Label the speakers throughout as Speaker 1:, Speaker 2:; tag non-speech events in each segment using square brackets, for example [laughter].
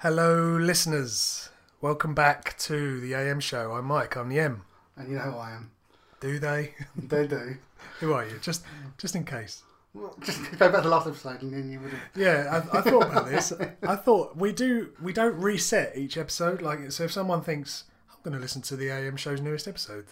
Speaker 1: Hello, listeners. Welcome back to the AM show. I'm Mike. I'm the M.
Speaker 2: And you know who I am.
Speaker 1: Do they? [laughs]
Speaker 2: They do.
Speaker 1: Who are you? Just, just in case.
Speaker 2: Well, just go back to the last episode and then you would have.
Speaker 1: Yeah, I, I thought about this. I thought we do. We don't reset each episode. Like, so if someone thinks I'm going to listen to the AM show's newest episode,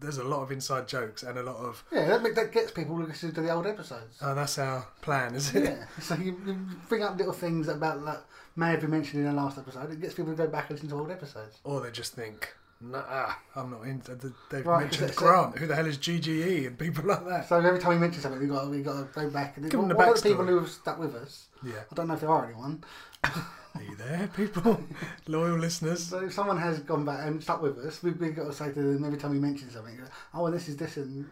Speaker 1: there's a lot of inside jokes and a lot of.
Speaker 2: Yeah, that, make- that gets people listening to the old episodes.
Speaker 1: Oh, that's our plan, is it? [laughs]
Speaker 2: Yeah. So you, you bring up little things about that may have been mentioned in the last episode. It gets people to go back and listen to old episodes.
Speaker 1: Or they just think, Nah, I'm not into. th- They've
Speaker 2: Right,
Speaker 1: mentioned
Speaker 2: so- so-
Speaker 1: Grant. Who the hell is GGE and people like that?
Speaker 2: So every time we mention something, we got we got to go back and
Speaker 1: Give 'em the
Speaker 2: what are the people
Speaker 1: backstory.
Speaker 2: who have stuck with us?
Speaker 1: Yeah.
Speaker 2: I don't know if there are anyone.
Speaker 1: Are you there, people? [laughs] Loyal listeners.
Speaker 2: So if someone has gone back and stuck with us, we've, we've got to say to them every time we mention something, oh, well, this is this and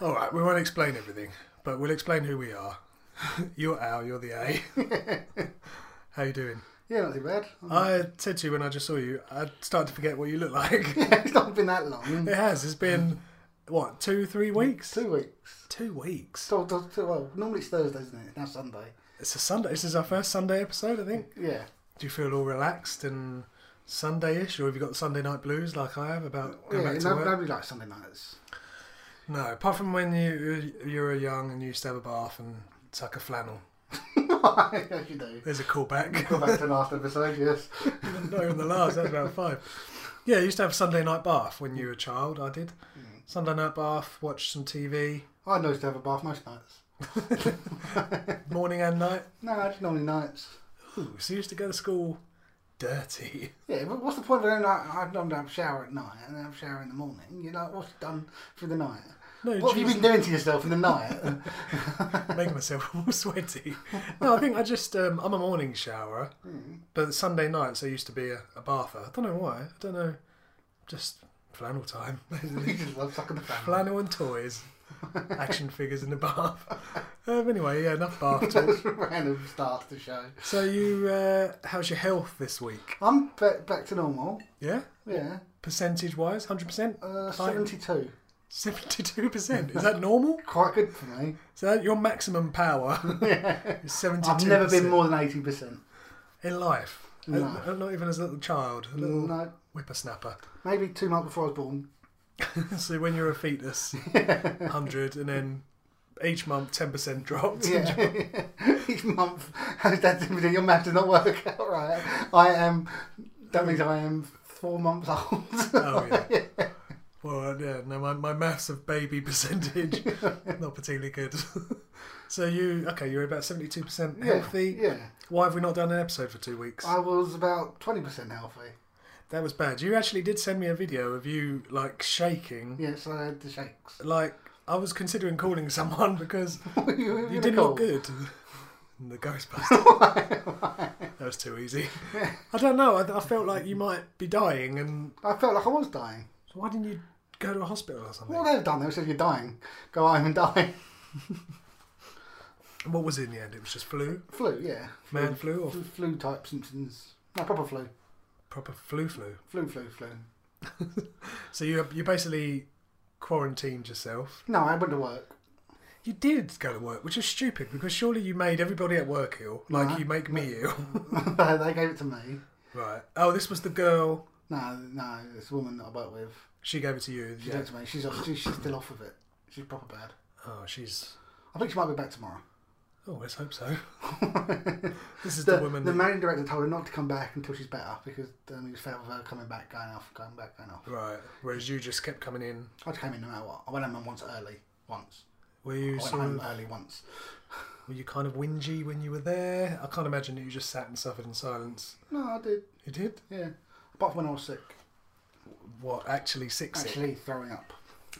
Speaker 1: All right, we won't explain everything, but we'll explain who we are. [laughs] you're Al, you're the A. [laughs] How you doing?
Speaker 2: yeah, not too bad.
Speaker 1: I said to you when I just saw you, I'd start to forget what you look like.
Speaker 2: [laughs]
Speaker 1: [laughs]
Speaker 2: it's not been that long.
Speaker 1: it has. It's been what two, three weeks?
Speaker 2: Two weeks.
Speaker 1: Two weeks.
Speaker 2: So, so, so, well, normally it's Thursday, isn't it? Now Sunday.
Speaker 1: It's a Sunday. This is our first Sunday episode, I think.
Speaker 2: Yeah.
Speaker 1: Do you feel all relaxed and Sunday-ish, or have you got the Sunday night blues like I have about going
Speaker 2: yeah
Speaker 1: back to
Speaker 2: no,
Speaker 1: work?
Speaker 2: nobody likes Sunday nights. [laughs]
Speaker 1: No, apart from when you you were young and you used to have a bath and tuck a flannel.
Speaker 2: yes, you do.
Speaker 1: There's a callback.
Speaker 2: Go back to last episode, yes.
Speaker 1: Not even the last. That's about five. Yeah, I used to have Sunday night bath when you were a child. I did
Speaker 2: Mm.
Speaker 1: Sunday night bath, watch some TV,
Speaker 2: I know to have a bath most nights.
Speaker 1: morning and night.
Speaker 2: No, it's normally nights.
Speaker 1: Ooh, so you used to go to school dirty.
Speaker 2: Yeah, but what's the point of going like, I've done to have a shower at night and then have a shower in the morning? You're like, what's done for the night?
Speaker 1: No,
Speaker 2: What have you
Speaker 1: geez,
Speaker 2: been doing to yourself in
Speaker 1: [laughs]
Speaker 2: the night? [laughs]
Speaker 1: making myself [laughs] all sweaty. No, I think I just um, I'm a morning showerer,
Speaker 2: Mm.
Speaker 1: but Sunday nights I used to be a, a bather. I don't know why. I don't know. Just flannel time. [laughs]
Speaker 2: you just love sucking the family.
Speaker 1: flannel and toys, action figures in the bath. Um, anyway, yeah, enough bath talk.
Speaker 2: [laughs] Random starts to show.
Speaker 1: So you, uh, how's your health this week?
Speaker 2: I'm back, back to normal.
Speaker 1: Yeah,
Speaker 2: Yeah.
Speaker 1: percentage wise, hundred percent,
Speaker 2: Uh,
Speaker 1: Fine.
Speaker 2: 72.
Speaker 1: seventy-two percent. Is that normal?
Speaker 2: Quite good for me.
Speaker 1: So that your maximum power
Speaker 2: [laughs]
Speaker 1: is seventy-two.
Speaker 2: I've never been more than 80%.
Speaker 1: in life.
Speaker 2: No.
Speaker 1: Uh, Not even as a little child, a little
Speaker 2: No,
Speaker 1: whippersnapper. [laughs]
Speaker 2: maybe two months before I was born.
Speaker 1: so when you're a
Speaker 2: [laughs]
Speaker 1: fetus, hundred, and then each month ten percent dropped.
Speaker 2: Yeah. [laughs] Each month, how's that to be? Your math does not work [laughs] out right. I am, that means I am four months [laughs] old.
Speaker 1: [laughs] Oh yeah.
Speaker 2: [laughs]
Speaker 1: Well, uh, yeah. No, my, my maths of baby
Speaker 2: [laughs]
Speaker 1: percentage not particularly good. [laughs] so you okay? You're about seventy-two percent healthy.
Speaker 2: Yeah.
Speaker 1: Why have we not done an episode for two weeks?
Speaker 2: I was about 20% healthy.
Speaker 1: That was bad. You actually did send me a video of you like shaking.
Speaker 2: Yeah, so I had the shakes. [laughs]
Speaker 1: Like I was considering calling someone [laughs] because
Speaker 2: you
Speaker 1: you
Speaker 2: gonna
Speaker 1: didn't
Speaker 2: call?
Speaker 1: look good. And
Speaker 2: [laughs]
Speaker 1: the Ghostbusters. that was too easy. I don't know. I, I felt like you might be dying, and
Speaker 2: I felt like I was dying.
Speaker 1: why didn't you go to a hospital or something?
Speaker 2: What they've done, they said, You're dying. Go home and die. [laughs]
Speaker 1: What was it in the end? It was just flu,
Speaker 2: Flu, yeah.
Speaker 1: man flu, or
Speaker 2: Flu, flu type symptoms. No, proper flu.
Speaker 1: proper flu flu.
Speaker 2: Flu, flu, flu.
Speaker 1: So you you basically quarantined yourself.
Speaker 2: No, I went to work. [laughs]
Speaker 1: You did go to work, which is stupid because surely you made everybody at work ill, like
Speaker 2: Nah.
Speaker 1: you make me ill. [laughs]
Speaker 2: they gave it to me.
Speaker 1: right. Oh, this was the girl.
Speaker 2: No, no, it's a woman that I work with.
Speaker 1: She gave it to you.
Speaker 2: She
Speaker 1: Yeah.
Speaker 2: don't to me. She's, off, she's she's still off of it. She's proper bad.
Speaker 1: Oh, she's.
Speaker 2: I think she might be back tomorrow.
Speaker 1: Oh, let's hope so. [laughs]
Speaker 2: [laughs]
Speaker 1: this is
Speaker 2: The,
Speaker 1: the,
Speaker 2: the,
Speaker 1: woman. that-
Speaker 2: managing director told her not to come back until she's better because um, he was fed with her coming back, going off, going back, going off.
Speaker 1: Right. Whereas you just kept coming in.
Speaker 2: I just came in no matter what. I went home once early. Once.
Speaker 1: Were you
Speaker 2: Oh, I went
Speaker 1: sort
Speaker 2: home
Speaker 1: of,
Speaker 2: early once.
Speaker 1: were you kind of whingy when you were there? I can't imagine that you just sat and suffered in silence.
Speaker 2: No, I did.
Speaker 1: You did.
Speaker 2: Yeah. Apart from when I was sick.
Speaker 1: What actually sick sick
Speaker 2: Actually throwing up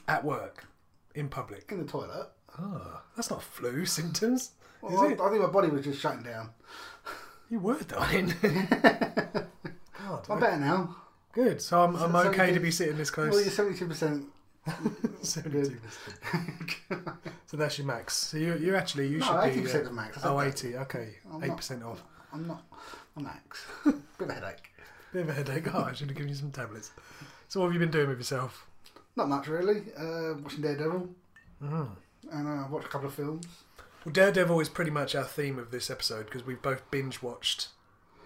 Speaker 1: at work, in public?
Speaker 2: in the toilet.
Speaker 1: Ah, that's not flu symptoms,
Speaker 2: Well,
Speaker 1: is
Speaker 2: I,
Speaker 1: it?
Speaker 2: I think my body was just shutting down. [laughs]
Speaker 1: You were dying. [laughs] God,
Speaker 2: I'm better now.
Speaker 1: Good. So I'm, I'm
Speaker 2: So- so
Speaker 1: okay to
Speaker 2: you did-
Speaker 1: be sitting this
Speaker 2: Well, you're
Speaker 1: close.
Speaker 2: 72%.
Speaker 1: [laughs] 72. So that's your max. So you you actually you
Speaker 2: [laughs] No,
Speaker 1: should be
Speaker 2: 80%
Speaker 1: uh,
Speaker 2: of max. I said
Speaker 1: oh
Speaker 2: that.
Speaker 1: 80. Okay,
Speaker 2: I'm not-
Speaker 1: eight percent off.
Speaker 2: I'm not a max. [laughs] Bit of a headache.
Speaker 1: Bit of a headache. [laughs] Oh, I should have given you some tablets. So what have you been doing with yourself?
Speaker 2: Not much, really. Uh, watching Daredevil,
Speaker 1: Mm.
Speaker 2: and uh, watched a couple of films.
Speaker 1: Well, Daredevil is pretty much our theme of this episode because we've both binge watched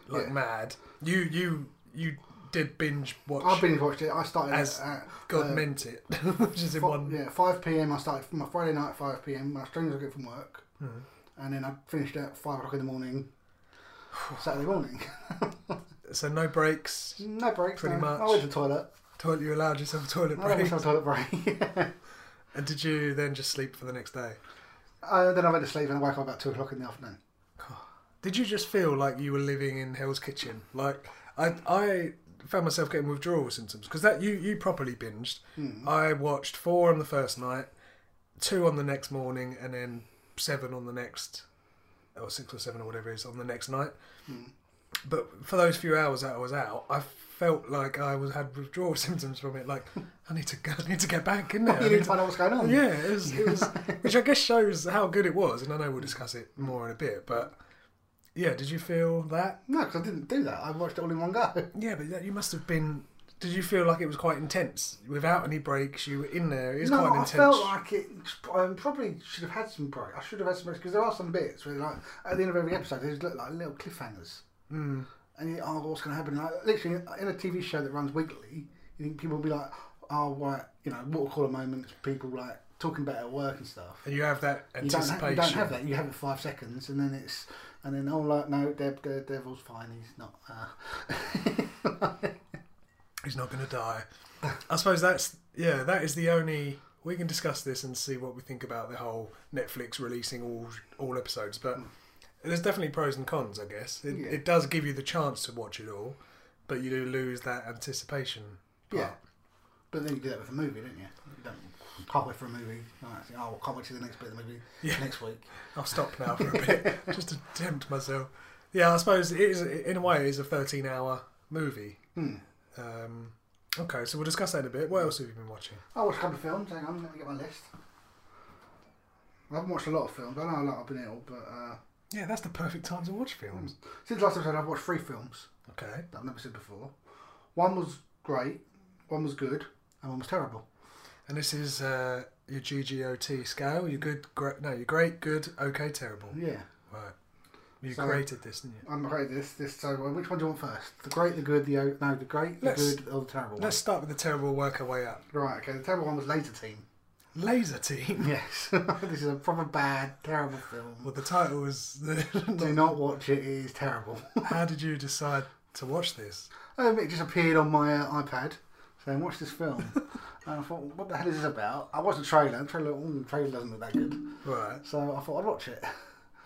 Speaker 1: like
Speaker 2: Yeah.
Speaker 1: mad. You you you did binge watch.
Speaker 2: I've been watched it. I started
Speaker 1: As
Speaker 2: at,
Speaker 1: God
Speaker 2: uh,
Speaker 1: meant it. [laughs] Just in
Speaker 2: fi-
Speaker 1: one.
Speaker 2: yeah, 5 pm. I started from my Friday night at 5 pm. My strangers I get from work,
Speaker 1: Mhm.
Speaker 2: and then I finished at 5 o'clock in the morning,
Speaker 1: [sighs]
Speaker 2: Saturday morning.
Speaker 1: So no breaks.
Speaker 2: no breaks.
Speaker 1: Pretty
Speaker 2: no.
Speaker 1: much.
Speaker 2: I went to the toilet.
Speaker 1: Toilet. You allowed yourself [laughs] a toilet
Speaker 2: I had
Speaker 1: break.
Speaker 2: myself a toilet break. [laughs]
Speaker 1: And did you then just sleep for the next day?
Speaker 2: uh, then I went to sleep and I woke up about 2 o'clock in the afternoon.
Speaker 1: Did you just feel like you were living in Hell's Kitchen? Like I, I found myself getting withdrawal symptoms because that you you properly binged. I watched four on the first night, two on the next morning, and then seven on the next, or six or seven or whatever it is on the next night. But for those few hours that I was out, I felt like I was had withdrawal [laughs] symptoms from it. Like I need to go, I need to get back in there. [laughs] I
Speaker 2: [laughs] You
Speaker 1: need
Speaker 2: didn't
Speaker 1: to-
Speaker 2: find out what's going on.
Speaker 1: Oh, yeah, it was, it
Speaker 2: [laughs]
Speaker 1: was, which I guess shows how good it was, and I know we'll discuss it more in a bit. But yeah, did you feel that?
Speaker 2: No, because I didn't do that. I watched it all in one go. [laughs]
Speaker 1: Yeah, but that, you must have been. Did you feel like it was quite intense without any breaks? You were in there. It was
Speaker 2: no,
Speaker 1: quite
Speaker 2: I
Speaker 1: intense.
Speaker 2: felt like it. I probably should have had some break. I should have had some breaks because there are some bits where, like, at the end of every episode, there's li- like little cliffhangers,
Speaker 1: Mm.
Speaker 2: and you, oh, what's going to happen? Like, literally, in a TV show that runs weekly, you think people will be like, oh, right, you know, water cooler moments, people like talking about it at work and stuff.
Speaker 1: and you have that
Speaker 2: You don't,
Speaker 1: anticipation.
Speaker 2: ha- you don't have that. You have it five seconds, and then it's, and then oh, like, no, Deb, Deb, Devil's fine. He's not. Uh,
Speaker 1: He's not going to die. I suppose that's yeah. That is the only we can discuss this and see what we think about the whole Netflix releasing all all episodes. But there's definitely pros and cons. I guess it,
Speaker 2: Yeah.
Speaker 1: it does give you the chance to watch it all, but you do lose that anticipation. part.
Speaker 2: Yeah. But then you do that with a movie, don't you? you don't, can't wait for a movie. No, actually, oh, can't wait to the next bit of the movie
Speaker 1: Yeah.
Speaker 2: next week.
Speaker 1: I'll stop now for a bit [laughs] just to tempt myself. Yeah, I suppose it is in a way it is a 13 hour movie.
Speaker 2: Hmm.
Speaker 1: Um, okay, so we'll discuss that in a bit. What else have you been watching?
Speaker 2: I watched Oh, a couple of films. Hang on, let me get my list. I haven't watched a lot of films. I know a lot. I've been ill, but uh,
Speaker 1: Yeah, that's the perfect time to watch films.
Speaker 2: since last episode, I've watched three films
Speaker 1: Hmm. Okay.
Speaker 2: that I've never seen before. One was great, one was good, and one was terrible.
Speaker 1: And this is uh, your GGOT scale. You're good, great. No, you're great, good, okay, terrible.
Speaker 2: Yeah,
Speaker 1: Right. You
Speaker 2: So-
Speaker 1: created this, didn't you?
Speaker 2: I'm afraid this. This. So, uh, which one do you want first? The great, the good, the o- no, the great, the
Speaker 1: Let's-
Speaker 2: good, or the terrible? one?
Speaker 1: Let's start with the terrible, work our way up.
Speaker 2: Right. Okay. The terrible one was Laser Team. [laughs]
Speaker 1: Laser Team. [laughs]
Speaker 2: Yes, [laughs] this is a proper bad, terrible film.
Speaker 1: Well, the title was.
Speaker 2: Do
Speaker 1: The, [laughs]
Speaker 2: not watch it. It is terrible.
Speaker 1: how did you decide to watch this?
Speaker 2: um, it just appeared on my uh, iPad saying, "Watch this film,"
Speaker 1: [laughs]
Speaker 2: and I thought, "What the hell is this about?" I watched the trailer. The trailer, ooh, the trailer doesn't look that good,
Speaker 1: Right.
Speaker 2: so I thought I'd watch it.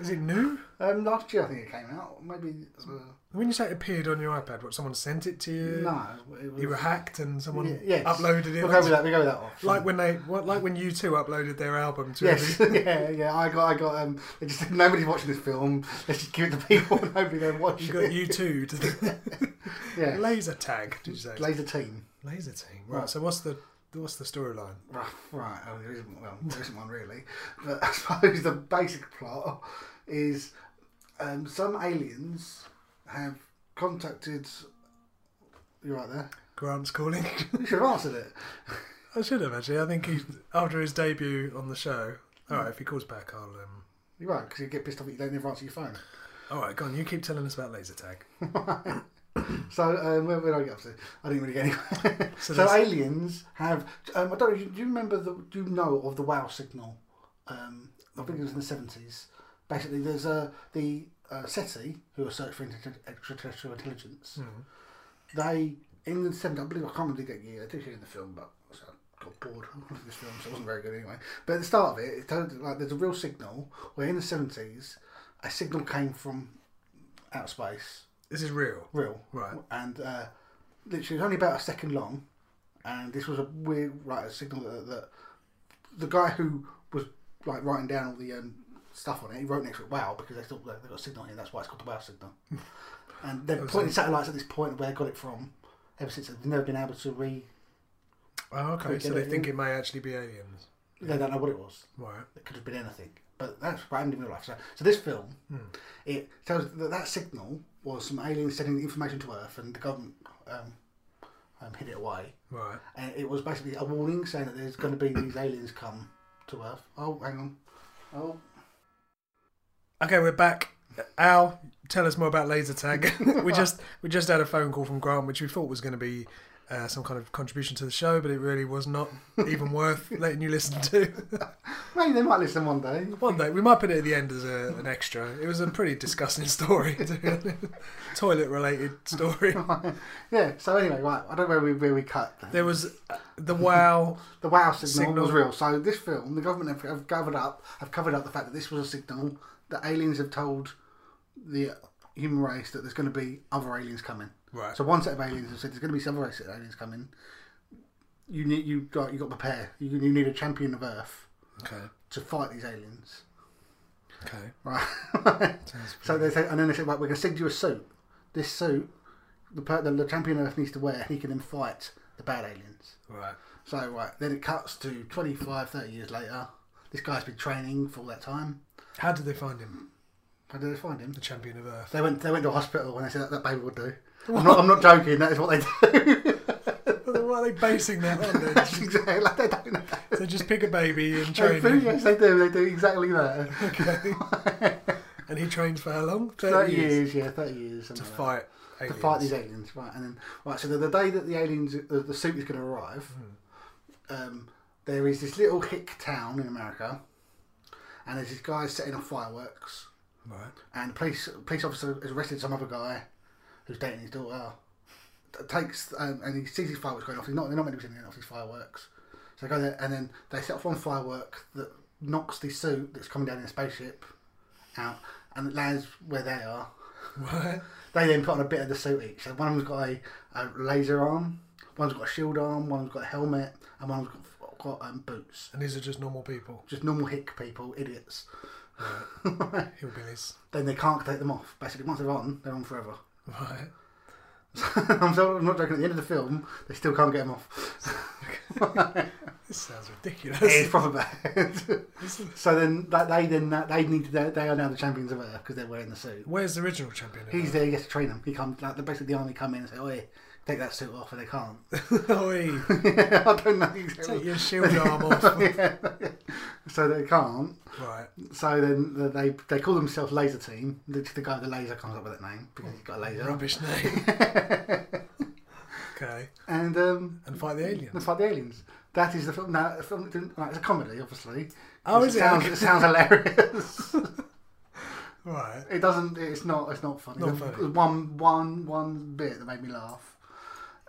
Speaker 1: Is it new?
Speaker 2: Um, last year, I think it came out. Maybe uh,
Speaker 1: When you say it appeared on your iPad, what someone sent it to you?
Speaker 2: no. It was,
Speaker 1: You were hacked and someone
Speaker 2: Yeah, yes.
Speaker 1: uploaded it.
Speaker 2: We'll go with that. We go with that one.
Speaker 1: Like when they, what, like when you two uploaded their album to
Speaker 2: [laughs] Yes,
Speaker 1: every-
Speaker 2: yeah, yeah. I got, I got. Um, they just [laughs] nobody's watching this film. Let's just give it to people [laughs] and hopefully they
Speaker 1: [laughs]
Speaker 2: watch
Speaker 1: You
Speaker 2: [laughs] it.
Speaker 1: got you two to the
Speaker 2: Yeah,
Speaker 1: laser tag. Did you say
Speaker 2: Laser Team.
Speaker 1: laser team? Right. So what's the what's the storyline?
Speaker 2: Right, right. Oh, there isn't. Well, there isn't one really. But [laughs] I suppose the basic plot is um, some aliens have contacted. You're right there.
Speaker 1: Grant's calling. [laughs]
Speaker 2: You should have answered it.
Speaker 1: I should have actually. I think he after his debut on the show. All right, if he calls back, I'll. Um,
Speaker 2: You won't because you get pissed off that you don't ever answer your phone.
Speaker 1: all right, go on. You keep telling us about laser tag.
Speaker 2: So um, where, where did I get up to? I didn't really get anywhere.
Speaker 1: So
Speaker 2: So,
Speaker 1: there's-
Speaker 2: aliens have. Um, I don't. know, Do you remember the? Do you know of the WoW signal? Um, I think it was in the seventies. Basically, there's uh, the uh, SETI who are searching for inter- extraterrestrial intelligence. They in the seventies, I believe I can't remember the exact year. I did see it in the film, but so I got bored [laughs] of this film, so it wasn't very good anyway. But at the start of it, it told, like there's a real signal where in the seventies, a signal came from outer space
Speaker 1: This is real.
Speaker 2: real.
Speaker 1: Right.
Speaker 2: And uh, literally, it was only about a second long. And this was a weird, right, a signal that, that the guy who was like writing down all the um, stuff on it, he wrote next to it WoW because they thought they
Speaker 1: [laughs]
Speaker 2: they got a signal here, that's why it's called the WoW signal. and they're
Speaker 1: was
Speaker 2: pointing satellites at this point where they got it from. ever since they've never been able to re.
Speaker 1: Oh, okay.
Speaker 2: Could
Speaker 1: So
Speaker 2: get
Speaker 1: they
Speaker 2: it
Speaker 1: think
Speaker 2: in.
Speaker 1: it may actually be aliens.
Speaker 2: They don't know what it was.
Speaker 1: Right.
Speaker 2: It could have been anything, but that's what happened in real life. So, so this film,
Speaker 1: Hmm.
Speaker 2: it tells that that signal was some aliens sending information to Earth, and the government um, um, hid it away.
Speaker 1: Right.
Speaker 2: And Uh, it was basically a warning saying that there's going to be these aliens come to Earth. Oh, hang on. Oh,
Speaker 1: Okay, we're back. Al, tell us more about laser tag. [laughs] we just we just had a phone call from Grant, which we thought was going to be uh, some kind of contribution to the show, but it really was not even worth letting you listen to.
Speaker 2: maybe they might listen one day. [laughs]
Speaker 1: One day we might put it at the end as a, an extra. It was a pretty disgusting story, toilet related story.
Speaker 2: yeah. So anyway, right. I don't know where we where we cut.
Speaker 1: There was uh, the wow.
Speaker 2: the wow signal,
Speaker 1: Signal.
Speaker 2: was real. So this film, the government have, have covered up, have covered up the fact that this was a signal that aliens have told the human race that there's going to be other aliens coming.
Speaker 1: Right.
Speaker 2: So one set of aliens have said there's going to be some other set of aliens coming. You need you got you got to prepare. You, you need a champion of Earth
Speaker 1: Okay.
Speaker 2: to fight these aliens.
Speaker 1: Okay.
Speaker 2: Right. [laughs]
Speaker 1: Sounds
Speaker 2: so they say, and then they say, right, we're going to send you a suit. This suit, the, per- the the champion of Earth needs to wear. He can then fight the bad aliens.
Speaker 1: Right.
Speaker 2: So right, then it cuts to 25, 30 years later. This guy's been training for all that time.
Speaker 1: How did they find him?
Speaker 2: How did they find him?
Speaker 1: The champion of Earth. [laughs]
Speaker 2: They went. They went to a hospital and they said that, that baby would do. I'm not, I'm not joking. That is what they do. [laughs]
Speaker 1: What are they basing that on? Then?
Speaker 2: That's exactly like they don't. know.
Speaker 1: So just pick a baby and
Speaker 2: They
Speaker 1: train
Speaker 2: do,
Speaker 1: him.
Speaker 2: yes, they do. They do exactly that.
Speaker 1: [laughs] Okay. and he trained for how long? 30,
Speaker 2: Thirty
Speaker 1: years.
Speaker 2: years, yeah, thirty years.
Speaker 1: To
Speaker 2: something like that.
Speaker 1: fight
Speaker 2: to
Speaker 1: aliens.
Speaker 2: fight these aliens, right? And then right, so the, the day that the aliens, the, the suit is going to arrive, um, there is this little hick town in America, and there's this guy setting off fireworks,
Speaker 1: Right.
Speaker 2: and the police police officer has arrested some other guy who's dating his daughter. T- Takes um, and he sees these fireworks going off. He's not they're not meant to be setting off these fireworks, so they go there and then they set off one firework that knocks the suit that's coming down in a spaceship out, and it lands where they are.
Speaker 1: Right.
Speaker 2: They then put on a bit of the suit each. So one of them's got a, a laser arm, one's got a shield arm, one's got a helmet, and one's got, got um, boots.
Speaker 1: And these are just normal people.
Speaker 2: Just normal hick people, idiots.
Speaker 1: Hillbillies.
Speaker 2: Then they can't take them off. Basically, once they're on, they're on forever. [laughs]
Speaker 1: Right.
Speaker 2: I'm, so, I'm not joking. At the end of the film, they still can't get them off. [laughs]
Speaker 1: This sounds [laughs]
Speaker 2: it's
Speaker 1: ridiculous.
Speaker 2: proper bad. so then that they then that they need to, they, they are now the champions of Earth because they're wearing the suit.
Speaker 1: Where's the original champion? of
Speaker 2: He's there. He gets to train them. He comes. Like, basically, the army come in and say, "Oi, take that suit off," and they can't. [laughs]
Speaker 1: Earth? Oi,
Speaker 2: I don't know exactly.
Speaker 1: take your shield
Speaker 2: [laughs]
Speaker 1: arm off.
Speaker 2: yeah. So they can't.
Speaker 1: Right.
Speaker 2: So then the- they they call themselves Laser Team. The, the guy with the laser comes up with that name because he's got a laser.
Speaker 1: Rubbish
Speaker 2: [laughs]
Speaker 1: name. okay.
Speaker 2: And um,
Speaker 1: And fight the aliens.
Speaker 2: they fight the aliens. That is the film. Now, the film didn't, like, it's a comedy, obviously.
Speaker 1: Oh,
Speaker 2: It
Speaker 1: is it?
Speaker 2: Sounds, it sounds hilarious. [laughs]
Speaker 1: Right.
Speaker 2: it doesn't. It's not. It's not funny.
Speaker 1: Not
Speaker 2: There's
Speaker 1: funny.
Speaker 2: One one one bit that made me laugh,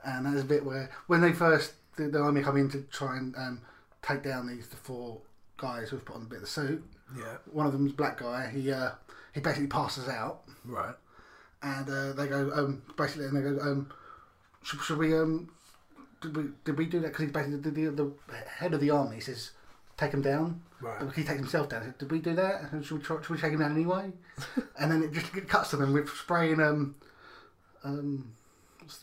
Speaker 2: and that's a bit where when they first the, the army come in to try and um, take down these the four guys who've put on a bit of the suit.
Speaker 1: Yeah.
Speaker 2: one of them's a black guy. He uh, he basically passes out,
Speaker 1: Right.
Speaker 2: and uh, they go um, basically, and they go, um, should, should we um, did we did we do that? Because basically the, the, the head of the army says, take him down.
Speaker 1: Right.
Speaker 2: He takes himself down. He said, Did we do that? And Should we try, should we take him down
Speaker 1: [laughs]
Speaker 2: anyway? and then it just cuts to them with spraying um, um,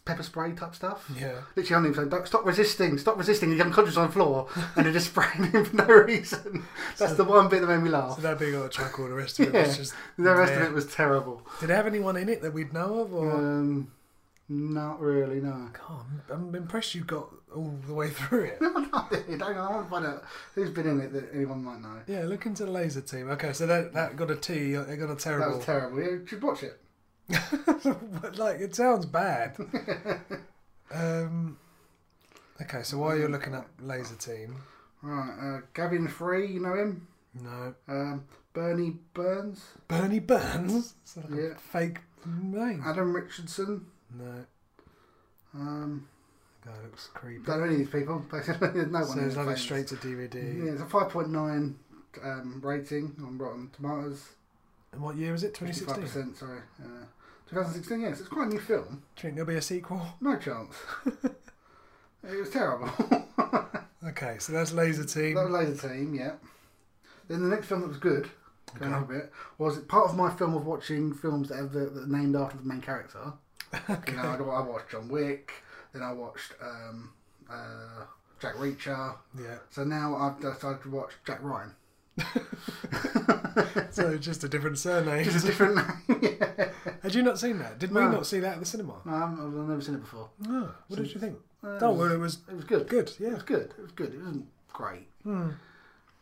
Speaker 2: pepper spray type stuff.
Speaker 1: Yeah.
Speaker 2: Literally on him saying, "Don't- stop resisting, stop resisting, he's unconscious on the floor, and they're just [laughs] spraying him for no
Speaker 1: [laughs]
Speaker 2: reason. That's the one bit that made me laugh.
Speaker 1: So that big old chuckle. The rest of it
Speaker 2: Yeah.
Speaker 1: was just.
Speaker 2: [laughs] The rest
Speaker 1: there.
Speaker 2: of it was terrible.
Speaker 1: Did it have anyone in it that we'd know of? Or
Speaker 2: Um, not really, no.
Speaker 1: God, I'm, I'm impressed you got all the way through
Speaker 2: [laughs]
Speaker 1: it.
Speaker 2: I don't know. I want to find out who's been in it that anyone might know.
Speaker 1: Yeah, look into the laser team. Okay, so that, that got a T. It got a
Speaker 2: That
Speaker 1: terrible.
Speaker 2: was terrible. Yeah, you should watch it.
Speaker 1: [laughs] But, like it sounds
Speaker 2: [laughs]
Speaker 1: bad. um, okay, so while you're looking up laser team,
Speaker 2: Right, uh, Gavin Free, you know him?
Speaker 1: no,
Speaker 2: Um, Bernie Burns,
Speaker 1: Bernie Burns. It's like a
Speaker 2: Yeah.
Speaker 1: fake name.
Speaker 2: Adam Richardson.
Speaker 1: No,
Speaker 2: Um,
Speaker 1: God, it looks creepy.
Speaker 2: don't know any of these people. [laughs] Basically, there's no
Speaker 1: so
Speaker 2: one. who's
Speaker 1: it's like a
Speaker 2: famous.
Speaker 1: straight to
Speaker 2: Yeah,
Speaker 1: DVD.
Speaker 2: it's a 5.9 um, rating on Rotten Tomatoes.
Speaker 1: And what year was it? 2016.
Speaker 2: 55%, sorry. Uh, 2016, yes. It's quite a new film.
Speaker 1: Do you think there'll be a sequel? [laughs]
Speaker 2: No chance. it was terrible.
Speaker 1: Okay, so that's laser team.
Speaker 2: That was Laser Team, yeah. Then the next film that was good, going on a bit, was part of my film of watching films that have the, that are named after the main character. You know, I, I watched John Wick, Then I watched um, uh, Jack Reacher.
Speaker 1: Yeah.
Speaker 2: So now I've decided to watch Jack Ryan.
Speaker 1: So just a different surname.
Speaker 2: [laughs] It's a different name. yeah.
Speaker 1: Had you not seen that? Did
Speaker 2: No.
Speaker 1: we not see that at the cinema?
Speaker 2: No, I haven't- I've never seen it before.
Speaker 1: No. What did you think?
Speaker 2: Uh,
Speaker 1: oh,
Speaker 2: it was,
Speaker 1: well, it was
Speaker 2: it was good.
Speaker 1: good.
Speaker 2: It
Speaker 1: Yeah.
Speaker 2: was good. It was good. It wasn't great.
Speaker 1: Hmm.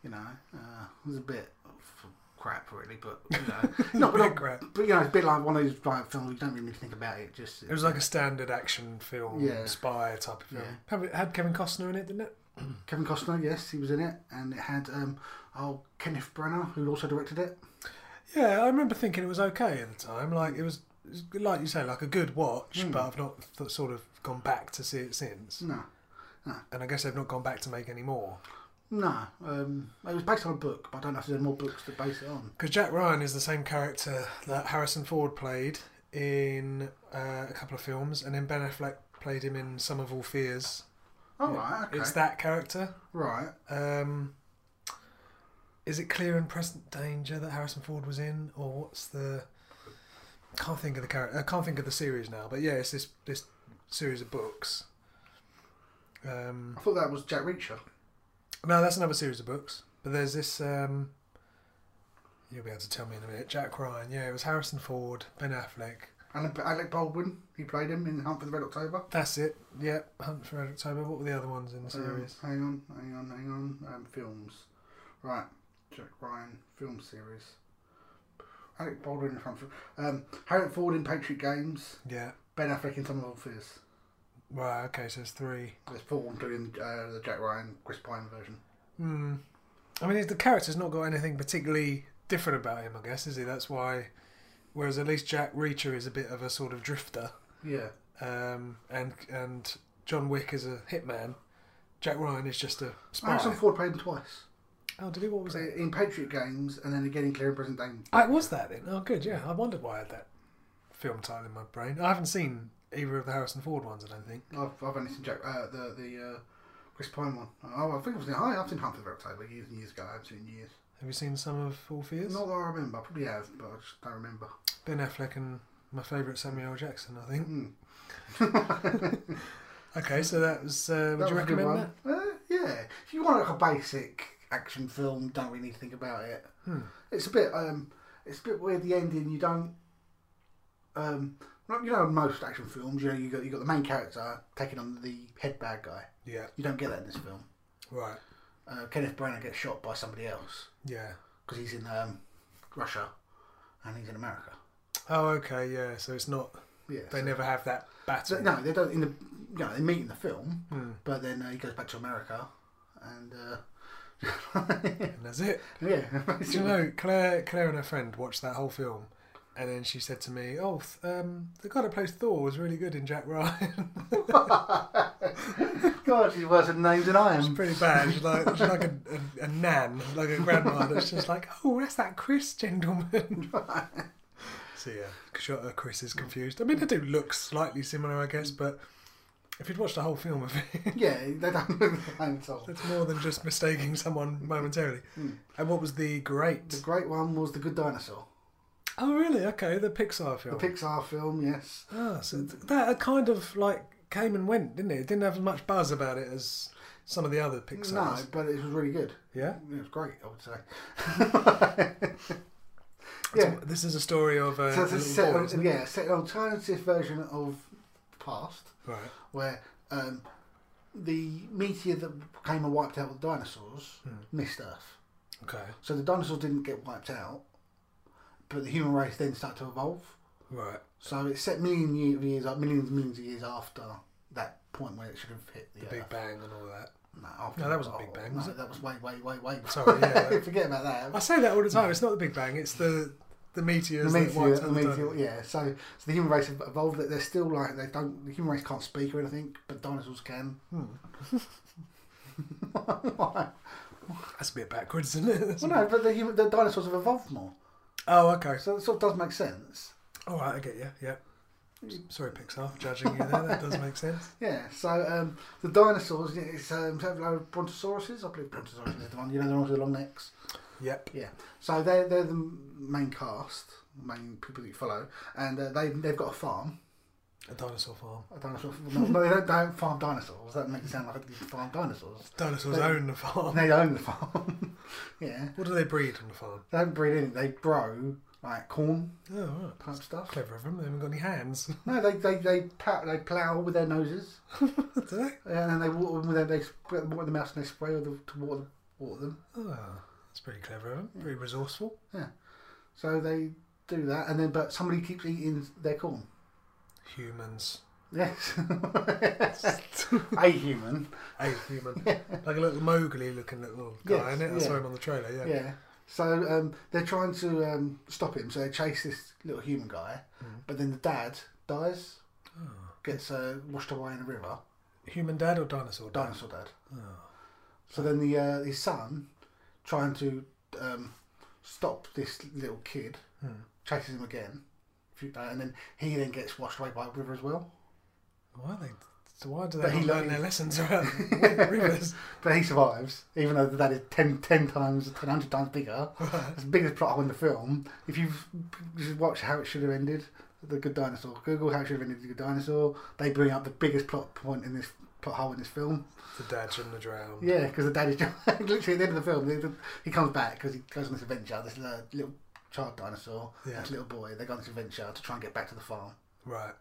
Speaker 2: You know, uh, it was a bit f- crap really, but you know, not, but, not-
Speaker 1: crap.
Speaker 2: but you know, it's a bit like one of those like films you don't really need to think about it. Just
Speaker 1: It was like a standard action film,
Speaker 2: Yeah.
Speaker 1: spy type of film.
Speaker 2: Yeah.
Speaker 1: Have it- Had Kevin Costner in it, didn't it?
Speaker 2: Kevin Costner. Yes, he was in it, and it had um, oh Kenneth Branagh, who also directed it.
Speaker 1: Yeah, I remember thinking it was okay at the time. Like it was, it was like you say, like a good watch,
Speaker 2: Hmm.
Speaker 1: but I've not th- sort of gone back to see it since.
Speaker 2: No,
Speaker 1: And I guess they've not gone back to make any more.
Speaker 2: no, um, it was based on a book, but I don't know if there's any more books to base it on.
Speaker 1: Because Jack Ryan is the same character that Harrison Ford played in uh, a couple of films, and then Ben Affleck played him in Some of All Fears.
Speaker 2: All
Speaker 1: Yeah.
Speaker 2: right, okay,
Speaker 1: It's that character.
Speaker 2: right.
Speaker 1: Um, is it Clear and Present Danger that Harrison Ford was in, or what's the? Can't think of the character. I can't think of the series now. But yeah, it's this this series of books. Um,
Speaker 2: I thought that was Jack Reacher.
Speaker 1: no, that's another series of books. But there's this. Um, you'll be able to tell me in a minute. Jack Ryan. Yeah, it was Harrison Ford, Ben Affleck.
Speaker 2: And Alec Baldwin, he played him in Hunt for the Red October.
Speaker 1: That's it. Yeah, Hunt for Red October. What were the other ones in the series?
Speaker 2: Um, hang on, hang on, hang on. Um, films. Right. Jack Ryan, film series. Alec Baldwin in Hunt for... Um, Harriet Ford in Patriot Games.
Speaker 1: yeah.
Speaker 2: Ben Affleck in Some of All Fears.
Speaker 1: Right. Okay. So there's three.
Speaker 2: There's four doing uh, the Jack Ryan, Chris Pine version.
Speaker 1: Hmm. I mean, the character's not got anything particularly different about him, I guess, is he? That's why. Whereas at least Jack Reacher is a bit of a sort of drifter,
Speaker 2: Yeah.
Speaker 1: um, and and John Wick is a hitman. Jack Ryan is just a spy.
Speaker 2: Harrison Ford played him twice.
Speaker 1: Oh, did he? What was
Speaker 2: Was
Speaker 1: it?
Speaker 2: it in Patriot Games and then again in Clear and Present Danger.
Speaker 1: Oh, it was that then. Oh, good. Yeah, I wondered why I had that film title in my brain. I haven't seen either of the Harrison Ford ones. I don't think.
Speaker 2: I've, I've only seen Jack, uh, the, the uh, Chris Pine one. Oh, I think it was in... oh, I've seen Hunt for the Red October years and years ago. I haven't seen it in years.
Speaker 1: Have you seen some of All Fears?
Speaker 2: Not that I remember. I probably have, but I just don't remember.
Speaker 1: Ben Affleck and my favourite Samuel L. Jackson. I think.
Speaker 2: Mm.
Speaker 1: Okay, so that was. Uh, would
Speaker 2: That
Speaker 1: you
Speaker 2: was a good
Speaker 1: recommend that?
Speaker 2: one. Uh, yeah. If you want like a basic action film, don't really need to think about it.
Speaker 1: Hmm.
Speaker 2: It's a bit um, it's a bit weird the ending. You don't um, not, you know in most action films. You know you got you got the main character taking on the head bad guy.
Speaker 1: Yeah.
Speaker 2: You don't get that in this film.
Speaker 1: Right.
Speaker 2: Uh, Kenneth Branagh gets shot by somebody else
Speaker 1: Yeah.
Speaker 2: because he's in um, Russia and he's in America.
Speaker 1: Oh, okay, yeah. So it's not.
Speaker 2: Yeah.
Speaker 1: They
Speaker 2: so-
Speaker 1: never have that battle.
Speaker 2: so- no, they don't. In the you know, they meet in the film,
Speaker 1: Hmm,
Speaker 2: but then uh, he goes back to America, and uh,
Speaker 1: and that's it.
Speaker 2: [laughs] yeah,
Speaker 1: Do you know, Claire, Claire and her friend watched that whole film, and then she said to me, "Oh, th- um, the guy that plays Thor was really good in Jack Ryan. [laughs]
Speaker 2: [laughs] God, she's worse at names than I
Speaker 1: It's
Speaker 2: am.
Speaker 1: pretty bad. She's like, she's like a, a, a nan, like a grandma that's just like, oh, that's that Chris gentleman." so yeah, sure, uh, Chris is confused. I mean, they do look slightly similar, I guess, but if you'd watched the whole film of it, [laughs]
Speaker 2: Yeah, they don't look the same at all.
Speaker 1: it's more than just mistaking someone momentarily. And what was the great?
Speaker 2: The great one was The Good Dinosaur.
Speaker 1: Oh, really? Okay, the Pixar film.
Speaker 2: The Pixar film, yes.
Speaker 1: ah, so th- that kind of like came and went, didn't it? It didn't have as much buzz about it as some of the other Pixars.
Speaker 2: No, but it was really good.
Speaker 1: Yeah.
Speaker 2: It was great, I would say. yeah.
Speaker 1: So This is a story of uh,
Speaker 2: So
Speaker 1: a
Speaker 2: it's a
Speaker 1: little
Speaker 2: set,
Speaker 1: boy, isn't it?
Speaker 2: yeah, set an alternative version of the past
Speaker 1: Right.
Speaker 2: where um, the meteor that came and wiped out the dinosaurs
Speaker 1: Hmm.
Speaker 2: missed Earth.
Speaker 1: Okay.
Speaker 2: So the dinosaurs didn't get wiped out, but the human race then started to evolve.
Speaker 1: Right.
Speaker 2: So it's set million year- years, millions, millions of years after that point where it should have hit the,
Speaker 1: The
Speaker 2: Earth.
Speaker 1: Big Bang and all that.
Speaker 2: No, after
Speaker 1: No, that wasn't
Speaker 2: oh,
Speaker 1: Big Bang,
Speaker 2: no,
Speaker 1: was it?
Speaker 2: That was way, way, way, way.
Speaker 1: Sorry,
Speaker 2: [laughs]
Speaker 1: yeah.
Speaker 2: Forget about that.
Speaker 1: I say that all the time. It's not the Big Bang. It's the the
Speaker 2: The
Speaker 1: meteors. that
Speaker 2: meteor,
Speaker 1: wiped
Speaker 2: the
Speaker 1: out the
Speaker 2: meteor,
Speaker 1: dinosaurs.
Speaker 2: yeah. So, so the human race have evolved. That they're still like they don't. The human race can't speak or anything, but dinosaurs can.
Speaker 1: Hmm.
Speaker 2: [laughs] well,
Speaker 1: That's a bit backwards, isn't it? [laughs] That's-
Speaker 2: no, but the human, the dinosaurs have evolved more,
Speaker 1: Oh, okay.
Speaker 2: so it sort of does make sense.
Speaker 1: All right, I get you. Yeah. Sorry, Pixar, for judging you there. That does make sense.
Speaker 2: Yeah. So um, the dinosaurs, yeah, it's um, sort of like brontosauruses. I believe brontosauruses is the one. You know, the ones with the long necks.
Speaker 1: Yep.
Speaker 2: Yeah. So they're they're the main cast, main people that you follow, and uh, they they've got a farm,
Speaker 1: A dinosaur farm.
Speaker 2: A dinosaur. [laughs] No, no, they don't, they don't farm dinosaurs. That makes it sound like they farm dinosaurs.
Speaker 1: Dinosaurs
Speaker 2: They-
Speaker 1: own the farm.
Speaker 2: They own the farm. [laughs] yeah.
Speaker 1: What do they breed on the farm?
Speaker 2: They don't breed in. They grow like corn
Speaker 1: Oh, right.
Speaker 2: type stuff.
Speaker 1: Clever of them. They haven't got any hands. [laughs]
Speaker 2: No, they they they plow, they plow with their noses,
Speaker 1: do they?
Speaker 2: and then they water them with their they spray them with the mouse and they spray with the, to water water them.
Speaker 1: Oh, that's pretty clever of them. Pretty resourceful.
Speaker 2: So they do that, and then but somebody keeps eating their corn.
Speaker 1: Humans.
Speaker 2: [laughs] Yes,
Speaker 1: a
Speaker 2: a human.
Speaker 1: human. Like a little Mowgli looking little guy,
Speaker 2: Yes,
Speaker 1: in it? I saw
Speaker 2: yeah.
Speaker 1: him on the trailer, yeah.
Speaker 2: Yeah. So um, they're trying to um, stop him. So they chase this little human guy,
Speaker 1: Mhm.
Speaker 2: but then the dad dies,
Speaker 1: Oh.
Speaker 2: gets uh, washed away in the river.
Speaker 1: Human dad or dinosaur dad?
Speaker 2: Dinosaur dad.
Speaker 1: Oh.
Speaker 2: So then the uh, his son, trying to um, stop this little kid,
Speaker 1: Hmm.
Speaker 2: chases him again, Few- uh, and then he then gets washed away by a river as well.
Speaker 1: Why they? so Why do they
Speaker 2: But
Speaker 1: not
Speaker 2: he
Speaker 1: learn
Speaker 2: like-
Speaker 1: their
Speaker 2: [laughs]
Speaker 1: lessons around [laughs] wet rivers? [laughs]
Speaker 2: But he survives, even though the dad is 10, 10 times, 100 times bigger. It's the biggest plot hole in the film. If you've just watched how it should have ended, The Good Dinosaur, Google how it should have ended, The Good Dinosaur, they bring up the biggest plot point in this plot hole in this film.
Speaker 1: The dad shouldn't have drowned.
Speaker 2: Yeah, because the dad is [laughs] literally at the end of the film. the- He comes back because he goes on this adventure. This uh, little child dinosaur,
Speaker 1: Yeah.
Speaker 2: this little boy, they go on this adventure to try and get back to the farm,
Speaker 1: Right.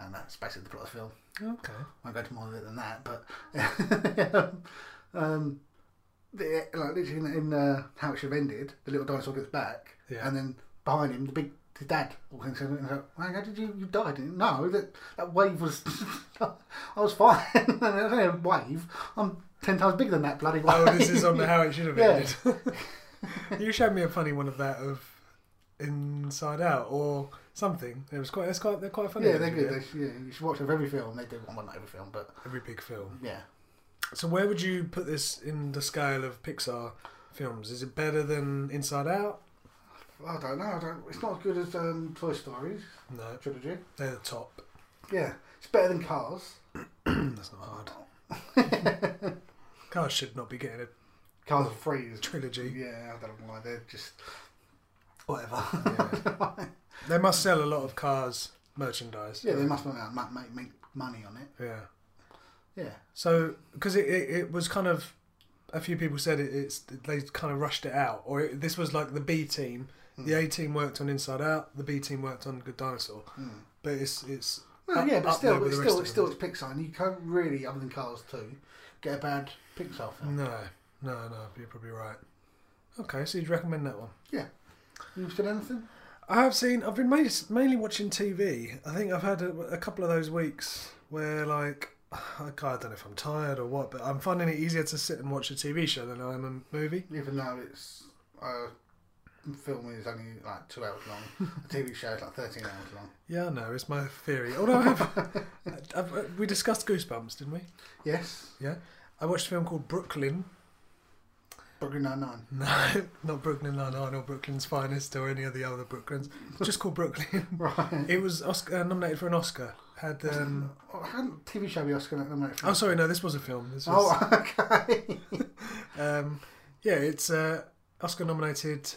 Speaker 2: and that's basically the plot of the film.
Speaker 1: Okay.
Speaker 2: won't go into more of it than that, but [laughs] um, the, like literally in, in uh, how it should have ended, the little dinosaur gets back,
Speaker 1: Yeah.
Speaker 2: and then behind him, the big the dad walks in and goes, "Why, how did you you die? Didn't you?" No, that that wave was [laughs] I was fine. [laughs] I don't have a wave. I'm ten times bigger than that bloody wave.
Speaker 1: Oh, this is on
Speaker 2: [laughs]
Speaker 1: the how it should have
Speaker 2: Yeah.
Speaker 1: ended. [laughs] you showed me a funny one of that of Inside Out or something. It was quite. That's quite. They're quite funny.
Speaker 2: yeah,
Speaker 1: those,
Speaker 2: they're good. They, yeah, you should watch them every film. They do one, well, not every film, but
Speaker 1: Every big film.
Speaker 2: yeah.
Speaker 1: So where would you put this in the scale of Pixar films? Is it better than Inside Out?
Speaker 2: I don't know. I don't, it's not as good as um, Toy Stories
Speaker 1: No,
Speaker 2: trilogy.
Speaker 1: they're the
Speaker 2: [clears throat]
Speaker 1: top.
Speaker 2: Yeah, it's better than Cars.
Speaker 1: That's not hard. Cars should not be getting a
Speaker 2: Cars are free is [laughs]
Speaker 1: trilogy.
Speaker 2: Yeah, I don't know why they're just [laughs] whatever.
Speaker 1: Yeah. they must sell a lot of cars merchandise.
Speaker 2: yeah, they must make, make, make, make money on it.
Speaker 1: Yeah.
Speaker 2: Yeah,
Speaker 1: So, because it, it, it was kind of, a few people said it, it's they kind of rushed it out, or it, this was like the B team. The A team worked on Inside Out. The B team worked on Good Dinosaur.
Speaker 2: Hmm.
Speaker 1: But it's it's
Speaker 2: no,
Speaker 1: Up-
Speaker 2: yeah, but
Speaker 1: up there
Speaker 2: still,
Speaker 1: with
Speaker 2: it's
Speaker 1: the
Speaker 2: still,
Speaker 1: rest of
Speaker 2: it's still, it's Pixar, and you can't really, other than Cars two, get a bad Pixar film.
Speaker 1: no, no, no. You're probably right. Okay, so you'd recommend that one.
Speaker 2: You've seen anything?
Speaker 1: I have seen. I've been mainly, mainly watching TV. I think I've had a, a couple of those weeks where, like, [sighs] I don't know if I'm tired or what, but I'm finding it easier to sit and watch a TV show than I am a movie.
Speaker 2: Even though it's uh, film is only like two hours [laughs] long, a TV show is like thirteen hours long.
Speaker 1: Yeah, no, it's my theory. Although I have, [laughs] I've, uh, we discussed Goosebumps, didn't we?
Speaker 2: Yes,
Speaker 1: I watched a film called Brooklyn.
Speaker 2: Brooklyn Nine Nine.
Speaker 1: No, not Brooklyn Nine Nine or Brooklyn's Finest or any of the other Brooklyns. It's Just called
Speaker 2: [laughs]
Speaker 1: Brooklyn.
Speaker 2: Right.
Speaker 1: It was Oscar, uh, nominated for an Oscar. Had um,
Speaker 2: Oh, hadn't TV show be Oscar nominated? for-
Speaker 1: oh sorry, no, this was a film. This was,
Speaker 2: Oh, [laughs] okay.
Speaker 1: um, yeah, it's a Oscar nominated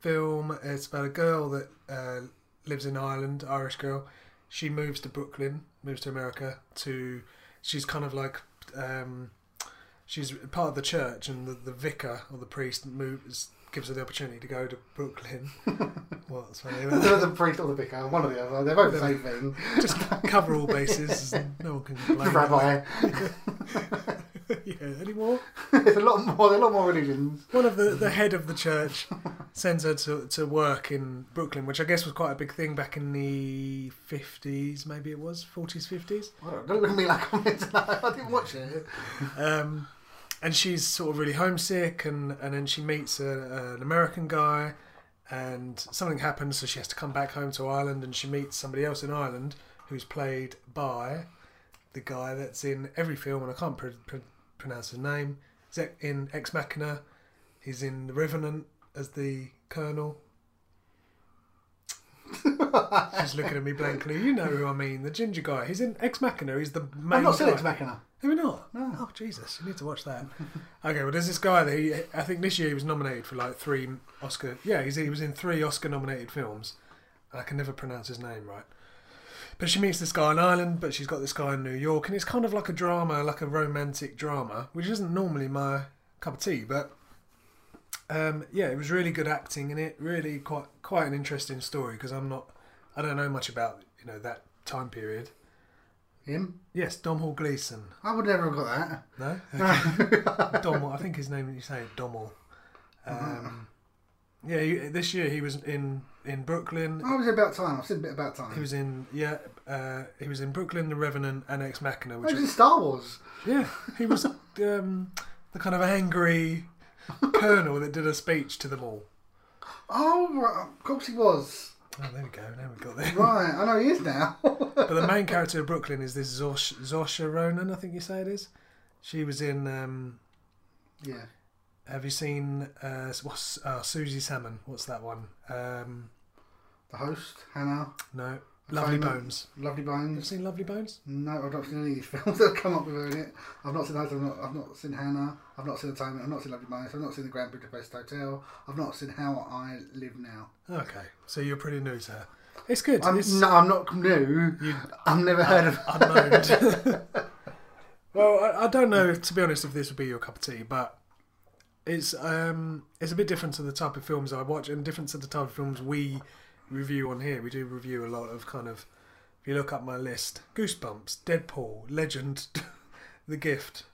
Speaker 1: film. It's about a girl that uh, lives in Ireland, Irish girl. She moves to Brooklyn, moves to America. To she's kind of like um, she's part of the church, and the, the vicar or the priest moves gives her the opportunity to go to Brooklyn. What's funny about that?
Speaker 2: the, the priest or the vicar, one or the other. They're both the same thing.
Speaker 1: Just cover all bases. No one can
Speaker 2: The
Speaker 1: complain.
Speaker 2: rabbi.
Speaker 1: [laughs] yeah, anymore.
Speaker 2: There's a lot more. There's a lot more religions.
Speaker 1: One of the, the head of the church sends her to, to work in Brooklyn, which I guess was quite a big thing back in the 50s, maybe it was, 40s, 50s.
Speaker 2: I don't, don't look at me like I'm into that. I didn't watch it.
Speaker 1: Um, and she's sort of really homesick, and, and then she meets a, an American guy, and something happens, so she has to come back home to Ireland, and she meets somebody else in Ireland who's played by the guy that's in every film, and I can't pr- pr- pronounce his name. He's e- in Ex Machina, he's in The Revenant as the
Speaker 2: [laughs]
Speaker 1: Colonel. She's looking at me blankly. You know who I mean, the ginger guy. He's in Ex Machina. He's the main.
Speaker 2: I've not seen
Speaker 1: guy.
Speaker 2: Ex Machina.
Speaker 1: Have you not?
Speaker 2: No.
Speaker 1: Oh Jesus, you need to watch that. [laughs] okay, well, there's this guy that he, I think this year he was nominated for like three Oscar. Yeah, he's, he was in three Oscar-nominated films. I can never pronounce his name right, But she meets this guy in Ireland, but she's got this guy in New York, and it's kind of like a drama, like a romantic drama, which isn't normally my cup of tea. But um, yeah, it was really good acting in it. Really quite quite an interesting story because I'm not, I don't know much about you know that time period.
Speaker 2: Him?
Speaker 1: Yes, Dom Hall Gleason.
Speaker 2: I would never have got that.
Speaker 1: No, Domel. I think his name. You say Domel. Um, yeah, he, this year he was in in Brooklyn.
Speaker 2: I was about time. I've said a bit about
Speaker 1: He
Speaker 2: time.
Speaker 1: was in yeah. Uh, he was in Brooklyn, The Revenant, and Ex Machina.
Speaker 2: I
Speaker 1: Which
Speaker 2: was in
Speaker 1: was,
Speaker 2: Star Wars.
Speaker 1: yeah, he was um, the kind of angry colonel that did a speech to them all.
Speaker 2: Oh, right. of course he was.
Speaker 1: Oh, there we go. Now we got there.
Speaker 2: Right, I know he is now. [laughs]
Speaker 1: But the main character of Brooklyn is this Zosh, Zosha Ronan. I think you say it is. She was in. Um,
Speaker 2: yeah.
Speaker 1: have you seen uh, what's uh, Susie Salmon? What's that one? Um,
Speaker 2: The host, Hannah,
Speaker 1: no, Lovely
Speaker 2: Simon.
Speaker 1: Bones.
Speaker 2: Lovely
Speaker 1: You've
Speaker 2: Bones.
Speaker 1: seen Lovely Bones?
Speaker 2: No, I've not seen any of these films [laughs] that have come up with her in it. I've not seen those. I've not, I've not seen Hannah. I've not seen Atonement. I've not seen Lovely Bones. I've not seen The Grand Budapest Hotel. I've not seen How I Live Now.
Speaker 1: Okay, so you're pretty new to her. It's good.
Speaker 2: I'm,
Speaker 1: it's
Speaker 2: no, I'm not new.
Speaker 1: [laughs]
Speaker 2: I've never heard of
Speaker 1: unknown. well, I, I don't know to be honest if this would be your cup of tea, but it's um it's a bit different to the type of films I watch and different to the type of films we review on here. We do review a lot of kind of. If you look up my list, Goosebumps, Deadpool, Legend, [laughs] The Gift,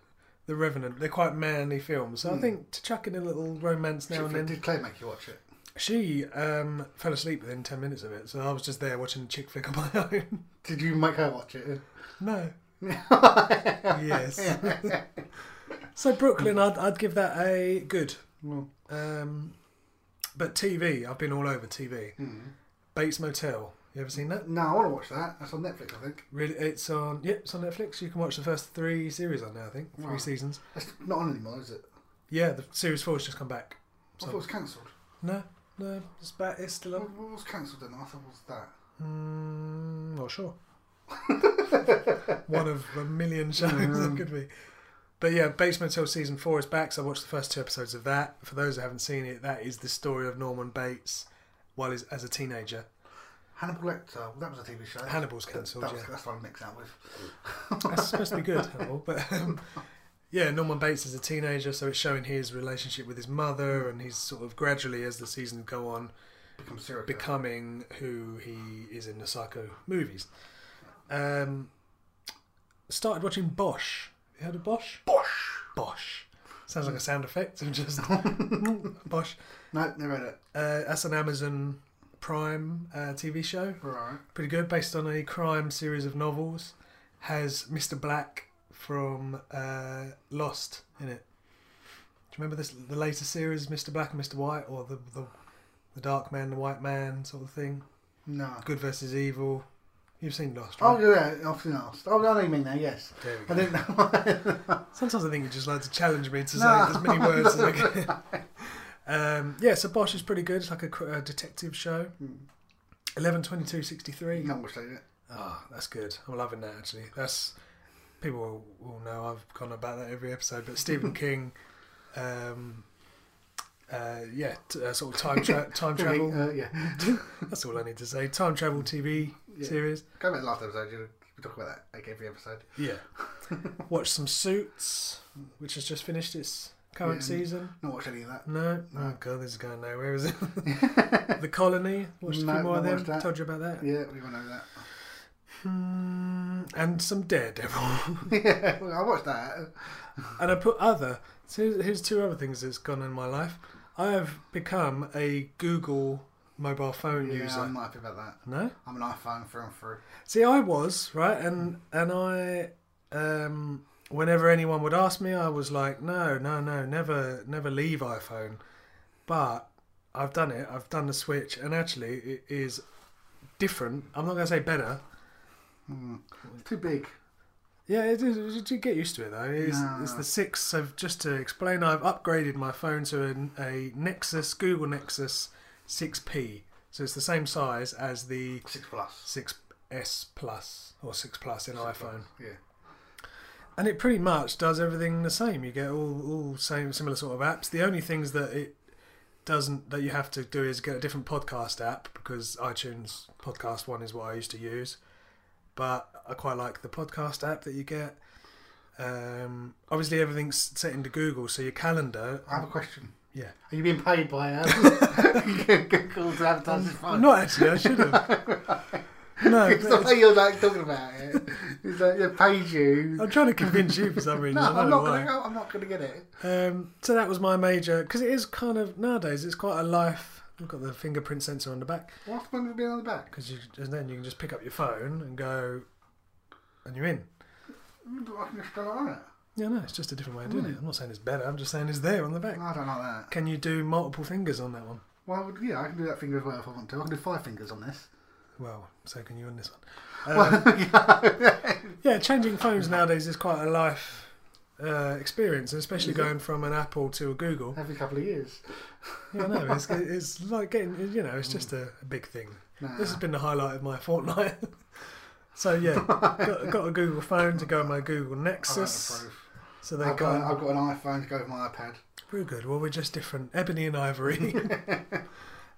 Speaker 1: The Revenant. They're quite manly films, so I think to chuck in a little romance now and then.
Speaker 2: Did Clay make you watch it?
Speaker 1: She um, fell asleep within 10 minutes of it, so I was just there watching a chick flick on my [laughs] own.
Speaker 2: Did you make her watch it?
Speaker 1: no. yes. so, Brooklyn, I'd, I'd give that a good.
Speaker 2: Well,
Speaker 1: Um, but TV, I've been all over TV. Bates Motel. You ever seen that?
Speaker 2: no, I want to watch that. That's on Netflix, I think.
Speaker 1: Really, it's on. Yep, it's on Netflix. You can watch the first three series on there. I think three
Speaker 2: Right.
Speaker 1: seasons.
Speaker 2: It's not on anymore, is it?
Speaker 1: Yeah, the series four's just come back.
Speaker 2: I thought it was cancelled.
Speaker 1: No, no, it's back. It's still
Speaker 2: What
Speaker 1: on.
Speaker 2: what was cancelled then? I thought it was that.
Speaker 1: Mm, not sure. One of a million shows that could be. But yeah, Bates Motel season four is back. So I watched the first two episodes of that. For those who haven't seen it, that is the story of Norman Bates while he's, as a teenager.
Speaker 2: Hannibal Lecter. Well, that was a TV show.
Speaker 1: Hannibal's
Speaker 2: That-
Speaker 1: cancelled,
Speaker 2: that was-
Speaker 1: yeah.
Speaker 2: That's what I mixed that with.
Speaker 1: That's supposed to be good, Hannibal. But um, yeah, Norman Bates is a teenager, so it's showing his relationship with his mother, and he's sort of gradually, as the seasons go on,
Speaker 2: Become serial. killer.
Speaker 1: becoming who he is in the Psycho movies. Um, started watching Bosch. You heard of Bosch?
Speaker 2: Bosh.
Speaker 1: Bosch. Sounds like a sound effect. [laughs] I'm just Bosch.
Speaker 2: No, never heard it.
Speaker 1: Uh, that's an Amazon Prime uh, TV show.
Speaker 2: Right.
Speaker 1: Pretty good, based on a crime series of novels. Has Mr. Black from uh, Lost in it. Do you remember this? The later series, Mr. Black and Mr. White, or the the, the Dark Man, the White Man, sort of thing.
Speaker 2: No.
Speaker 1: Good versus evil. You've seen Lost,
Speaker 2: Oh
Speaker 1: right?
Speaker 2: yeah, yeah, often asked. Oh, I know what you mean now. Yes,
Speaker 1: There we
Speaker 2: I
Speaker 1: go.
Speaker 2: didn't know. [laughs]
Speaker 1: Sometimes I think you just like to challenge me to say
Speaker 2: No.
Speaker 1: as many words as
Speaker 2: [laughs]
Speaker 1: I can. um, yeah, so Bosch is pretty good. It's like a, cr- a detective show. Eleven twenty two sixty three.
Speaker 2: Not watched it.
Speaker 1: Ah, that's good. I'm loving that actually. That's people will, will know I've gone about that every episode. But
Speaker 2: [laughs]
Speaker 1: Stephen King, um, uh, yeah, t- uh, sort of time
Speaker 2: [laughs]
Speaker 1: tra- time travel.
Speaker 2: Uh, yeah. [laughs]
Speaker 1: That's all I need to say. Time travel TV
Speaker 2: Yeah.
Speaker 1: series.
Speaker 2: Go back to the last episode. You we talk about that like every episode.
Speaker 1: Yeah. [laughs] Watch some Suits, which has just finished its current
Speaker 2: Yeah.
Speaker 1: season.
Speaker 2: Not watched any of that.
Speaker 1: No. Oh god, this is going nowhere, is it? [laughs] the Colony. Watched a
Speaker 2: No,
Speaker 1: few more of
Speaker 2: not
Speaker 1: them.
Speaker 2: watched that.
Speaker 1: Told you about that.
Speaker 2: Yeah, we all know that. [laughs]
Speaker 1: Hmm, and some Daredevil. [laughs]
Speaker 2: yeah, well, I watched that.
Speaker 1: and I put other. So here's, here's two other things that's gone in my life. I have become a Google mobile phone
Speaker 2: Yeah,
Speaker 1: user.
Speaker 2: I'm not happy about that.
Speaker 1: No.
Speaker 2: I'm an iPhone through and through.
Speaker 1: See, I was right, and and I, um, whenever anyone would ask me, I was like, no, no, no, never, never leave iPhone. But I've done it. I've done the switch, and actually, it is different. I'm not going to say better.
Speaker 2: It's hmm, too big.
Speaker 1: Yeah, it is. You do get used to it though. It's, it's
Speaker 2: No.
Speaker 1: the six. So just to explain, I've upgraded my phone to a, a Nexus, Google Nexus, six P. So it's the same size as the
Speaker 2: Six plus.
Speaker 1: six S Plus or six Plus in iPhone.
Speaker 2: Yeah.
Speaker 1: and it pretty much does everything the same. You get all all same similar sort of apps. The only things that it doesn't that you have to do is get a different podcast app because iTunes podcast one is what I used to use, But I quite like the podcast app that you get. Um, obviously, everything's set into Google, so your calendar.
Speaker 2: I have a question.
Speaker 1: Yeah.
Speaker 2: Are you being paid
Speaker 1: [laughs]
Speaker 2: by um, Google to advertise this phone?
Speaker 1: I'm not actually. I should
Speaker 2: [laughs]
Speaker 1: have. No,
Speaker 2: It's
Speaker 1: but
Speaker 2: the
Speaker 1: it's-
Speaker 2: way you're like talking about it. It's like they paid you.
Speaker 1: I'm trying to convince you for some reason.
Speaker 2: No,
Speaker 1: I don't
Speaker 2: I'm
Speaker 1: know
Speaker 2: not
Speaker 1: why.
Speaker 2: gonna. go- I'm not gonna get it.
Speaker 1: Um, so that was my major because it is kind of nowadays it's quite a life. I've got the fingerprint sensor on the back
Speaker 2: What's the point of being on the back?
Speaker 1: because you and then you can just pick up your phone and go, and you're in.
Speaker 2: But I can just go on it.
Speaker 1: Yeah, no, it's just a different way of doing it. I'm not saying it's better. I'm just saying it's there on the back.
Speaker 2: No, I don't like that.
Speaker 1: Can you do multiple fingers on that one?
Speaker 2: Well, I would- yeah, I can do that finger as well if I want to. I can do five fingers on this. [laughs]
Speaker 1: Well, so can you on this one. Um, yeah, changing phones nowadays is quite a life uh, experience, and especially going from an Apple to a Google.
Speaker 2: Every couple of years.
Speaker 1: Yeah, no, it's, it's like getting, you know, it's just a, a big thing.
Speaker 2: Nah.
Speaker 1: This has been the highlight of my fortnight. [laughs] so yeah, got, got a Google phone to go on my Google
Speaker 2: I don't
Speaker 1: Nexus.
Speaker 2: approve.
Speaker 1: So they
Speaker 2: I've got,
Speaker 1: can't.
Speaker 2: I've got an iPhone to go with my iPad.
Speaker 1: Real good. Well, we're just different, ebony and ivory.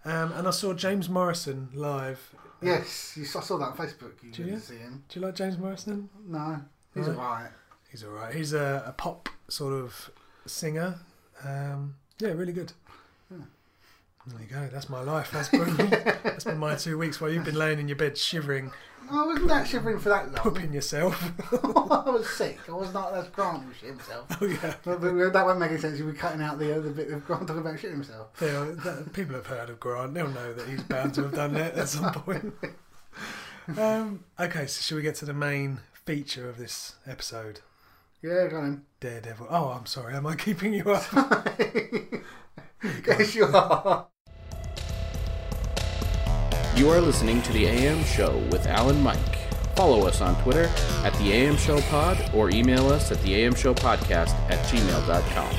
Speaker 1: um, and I saw James Morrison live.
Speaker 2: Yes, you saw, I saw that on Facebook. You
Speaker 1: Do
Speaker 2: didn't
Speaker 1: you?
Speaker 2: see him.
Speaker 1: Do you like James Morrison?
Speaker 2: No, he's
Speaker 1: Right.
Speaker 2: alright.
Speaker 1: He's all right. He's a, a pop sort of singer. Um, yeah, really good. There you go. That's my life. That's been, [laughs] that's been my two weeks while you've been laying in your bed shivering,
Speaker 2: I wasn't that shivering for that long.
Speaker 1: pooping yourself. [laughs]
Speaker 2: [laughs] I was sick. I was not. That's Grant who shit himself.
Speaker 1: oh yeah.
Speaker 2: But- but that won't make any sense. You were cutting out the other bit of Grant talking about shit himself.
Speaker 1: Yeah, that, people have heard of Grant. They'll know that he's bound to have done that at some point. Um, okay, so should we get to the main feature of this episode?
Speaker 2: Yeah, got him.
Speaker 1: Daredevil. Oh, I'm sorry. Am I keeping you up?
Speaker 2: [laughs] Yes, you are.
Speaker 3: You are listening to The AM Show with Alan Mike. Follow us on Twitter at The AM Show Pod or email us at The AM Show Podcast at gmail.com.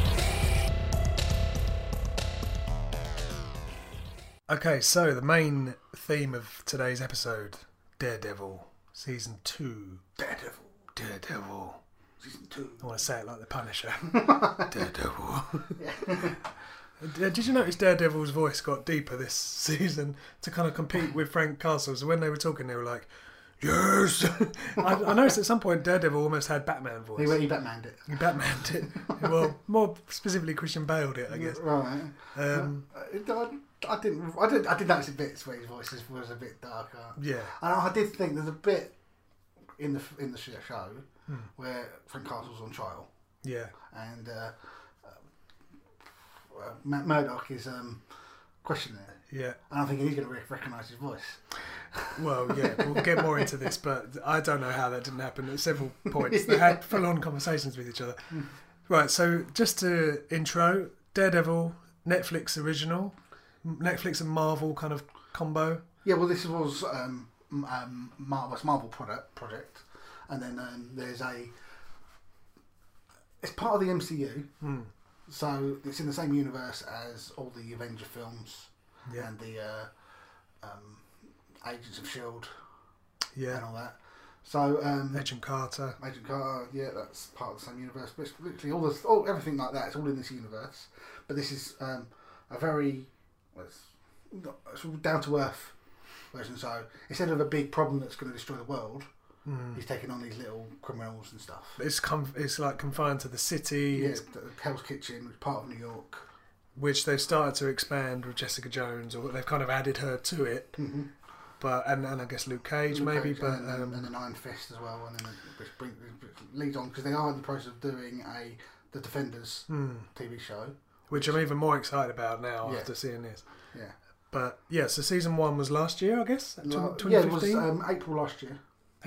Speaker 1: okay, so the main theme of today's episode Daredevil, Season 2.
Speaker 2: Daredevil
Speaker 1: Daredevil.
Speaker 2: season two.
Speaker 1: I want to say it like the
Speaker 2: [laughs]
Speaker 1: Punisher. Daredevil. [laughs] D- Uh, Did you notice Daredevil's voice got deeper this [laughs] season to kind of compete with Frank Castle? So when they were talking, they were like, "Yes." [laughs] I, I noticed at some point Daredevil almost had Batman
Speaker 2: He
Speaker 1: voice.
Speaker 2: went. He Batmaned it.
Speaker 1: He Batman did.
Speaker 2: [laughs]
Speaker 1: Well, more specifically, Christian Bale did, I guess.
Speaker 2: Right.
Speaker 1: Um,
Speaker 2: I, I didn't. I did. I did notice a bit where his voice is- was a bit darker.
Speaker 1: yeah,
Speaker 2: And I did think there's a bit in the in the sh- show where Frank Castle's on trial
Speaker 1: yeah,
Speaker 2: and uh, uh, Mur- Murdoch is um, questioning it.
Speaker 1: yeah.
Speaker 2: And I'm thinking he's going to rec- recognise his voice.
Speaker 1: Well, yeah, we'll get more into this, but I don't know how that didn't happen at several points.
Speaker 2: [laughs]
Speaker 1: They had full on conversations with each other.
Speaker 2: Hmm.
Speaker 1: Right, so just to intro Daredevil, Netflix original, M- Netflix and Marvel kind of combo.
Speaker 2: Yeah, well, this was um, m- um, Mar- West Marvel product project, and then um, there's a. It's part of the MCU,
Speaker 1: Hmm.
Speaker 2: so it's in the same universe as all the Avenger films
Speaker 1: Yeah.
Speaker 2: and the uh, um, Agents of Shield E and
Speaker 1: Yeah,
Speaker 2: all that. So um,
Speaker 1: Agent Carter.
Speaker 2: Agent Carter, yeah, that's part of the same universe. But it's literally all this, all everything like that. It's all in this universe. But this is um, a very, well, it's, not- it's all down to earth version. So instead of a big problem that's going to destroy the world,
Speaker 1: Hmm.
Speaker 2: he's taking on these little criminals and stuff.
Speaker 1: It's com- it's like confined to the city,
Speaker 2: Yeah,
Speaker 1: it's-
Speaker 2: it's the Hell's Kitchen, which is part of New York.
Speaker 1: which they've started to expand with Jessica Jones, or they've kind of added her to it. But and, and I guess Luke Cage maybe,
Speaker 2: Mm-hmm. Cage
Speaker 1: but
Speaker 2: and, then-
Speaker 1: um,
Speaker 2: and the Nine Fist as well, and then the, which, bring, which leads on because they are in the process of doing a the Defenders
Speaker 1: Hmm.
Speaker 2: TV show.
Speaker 1: which I'm even more excited about now
Speaker 2: Yeah.
Speaker 1: after seeing this.
Speaker 2: Yeah,
Speaker 1: But yeah, so season one was last year, I guess, tw-
Speaker 2: Like-
Speaker 1: 2015,
Speaker 2: yeah, it was um, April last year.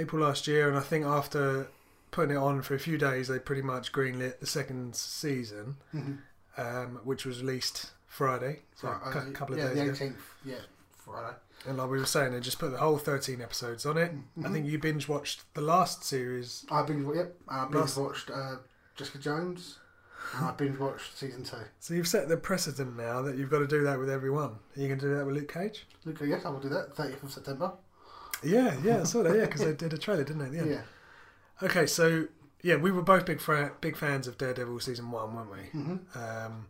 Speaker 1: April last year, and I think after putting it on for a few days, they pretty much greenlit the second season, um, which was released Friday, so
Speaker 2: Right,
Speaker 1: a cou-
Speaker 2: Mm-hmm. uh,
Speaker 1: couple of
Speaker 2: yeah,
Speaker 1: days ago.
Speaker 2: the 18th, yeah, Friday.
Speaker 1: And like we were saying, they just put the whole 13 episodes on it.
Speaker 2: Mm-hmm.
Speaker 1: I think you binge watched the last series.
Speaker 2: I binge wa- yep, I binge
Speaker 1: Last-
Speaker 2: watched uh, Jessica Jones, and I binge watched season two.
Speaker 1: So you've set the precedent now that you've got to do that with everyone. Are you going to do that with Luke Cage?
Speaker 2: Look, yes, I will do that. 30th of September.
Speaker 1: Yeah, yeah, I saw that. Yeah, because they did a trailer, didn't they? at the end?
Speaker 2: Yeah,
Speaker 1: Okay, so yeah, we were both big fra- big fans of Daredevil season one, weren't we? Um,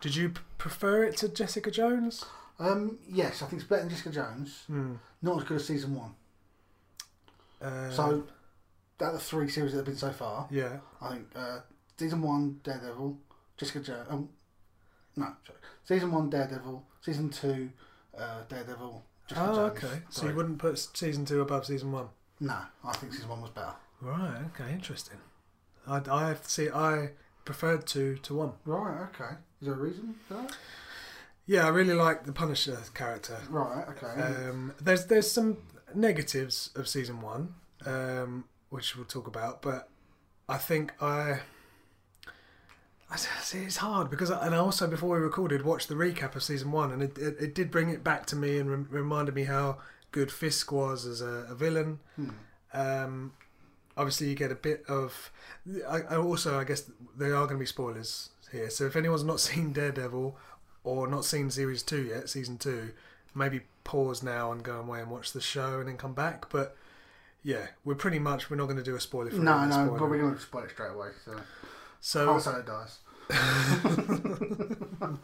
Speaker 1: did you p- prefer it to Jessica Jones? Hmm.
Speaker 2: um, yes, I think it's better than Jessica Jones. Not as good as season one.
Speaker 1: Uh,
Speaker 2: So, out of the three series that have been so far,
Speaker 1: yeah,
Speaker 2: I think uh, season one Daredevil, Jessica Jones. Um, no, sorry. Season one Daredevil, season two uh, Daredevil. Jessica
Speaker 1: oh
Speaker 2: Jones.
Speaker 1: okay. So
Speaker 2: Sorry.
Speaker 1: you wouldn't put season two above season one.
Speaker 2: No, I think season one was better.
Speaker 1: Right. Okay. Interesting. I I have to see. I preferred two to one.
Speaker 2: Right. Okay. Is there a reason for that?
Speaker 1: Yeah, I really like the Punisher character.
Speaker 2: Right. Okay.
Speaker 1: Um, there's there's some negatives of season one, um, which we'll talk about, but I think I. I s- see it's hard because, I, and I also before we recorded, watched the recap of season one, and it, it, it did bring it back to me and rem- reminded me how good Fisk was as a, a villain. Um, obviously, you get a bit of. I, I also, I guess, there are going to be spoilers here. So if anyone's not [laughs] seen Daredevil or not seen series two yet, season two, maybe pause now and go away and watch the show and then come back. But yeah, we're pretty much we're not going to do a spoiler. For
Speaker 2: no,
Speaker 1: all the
Speaker 2: no,
Speaker 1: spoiler.
Speaker 2: but we're going to spoil it straight away. So,
Speaker 1: So
Speaker 2: oh, so it dies.
Speaker 1: [laughs] oh,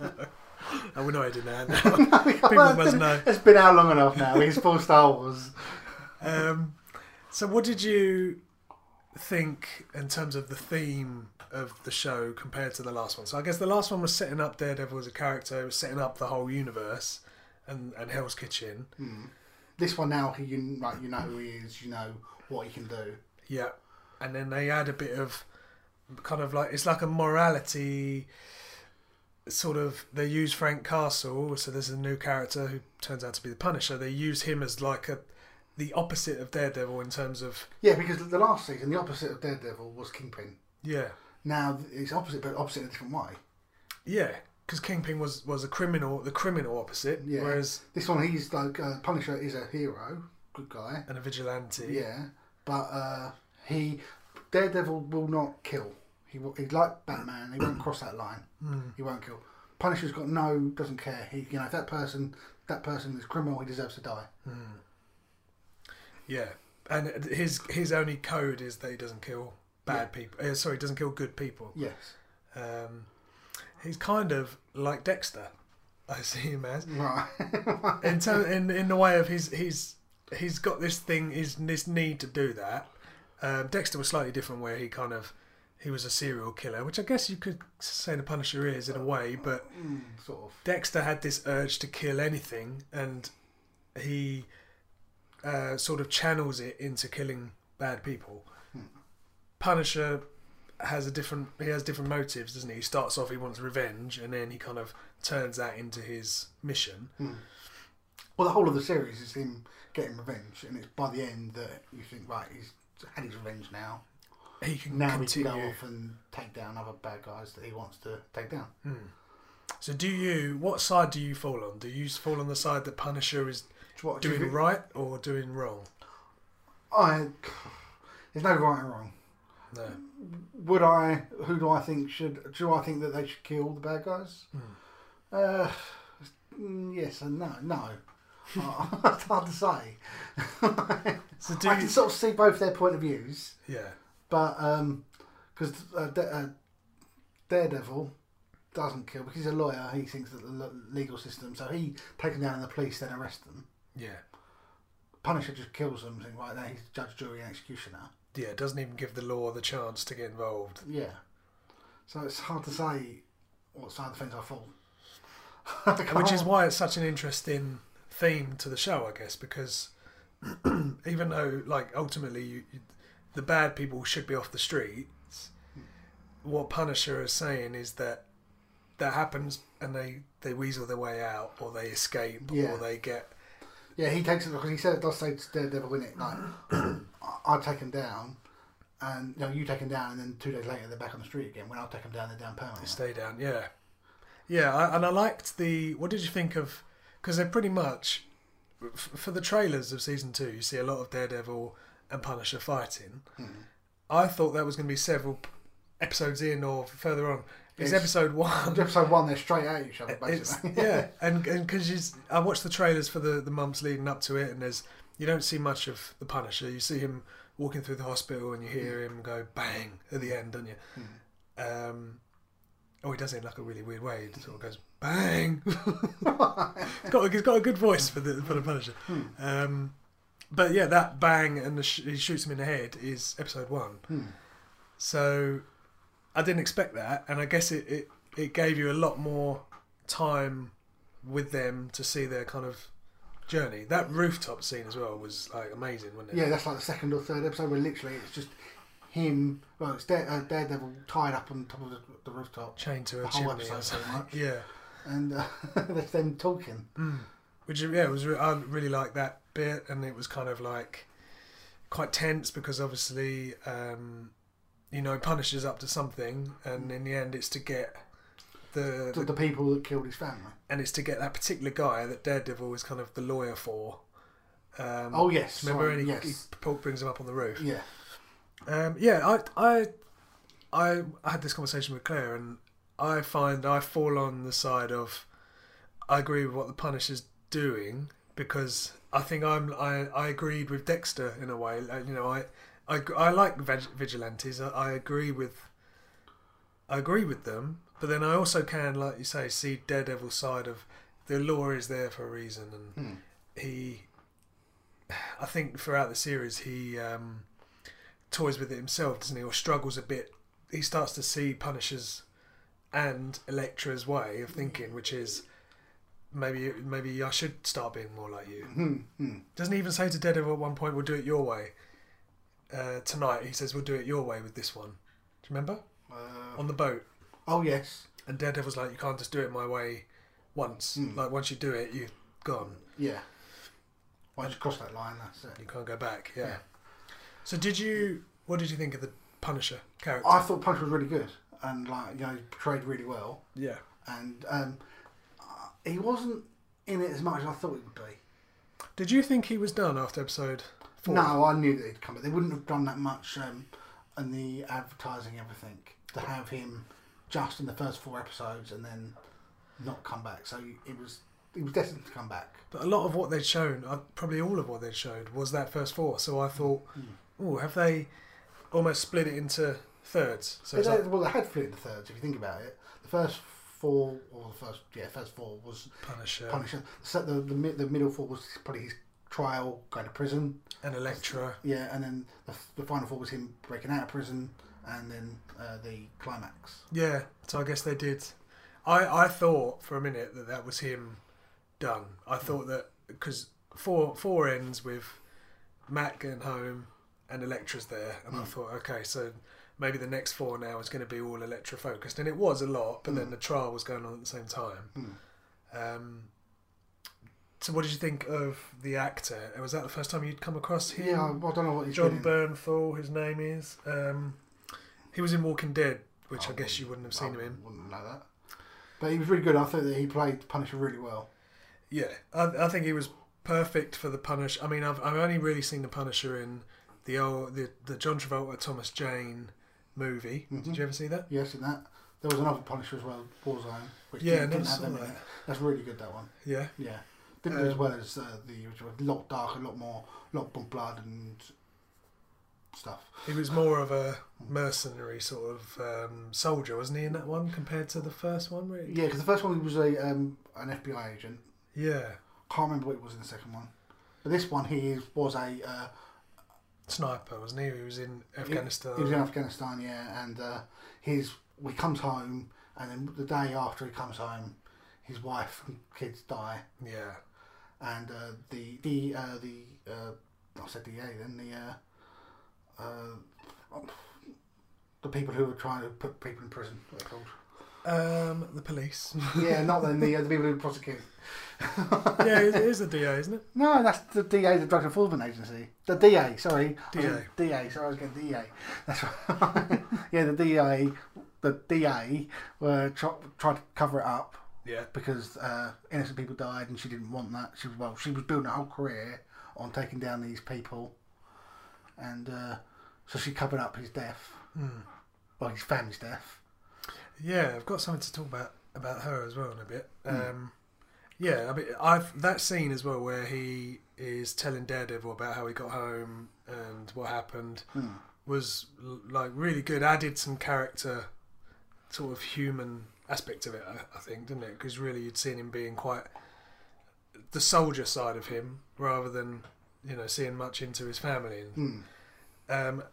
Speaker 1: we're not editing
Speaker 2: [laughs]
Speaker 1: that. Now. [laughs] People must know.
Speaker 2: It's been out long enough now. He's full Star Wars.
Speaker 1: Um, so, what did you think in terms of the theme of the show compared to the last one? So, I guess the last one was setting up Daredevil as a character, it was setting up the whole universe and, and Hell's Kitchen.
Speaker 2: This one now, he, you like, you know who he is. You know what he can do.
Speaker 1: Yeah. And then they add a bit of kind of like it's like a morality sort of they use Frank Castle, so there's a new character who turns out to be the Punisher. They use him as like a the opposite of Daredevil in terms of
Speaker 2: Yeah, because the last season, the opposite of Daredevil was Kingpin.
Speaker 1: yeah.
Speaker 2: Now it's opposite, but opposite in a different way.
Speaker 1: Yeah, because Kingpin was was a criminal, the criminal opposite,
Speaker 2: Yeah.
Speaker 1: whereas
Speaker 2: This one, he's like uh, Punisher is a hero, good guy.
Speaker 1: and a vigilante.
Speaker 2: Yeah, but uh, he Daredevil will not kill. He will, he's like Batman. He won't cross that line. He won't kill. Punisher's got no, doesn't care. He, you know, if that person, that person is criminal, he deserves to die.
Speaker 1: yeah. And his his only code is that he doesn't kill bad people. Uh, sorry, doesn't kill good people.
Speaker 2: Yes. [laughs]
Speaker 1: Um, he's kind of like Dexter. I [laughs] see him as
Speaker 2: Right. [laughs]
Speaker 1: in ter- in in the way of his he's he's got this thing his this need to do that. Um, Dexter was slightly different, where he kind of he was a serial killer, which I guess you could say the Punisher is in a way, but
Speaker 2: sort of.
Speaker 1: Dexter had this urge to kill anything, and he uh, sort of channels it into killing bad people.
Speaker 2: Hmm.
Speaker 1: Punisher has a different. He has different motives, doesn't he? He starts off he wants revenge, and then he kind of turns that into his mission.
Speaker 2: Hmm. Well, the whole of the series is him getting revenge, and it's by the end that you think, right, he's had his revenge now.
Speaker 1: He can
Speaker 2: Now he
Speaker 1: continue.
Speaker 2: can go off and take down other bad guys that he wants to take down.
Speaker 1: So, do you? What side do you fall on? Do you fall on the side that Punisher is
Speaker 2: What do you
Speaker 1: doing
Speaker 2: think?
Speaker 1: right or doing wrong?
Speaker 2: I, [sighs] there's no right and wrong.
Speaker 1: No.
Speaker 2: Hmm. Would I? Who do I think should? Do I think that they should kill the bad guys?
Speaker 1: Hmm.
Speaker 2: Uh, mm, yes and no.
Speaker 1: [laughs]
Speaker 2: No, Uh, [laughs] it's hard to say.
Speaker 1: So do
Speaker 2: I can
Speaker 1: you,
Speaker 2: sort of see both their point of views,
Speaker 1: yeah.
Speaker 2: but because uh, Da- uh, Daredevil doesn't kill because he's a lawyer, he thinks that the l- legal system. So he takes them down to the police, then arrests them.
Speaker 1: Yeah.
Speaker 2: Punisher just kills them, saying, right, now he's judge, jury, and executioner.
Speaker 1: Yeah, doesn't even give the law the chance to get involved.
Speaker 2: Yeah. So it's hard to say what side of the fence I fall. [laughs] I
Speaker 1: Which
Speaker 2: can't-
Speaker 1: is why it's such an interesting theme to the show, I guess, because [clears throat] even though, like, ultimately, you, you, the bad people should be off the streets, what Punisher is saying is that that happens and they, they weasel their way out or they escape
Speaker 2: Yeah.
Speaker 1: or they get.
Speaker 2: yeah, he takes it because he said it does say to Daredevil in it like [clears throat] I- I'll take him down, and you know you take him down, and then two days later they're back on the street again. When I'll take him down, they're down permanently.
Speaker 1: Stay down, yeah. Yeah, I, and I liked the. What did you think of. Because they're pretty much. f- For the trailers of season two, you see a lot of Daredevil and Punisher fighting. I thought that was going to be several p- episodes in or further on. It's,
Speaker 2: It's-
Speaker 1: episode one.
Speaker 2: Episode one, they're straight at each other
Speaker 1: It's,
Speaker 2: basically. [laughs]
Speaker 1: yeah, and because you, s- I watched the trailers for the, the months leading up to it, and there's you don't see much of the Punisher. You see him walking through the hospital, and you hear him go bang at the end, don't you? Um, oh, he does it in like a really weird way. He sort of goes [laughs] bang. he's got a- he's got a good voice for the for the Punisher. Um, But yeah, that bang and the sh- he shoots him in the head is episode one. So I didn't expect that, and I guess it, it it gave you a lot more time with them to see their kind of journey. That rooftop scene as well was like amazing, wasn't it?
Speaker 2: Yeah, that's like the second or third episode where literally it's just him. Well, it's Dare, uh, Daredevil tied up on top of the, the rooftop,
Speaker 1: Chained to a
Speaker 2: The whole
Speaker 1: chimney.
Speaker 2: episode,
Speaker 1: or something.
Speaker 2: pretty much.
Speaker 1: yeah.
Speaker 2: and uh, [laughs] that's them talking.
Speaker 1: which yeah it was re- I really liked that bit and it was kind of like quite tense because obviously um, you know Punisher's up to something and in the end it's to get the,
Speaker 2: The, the people that killed his family.
Speaker 1: and it's to get that particular guy that Daredevil is kind of the lawyer for. Um,
Speaker 2: Oh yes,
Speaker 1: remember
Speaker 2: sorry,
Speaker 1: and he, he
Speaker 2: yes,
Speaker 1: p- brings him up on the roof.
Speaker 2: yeah.
Speaker 1: Um, yeah, I, I, I, I had this conversation with Claire, and I find I fall on the side of I agree with what the Punisher's doing because I think I'm I, I agreed with Dexter in a way. Like, you know, I, I, I like vig- vigilantes. I, I agree with. I agree with them, but then I also can, like you say, see Daredevil's side of the law is there for a reason, and he. I think throughout the series, he. Um, toys with it himself, doesn't he? Or struggles a bit. He starts to see Punisher's and Elektra's way of thinking, which is maybe maybe I should start being more like you. Doesn't he even say to Daredevil at one point, "We'll do it your way." Uh, tonight, he says, "We'll do it your way with this one." Do you remember
Speaker 2: Uh,
Speaker 1: on the boat?
Speaker 2: oh yes,
Speaker 1: And Daredevil's like, "You can't just do it my way once. Like once you do it, you've gone.
Speaker 2: yeah. Once you cross that line, that's it.
Speaker 1: You can't go back." Yeah. So did you? What did you think of the Punisher character?
Speaker 2: I thought Punch was really good and like you know he portrayed really well,
Speaker 1: yeah.
Speaker 2: and um, uh, he wasn't in it as much as I thought he would be.
Speaker 1: Did you think he was done after episode four?
Speaker 2: No, I knew they'd come. They wouldn't have done that much um, in the advertising everything to have him just in the first four episodes and then not come back. So it was he was destined to come back.
Speaker 1: But a lot of what they'd shown, uh, probably all of what they'd showed, was that first four. So I thought,
Speaker 2: Hmm.
Speaker 1: oh, have they almost split it into thirds? So
Speaker 2: They-
Speaker 1: it's like,
Speaker 2: they- well, they had three in the thirds if you think about it. The first four or the first yeah first four was
Speaker 1: Punisher
Speaker 2: Punisher. So the the, mid, the middle four was probably his trial going to prison.
Speaker 1: and Elektra.
Speaker 2: Yeah, and then the, the final four was him breaking out of prison, and then uh, the climax.
Speaker 1: Yeah. So I guess they did. I, I thought for a minute that that was him done. I thought that because four four ends with Matt getting home and Electra's there, and I thought, okay, so maybe the next four now is going to be all Electra focused, and it was a lot. But then the trial was going on at the same time. Um, so what did you think of the actor? Was that the first time you'd come across him?
Speaker 2: Yeah, I, I don't know what he's
Speaker 1: John
Speaker 2: John been in.
Speaker 1: Bernthal, his name is. Um, he was in Walking Dead, which I
Speaker 2: Oh,
Speaker 1: guess you wouldn't have seen
Speaker 2: I
Speaker 1: him in.
Speaker 2: Wouldn't know that. But he was really good. I thought that he played Punisher really well.
Speaker 1: Yeah, I, I think he was perfect for the Punisher. I mean, I've, I've only really seen the Punisher in the old the, the John Travolta Thomas Jane movie.
Speaker 2: Mm-hmm.
Speaker 1: Did you ever see that?
Speaker 2: Yes, in that there was another Punisher as well, Warzone, which
Speaker 1: Yeah, I
Speaker 2: didn't,
Speaker 1: never
Speaker 2: didn't have
Speaker 1: saw
Speaker 2: them in
Speaker 1: that.
Speaker 2: it. That's really good. That one.
Speaker 1: Yeah,
Speaker 2: Yeah, didn't do as well as uh, the original. A lot darker, a lot more, a lot more blood and stuff.
Speaker 1: he was more of a mercenary sort of um, soldier, wasn't he, in that one compared to the first one? Really?
Speaker 2: Yeah, because the first one he was a um, an FBI agent.
Speaker 1: Yeah,
Speaker 2: Can't remember what it was in the second one. But this one, he is, was a uh,
Speaker 1: sniper, wasn't he? He was in
Speaker 2: He-
Speaker 1: Afghanistan.
Speaker 2: He was in Afghanistan, yeah, and uh, his he comes home, and then the day after he comes home, his wife and kids die,
Speaker 1: yeah,
Speaker 2: and uh, the the uh, the uh, I said the A then the uh, uh, the people who were trying to put people in prison, what they're called.
Speaker 1: um, the police. [laughs]
Speaker 2: yeah, not then the uh, the people who prosecute.
Speaker 1: yeah, it is the DA, isn't it?
Speaker 2: No, that's the DA, the Drug Enforcement Agency. The DA, sorry. I was
Speaker 1: DA.
Speaker 2: in- DA, sorry, I was getting DA. That's right. [laughs] yeah, the DA, the DA were tr- tried to cover it up
Speaker 1: Yeah,
Speaker 2: because uh, innocent people died and she didn't want that. She was, well, she was building a whole career on taking down these people. And uh, so she covered up his death.
Speaker 1: Hmm.
Speaker 2: Well, his family's death.
Speaker 1: Yeah, I've got something to talk about about her as well in a bit. Um, yeah, I mean, I've that scene as well where he is telling Daredevil about how he got home and what happened was l- like really good. Added some character, sort of human aspect of it, I, I think, didn't it? Because really, you'd seen him being quite the soldier side of him rather than you know seeing much into his family.
Speaker 2: Hmm.
Speaker 1: And, um,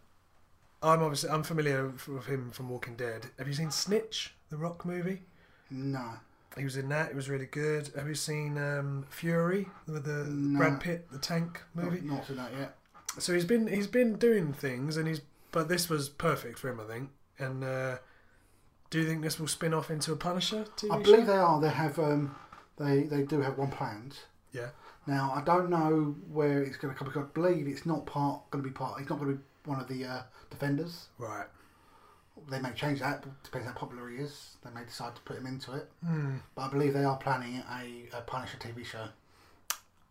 Speaker 1: I'm obviously I'm familiar f- with him from Walking Dead. Have you seen Snitch, the Rock movie?
Speaker 2: No.
Speaker 1: He was in that. It was really good. Have you seen um, Fury with the
Speaker 2: No.
Speaker 1: Brad Pitt, the tank movie?
Speaker 2: Not, not in that yet.
Speaker 1: So he's been he's been doing things, and he's but this was perfect for him, I think. And uh, do you think this will spin off into a Punisher TV
Speaker 2: I believe
Speaker 1: show?
Speaker 2: they are. They have. Um, they they do have one planned.
Speaker 1: Yeah,
Speaker 2: Now I don't know where it's going to come. Because I believe it's not part going to be part. It's not going to be one of the uh, defenders.
Speaker 1: right.
Speaker 2: They may change that. Depends how popular he is. They may decide to put him into it. But I believe they are planning a, a Punisher TV show.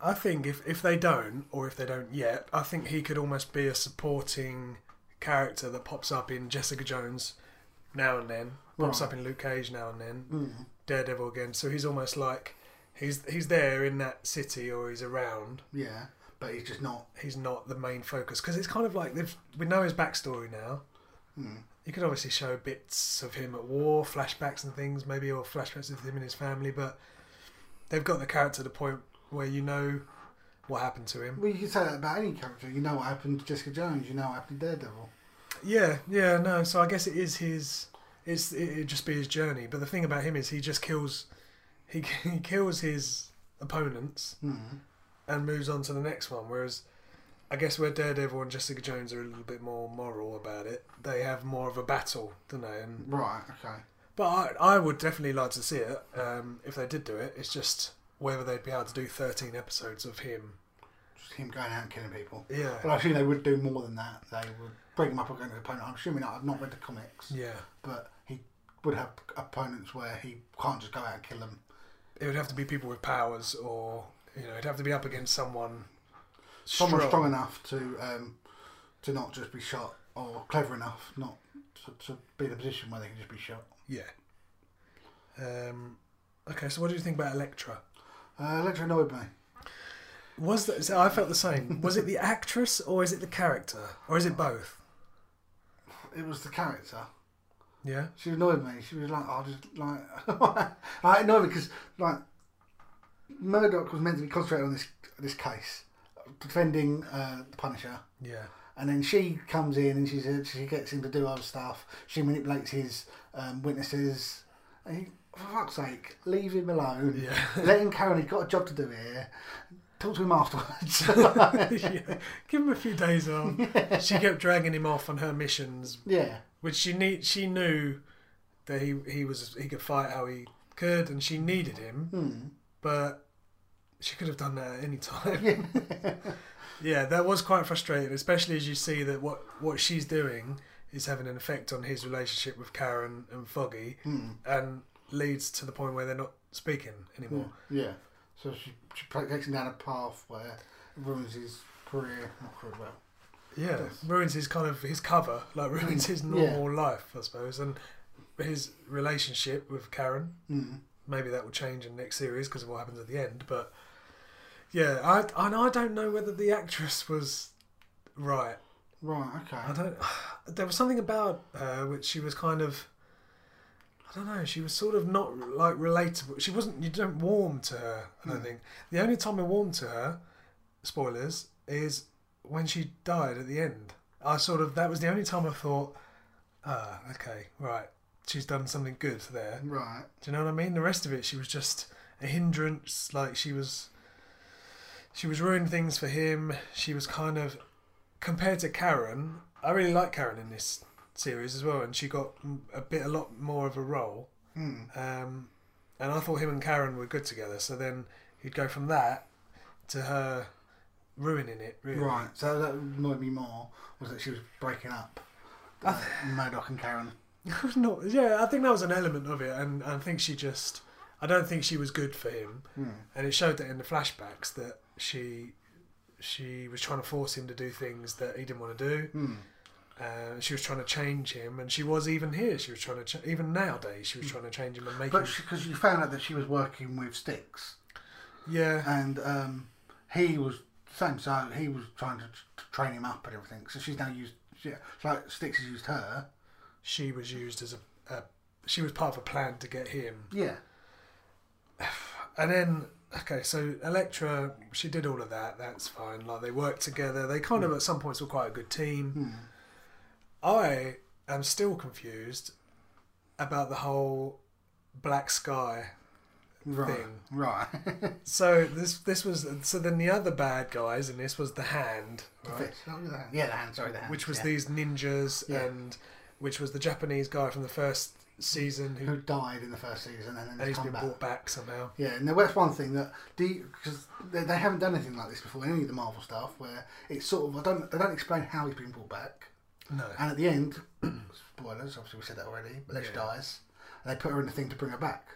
Speaker 1: I think if, if they don't, or if they don't yet, I think he could almost be a supporting character that pops up in Jessica Jones now and then, pops
Speaker 2: Right.
Speaker 1: up in Luke Cage now and then, Daredevil again. So he's almost like he's he's there in that city or he's around.
Speaker 2: Yeah, but it's just not.
Speaker 1: He's not the main focus because it's kind of like they've, we know his backstory now. You could obviously show bits of him at war, flashbacks and things, maybe, or flashbacks of him and his family, but they've got the character to the point where you know what happened to him.
Speaker 2: Well, you can say that about any character. You know what happened to Jessica Jones. You know what happened to Daredevil.
Speaker 1: Yeah, yeah, no. So I guess it is his. It's it, it'd just be his journey. But the thing about him is he just kills, he [laughs] he kills his opponents and moves on to the next one. Whereas, I guess where Daredevil and Jessica Jones are a little bit more moral about it, they have more of a battle, don't they? And
Speaker 2: Right. Okay.
Speaker 1: but I I would definitely like to see it um, if they did do it. It's just whether they'd be able to do thirteen episodes of him.
Speaker 2: Just him going out and killing people.
Speaker 1: Yeah,
Speaker 2: But I assume they would do more than that. They would bring him up against an opponent. I'm assuming I've not read the comics,
Speaker 1: yeah.
Speaker 2: but he would have opponents where he can't just go out and kill them.
Speaker 1: it would have to be people with powers, or you know, it'd have to be up against someone strong.
Speaker 2: Someone strong enough to um, to not just be shot, or clever enough not to, to be in a position where they can just be shot.
Speaker 1: Yeah. Um, okay, so what do you think about Electra?
Speaker 2: Uh, Electra annoyed me.
Speaker 1: Was that? So I felt the
Speaker 2: [laughs]
Speaker 1: same. Was it the actress, or is it the character, or is it both?
Speaker 2: It was the character.
Speaker 1: Yeah.
Speaker 2: She annoyed me. She was like, I just like, [laughs] I annoyed me because like Murdoch was meant to be concentrating on this this case, defending uh, the Punisher,
Speaker 1: Yeah. [laughs]
Speaker 2: and then she comes in and she says she gets him to do other stuff. She manipulates his um, witnesses. And he, for fuck's sake, leave him alone.
Speaker 1: Yeah.
Speaker 2: [laughs] Let him carry on. He's got a job to do here. Talk to him afterwards.
Speaker 1: [laughs]
Speaker 2: [laughs]
Speaker 1: yeah. Give him a few days off. She kept dragging him off on her missions,
Speaker 2: yeah.
Speaker 1: which she need. She knew that he he was he could fight how he could, and she needed him,
Speaker 2: Hmm.
Speaker 1: but she could have done that at any time.
Speaker 2: Yeah.
Speaker 1: [laughs] Yeah, that was quite frustrating, especially as you see that what what she's doing is having an effect on his relationship with Karen and Foggy, and leads to the point where they're not speaking anymore.
Speaker 2: Yeah. So she, she takes him down a path where it ruins his career. Not career, well.
Speaker 1: Yeah, ruins his kind of his cover, like ruins his normal life, I suppose, and his relationship with Karen.
Speaker 2: Mm.
Speaker 1: Maybe that will change in the next series because of what happens at the end. But yeah, I and I don't know whether the actress was right.
Speaker 2: Right, okay.
Speaker 1: I don't. [sighs] There was something about her which she was kind of. I don't know. She was sort of not like relatable. She wasn't. You don't warm to her. I don't think. The only time I warmed to her, spoilers, is when she died at the end. I sort of. That was the only time I thought, ah, okay, right. She's done something good there.
Speaker 2: Right.
Speaker 1: Do you know what I mean? The rest of it, she was just a hindrance. Like she was, she was ruining things for him. She was kind of compared to Karen. I really like Karen in this series as well, and she got m- a bit, a lot more of a role. Um, and I thought him and Karen were good together. So then he'd go from that to her ruining it. Really.
Speaker 2: Right. So that annoyed me more was that she was breaking up uh, Murdoch and Karen.
Speaker 1: no, yeah, I think that was an element of it, and I think she just, I don't think she was good for him, and it showed that in the flashbacks that she, she was trying to force him to do things that he didn't want to do. Uh, she was trying to change him, and she was even here. She was trying to, ch- even nowadays, she was trying to change him and make him.
Speaker 2: But because you found out that she was working with Sticks
Speaker 1: yeah,
Speaker 2: and um, he was same so he was trying to, to train him up and everything. So she's now used. She, it's like Sticks has used her.
Speaker 1: she was used as a, a, she was part of a plan to get him,
Speaker 2: Yeah.
Speaker 1: and then okay, so Electra, she did all of that. That's fine. Like they worked together. They kind of
Speaker 2: Hmm.
Speaker 1: at some points were quite a good team. I am still confused about the whole black sky
Speaker 2: Right.
Speaker 1: thing.
Speaker 2: Right. [laughs]
Speaker 1: So this this was so then the other bad guys in this was the hand, right?
Speaker 2: Perfect. Oh, the hand. yeah, the hand. Sorry, the hand.
Speaker 1: Which was
Speaker 2: yeah.
Speaker 1: these ninjas
Speaker 2: Yeah.
Speaker 1: and which was the Japanese guy from the first season who
Speaker 2: who died in the first season and
Speaker 1: and
Speaker 2: then he's
Speaker 1: he's
Speaker 2: come
Speaker 1: been
Speaker 2: back.
Speaker 1: brought back somehow.
Speaker 2: Yeah, and that's one thing that because they, they haven't done anything like this before in any of the Marvel stuff, where it's sort of I don't they don't explain how he's been brought back,
Speaker 1: No.
Speaker 2: and at the end, [clears throat] spoilers. Obviously, we said that already. But she
Speaker 1: Yeah.
Speaker 2: dies, and they put her in a thing to bring her back.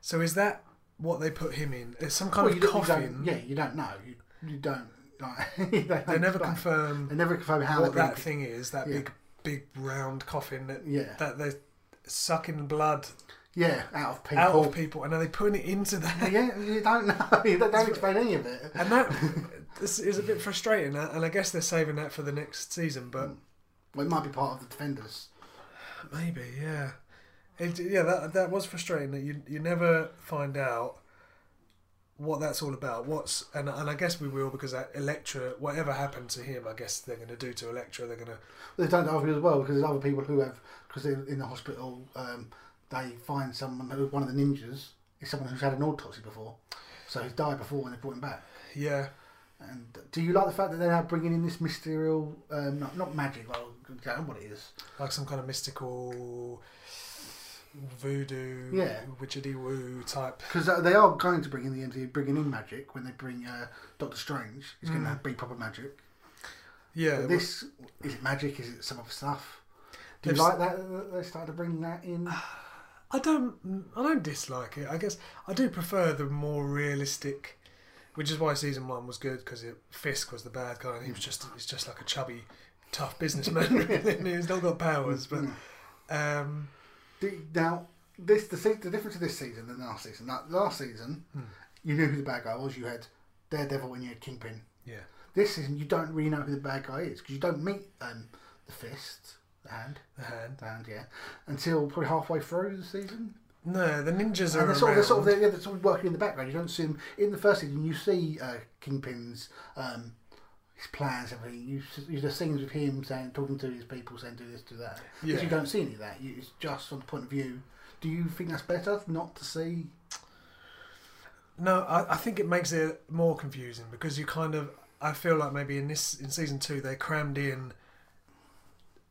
Speaker 1: So is that what they put him in? It's some kind
Speaker 2: Well,
Speaker 1: of
Speaker 2: don't-
Speaker 1: coffin.
Speaker 2: don't, yeah, you don't know. You, you don't. Like, [laughs] they, don't
Speaker 1: They never
Speaker 2: explain.
Speaker 1: confirm
Speaker 2: They never confirm how
Speaker 1: what
Speaker 2: they bring
Speaker 1: that thing is. That
Speaker 2: Yeah.
Speaker 1: big, big round coffin that
Speaker 2: Yeah.
Speaker 1: that they're sucking blood
Speaker 2: Yeah, out of people.
Speaker 1: out of people, and are they putting it into that?
Speaker 2: [laughs] yeah, you don't know. [laughs] They don't explain any of it.
Speaker 1: [laughs] And that this is a bit frustrating. uh, And I guess they're saving that for the next season, but
Speaker 2: Mm. Well, it might be part of the defenders.
Speaker 1: maybe yeah. It, yeah, that that was frustrating that you you never find out what that's all about. What's and and I guess we will because that Electra, whatever happened to him, I guess they're going to do to Electra. They're going to
Speaker 2: They don't know as well because there's other people who have because they're in the hospital. Um, they find someone who one of the ninjas is someone who's had an autopsy before, so he's died before when they brought him back.
Speaker 1: yeah.
Speaker 2: And do you like the fact that they're now bringing in this mysterial, um, not, not magic, well, I don't know what it is.
Speaker 1: like some kind of mystical voodoo,
Speaker 2: Yeah.
Speaker 1: witchetty woo type.
Speaker 2: Because uh, they are going to bring in the MCU, bringing in magic when they bring uh, Doctor Strange. It's going to be proper magic.
Speaker 1: Yeah,
Speaker 2: But this is it magic? Is it some other stuff? Do you
Speaker 1: They've-
Speaker 2: like that? that They started to bring that in.
Speaker 1: I don't, I don't dislike it. I guess I do prefer the more realistic, which is why season one was good because Fisk was the bad guy and he was just, he's just like a chubby, tough businessman. [laughs] really, and he's not got powers, but
Speaker 2: Mm.
Speaker 1: um,
Speaker 2: The, now, this the se- the difference of this season than last season. Like, last season, you knew who the bad guy was. You had Daredevil and you had Kingpin.
Speaker 1: yeah,
Speaker 2: This season, you don't really know who the bad guy is because you don't meet um, the fist, the hand,
Speaker 1: the hand.
Speaker 2: the hand, yeah, until probably halfway through the season.
Speaker 1: No, the ninjas are
Speaker 2: And they're
Speaker 1: around.
Speaker 2: sort, of, they're sort of they're, yeah, they're sort of working in the background. You don't see them in the first season. You see uh, Kingpin's um, his plans, everything. You s- you the scenes with him saying, talking to his people, saying do this, do that. Because
Speaker 1: Yeah.
Speaker 2: you don't see any of that. You, it's just from the point of view. Do you think that's better not to see?
Speaker 1: No, I, I think it makes it more confusing because you kind of I feel like maybe in this in season two they crammed in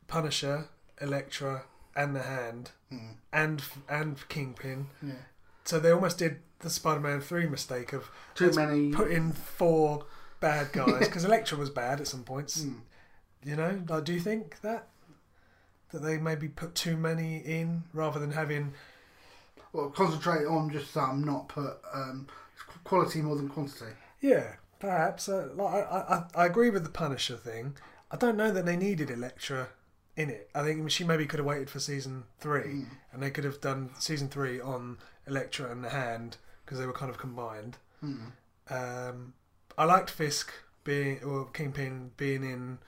Speaker 1: Punisher, Elektra, and the Hand, and and Kingpin.
Speaker 2: Yeah.
Speaker 1: So they almost did the Spider-Man three mistake of
Speaker 2: Too
Speaker 1: let's
Speaker 2: many-
Speaker 1: put in four bad guys because Elektra was bad at some points. You know, like, do you think that that they maybe put too many in rather than having
Speaker 2: Well, concentrate on just some, not put um, qu- quality more than quantity.
Speaker 1: Yeah, perhaps. Uh, like, I, I, I agree with the Punisher thing. I don't know that they needed Elektra in it. I think she maybe could have waited for season three, and they could have done season three on Elektra and the Hand because they were kind of combined. Um, I liked Fisk being or Kingpin being in.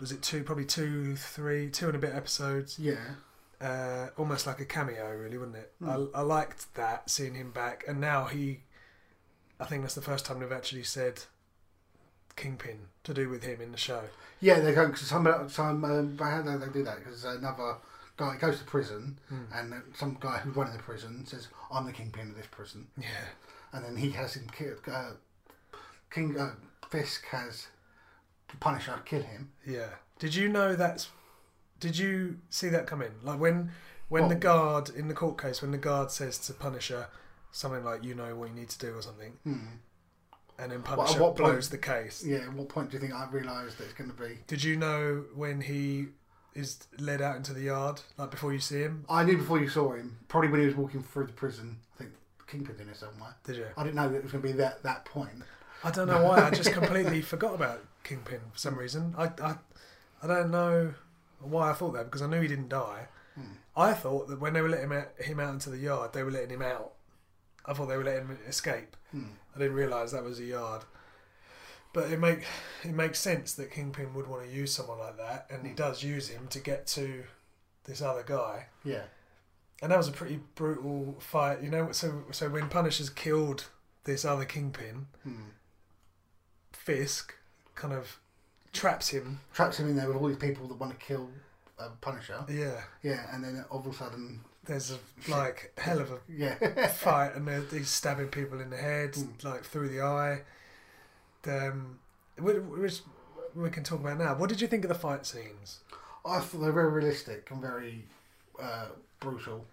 Speaker 1: Was it two? Probably two, three, two and a bit episodes.
Speaker 2: Yeah.
Speaker 1: Uh, almost like a cameo, really, wasn't it?
Speaker 2: Hmm.
Speaker 1: I, I liked that seeing him back, and now he I think that's the first time they've actually said Kingpin to do with him in the show.
Speaker 2: Yeah, they're going because some some um, but how do they do that? Because another guy goes to prison, and uh, some guy who's running the prison says, "I'm the kingpin of this prison,"
Speaker 1: Yeah.
Speaker 2: and then he has him kill. Uh, King uh, Fisk has the Punisher kill him.
Speaker 1: Yeah. Did you know that's did you see that come in? Like when when the
Speaker 2: What?
Speaker 1: guard in the court case when the guard says to Punisher something like you know what you need to do or something. And then Punisher
Speaker 2: Hmm. what point-
Speaker 1: blows the case.
Speaker 2: Yeah, at what point do you think I realised that it's going to be?
Speaker 1: Did you know when he is led out into the yard like before you see him?
Speaker 2: I knew before you saw him, probably when he was walking through the prison. I think Kingpin's in it somewhere.
Speaker 1: Did you?
Speaker 2: I didn't know that it was going to be that that point.
Speaker 1: I don't know why. I just completely forgot about Kingpin for some reason. I, I, I don't know why I thought that because I knew he didn't die. I thought that when they were letting him out, him out into the yard, they were letting him out. I thought they were letting him escape. I didn't realise that was a yard. But it make it makes sense that Kingpin would want to use someone like that, and he does use him to get to this other guy.
Speaker 2: Yeah.
Speaker 1: And that was a pretty brutal fight, you know. So so when Punisher's killed this other kingpin, Fisk, kind of traps him.
Speaker 2: Traps him in there with all these people that want to kill uh, Punisher.
Speaker 1: Yeah,
Speaker 2: Yeah, and then all of a sudden,
Speaker 1: there's [laughs] a like hell of a
Speaker 2: yeah, [laughs]
Speaker 1: fight, and they're- he's stabbing people in the head, like through the eye. Um, whi- which we can talk about now. What did you think of the fight scenes?
Speaker 2: I thought they're very realistic and very uh, brutal.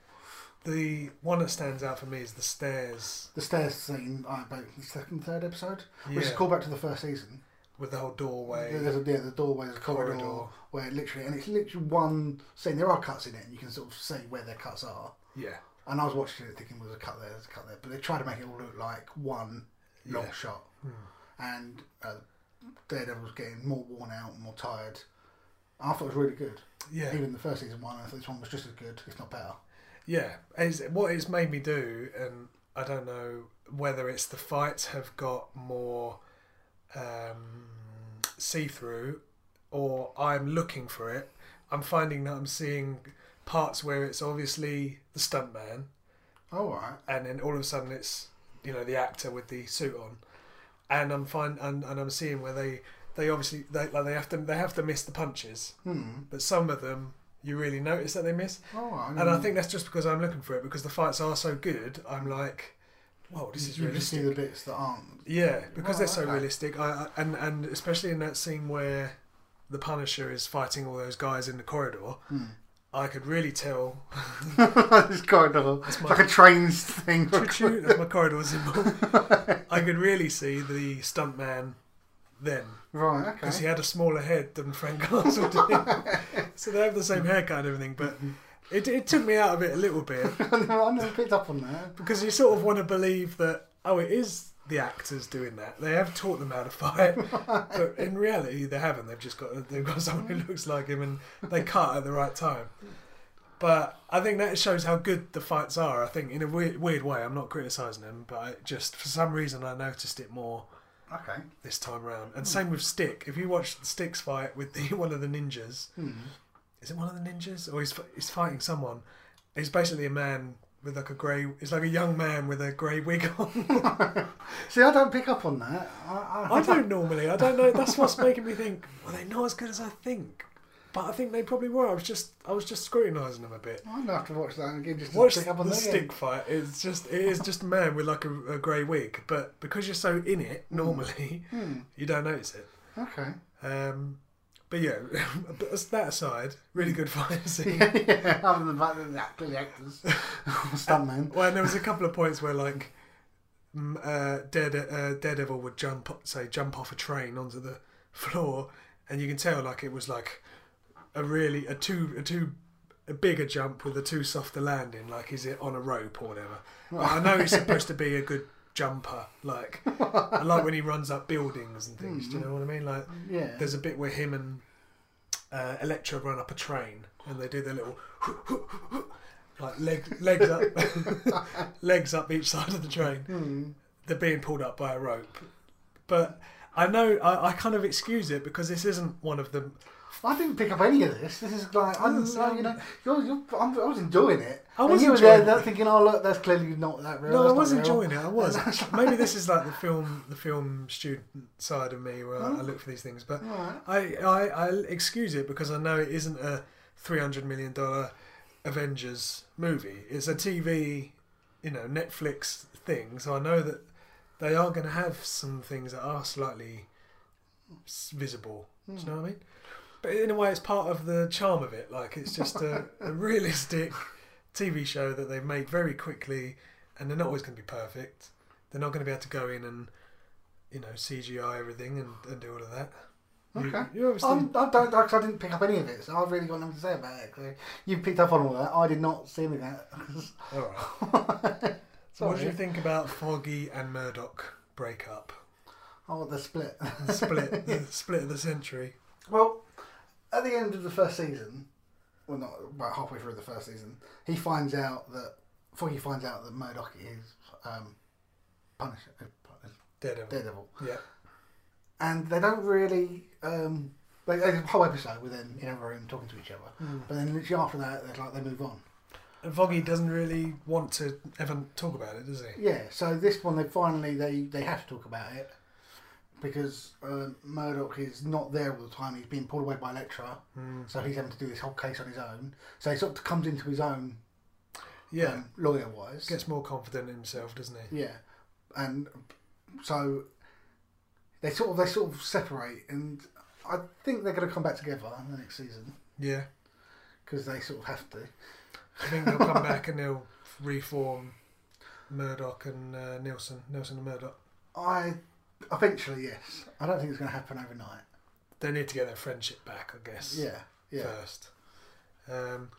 Speaker 1: The one that stands out for me is the stairs
Speaker 2: The stairs scene, I about the second, third episode, which is
Speaker 1: Yeah.
Speaker 2: a callback to the first season.
Speaker 1: with the whole doorway.
Speaker 2: There's a, yeah, the doorway, there's a corridor,
Speaker 1: Corridor.
Speaker 2: where literally, and it's literally one scene. There are cuts in it, and you can sort of see where their cuts are.
Speaker 1: Yeah,
Speaker 2: And I was watching it thinking, well, there's a cut there, there's a cut there. But they tried to make it all look like one long
Speaker 1: Yeah. Hmm.
Speaker 2: shot. And uh, Daredevil was getting more worn out and more tired. I thought it was really good.
Speaker 1: yeah.
Speaker 2: Even the first season one, I thought this one was just as good, if not better.
Speaker 1: Yeah, it's, what it's made me do, and I don't know whether it's the fights have got more um, see through, or I'm looking for it. I'm finding that I'm seeing parts where it's obviously the stuntman,
Speaker 2: Oh, All right.
Speaker 1: and then all of a sudden it's you know the actor with the suit on, and I'm fine, and, and I'm seeing where they they obviously they like they have to they have to miss the punches,
Speaker 2: Hmm.
Speaker 1: but some of them you really notice that they miss.
Speaker 2: All right.
Speaker 1: And Oh, I think that's just because I'm looking for it because the fights are so good. I'm like, whoa, this is
Speaker 2: you can see
Speaker 1: realistic.
Speaker 2: the bits that aren't.
Speaker 1: Yeah, because they're so
Speaker 2: Oh, okay.
Speaker 1: realistic. I, I and and especially in that scene where the Punisher is fighting all those guys in the corridor,
Speaker 2: Hmm.
Speaker 1: I could really
Speaker 2: [laughs]
Speaker 1: tell. [laughs]
Speaker 2: this corridor. [laughs] It's
Speaker 1: my-
Speaker 2: like a
Speaker 1: [laughs]
Speaker 2: train thing.
Speaker 1: Choo-choo, that's my corridor symbol. I could really see the stuntman then
Speaker 2: [laughs] right, okay.
Speaker 1: because he had a smaller head than Frank [laughs] Castle did. so they have the
Speaker 2: Hmm.
Speaker 1: same haircut and everything, but
Speaker 2: Mm-hmm.
Speaker 1: it it took me out of it a little bit.
Speaker 2: [laughs] I never I never picked up on that.
Speaker 1: because you sort of want to believe that oh it is the actors doing that they have taught them how to fight but in reality they haven't they've just got they've got someone who looks like him and they cut at the right time but i think that shows how good the fights are i think in a weird, weird way i'm not criticizing them but I just for some reason i noticed it more
Speaker 2: Okay.
Speaker 1: this time round and same with stick if you watch stick's fight with the [laughs] one of the ninjas is it one of the ninjas or he's, he's fighting someone he's basically a man with like a grey he's like a young man with a grey wig on [laughs]
Speaker 2: See, I don't pick up on that. I, I,
Speaker 1: i don't normally i don't know that's what's making me think well they're not as good as i think but i think they probably were i was just i was just scrutinizing them a bit
Speaker 2: I'm gonna have to watch that again just to
Speaker 1: Watch
Speaker 2: pick up on
Speaker 1: the
Speaker 2: that again.
Speaker 1: stick fight. It's just it is just a man with like a, a grey wig, but because you're so in it normally,
Speaker 2: Hmm.
Speaker 1: [laughs] you don't notice it.
Speaker 2: Okay. [laughs]
Speaker 1: Um, but yeah, [laughs] but as that aside, really good fight scene.
Speaker 2: yeah, other than the fact that the actor, the actors, stuntman.
Speaker 1: Well, and there was a couple of points where like mm, uh, Dare, uh, Daredevil would jump, o- say, jump off a train onto the floor, and you can tell like it was like a really a too a too a bigger jump with a too softer landing. Like is it on a rope or whatever? Like, I know he's supposed to be a good jumper. Like I like when he runs up buildings and things. Do you know what I mean? Like
Speaker 2: Yeah.
Speaker 1: there's a bit where him and uh, Electra run up a train and they do their little [laughs] like leg, legs up [laughs] legs up each side of the train. They're being pulled up by a rope, but I know I, I kind of excuse it because this isn't one of them.
Speaker 2: I didn't pick up any of this. This is like, I didn't know, you know, you're, you're, I'm, I was enjoying it.
Speaker 1: I
Speaker 2: And
Speaker 1: was
Speaker 2: you were
Speaker 1: enjoying
Speaker 2: there
Speaker 1: it.
Speaker 2: there thinking, oh, look, that's clearly not that real.
Speaker 1: No, I
Speaker 2: that's
Speaker 1: was
Speaker 2: not real.
Speaker 1: enjoying it. I was.
Speaker 2: [laughs]
Speaker 1: Maybe this is like the film, the film student side of me where I, I look for these things. But
Speaker 2: Oh. Alright.
Speaker 1: I, I, I excuse it because I know it isn't a three hundred million dollar Avengers movie. It's a TV, you know, Netflix thing. So I know that they are going to have some things that are slightly s- visible. Do you know what I mean? But in a way, it's part of the charm of it. Like it's just a, a realistic TV show that they've made very quickly, and they're not always going to be perfect. They're not going to be able to go in and you know CGI everything and, and do all of that. You-
Speaker 2: Okay. Um,
Speaker 1: you obviously
Speaker 2: I'm, I don't, because I didn't pick up any of it, so I've really got nothing to say about it. 'cause You picked up on all that. I did not see any of that. [laughs]
Speaker 1: all right. so what do you think about Foggy and Murdoch breakup?
Speaker 2: I want Oh, the split. [laughs]
Speaker 1: Split, the split of the century.
Speaker 2: Well, at the end of the first season, well, not about halfway through the first season, he finds out that Foggy finds out that Murdoch is um, Punisher, uh, Pun-
Speaker 1: Daredevil.
Speaker 2: Daredevil,
Speaker 1: Yeah.
Speaker 2: and they don't really. Um, they, there's a whole episode with them in a room talking to each other, but then literally after that, they're like they move on.
Speaker 1: And Foggy doesn't really want to ever talk about it, does he?
Speaker 2: Yeah, so this one they finally they they have to talk about it because uh, Murdoch is not there all the time. He's being pulled away by Electra,
Speaker 1: Hmm.
Speaker 2: so he's having to do this whole case on his own. So he sort of comes into his own
Speaker 1: Yeah.
Speaker 2: um, lawyer wise.
Speaker 1: Gets more confident in himself, doesn't he?
Speaker 2: Yeah, and so they sort of they sort of separate, and I think they're going to come back together in the next season
Speaker 1: Yeah.
Speaker 2: because they sort of have to.
Speaker 1: I think they'll come back and they'll reform Murdoch and uh, Nielsen, Nielsen and Murdoch.
Speaker 2: I eventually yes. I don't think it's going to happen overnight.
Speaker 1: They need to get their friendship back, I guess.
Speaker 2: Yeah, yeah.
Speaker 1: First. Um,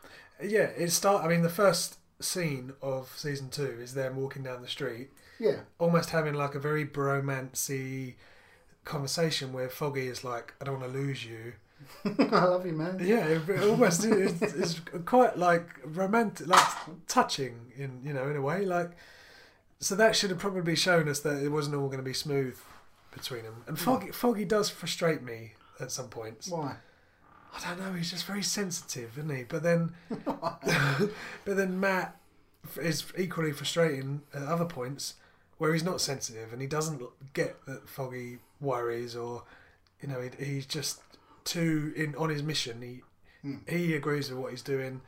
Speaker 1: yeah, it start. I mean, the first scene of season two is them walking down the street,
Speaker 2: Yeah, [laughs]
Speaker 1: almost having like a very bromancy conversation where Foggy is like, "I don't want to lose you."
Speaker 2: I love you, man.
Speaker 1: Yeah, it it almost is it's quite like romantic, like touching in you know in a way. Like, so that should have probably shown us that it wasn't all going to be smooth between them. And Foggy, Foggy does frustrate me at some points.
Speaker 2: Why?
Speaker 1: I don't know. He's just very sensitive, isn't he? But then, but then Matt is equally frustrating at other points where he's not sensitive and he doesn't get that Foggy worries or you know he, he's just too in on his mission. He he agrees with what he's doing.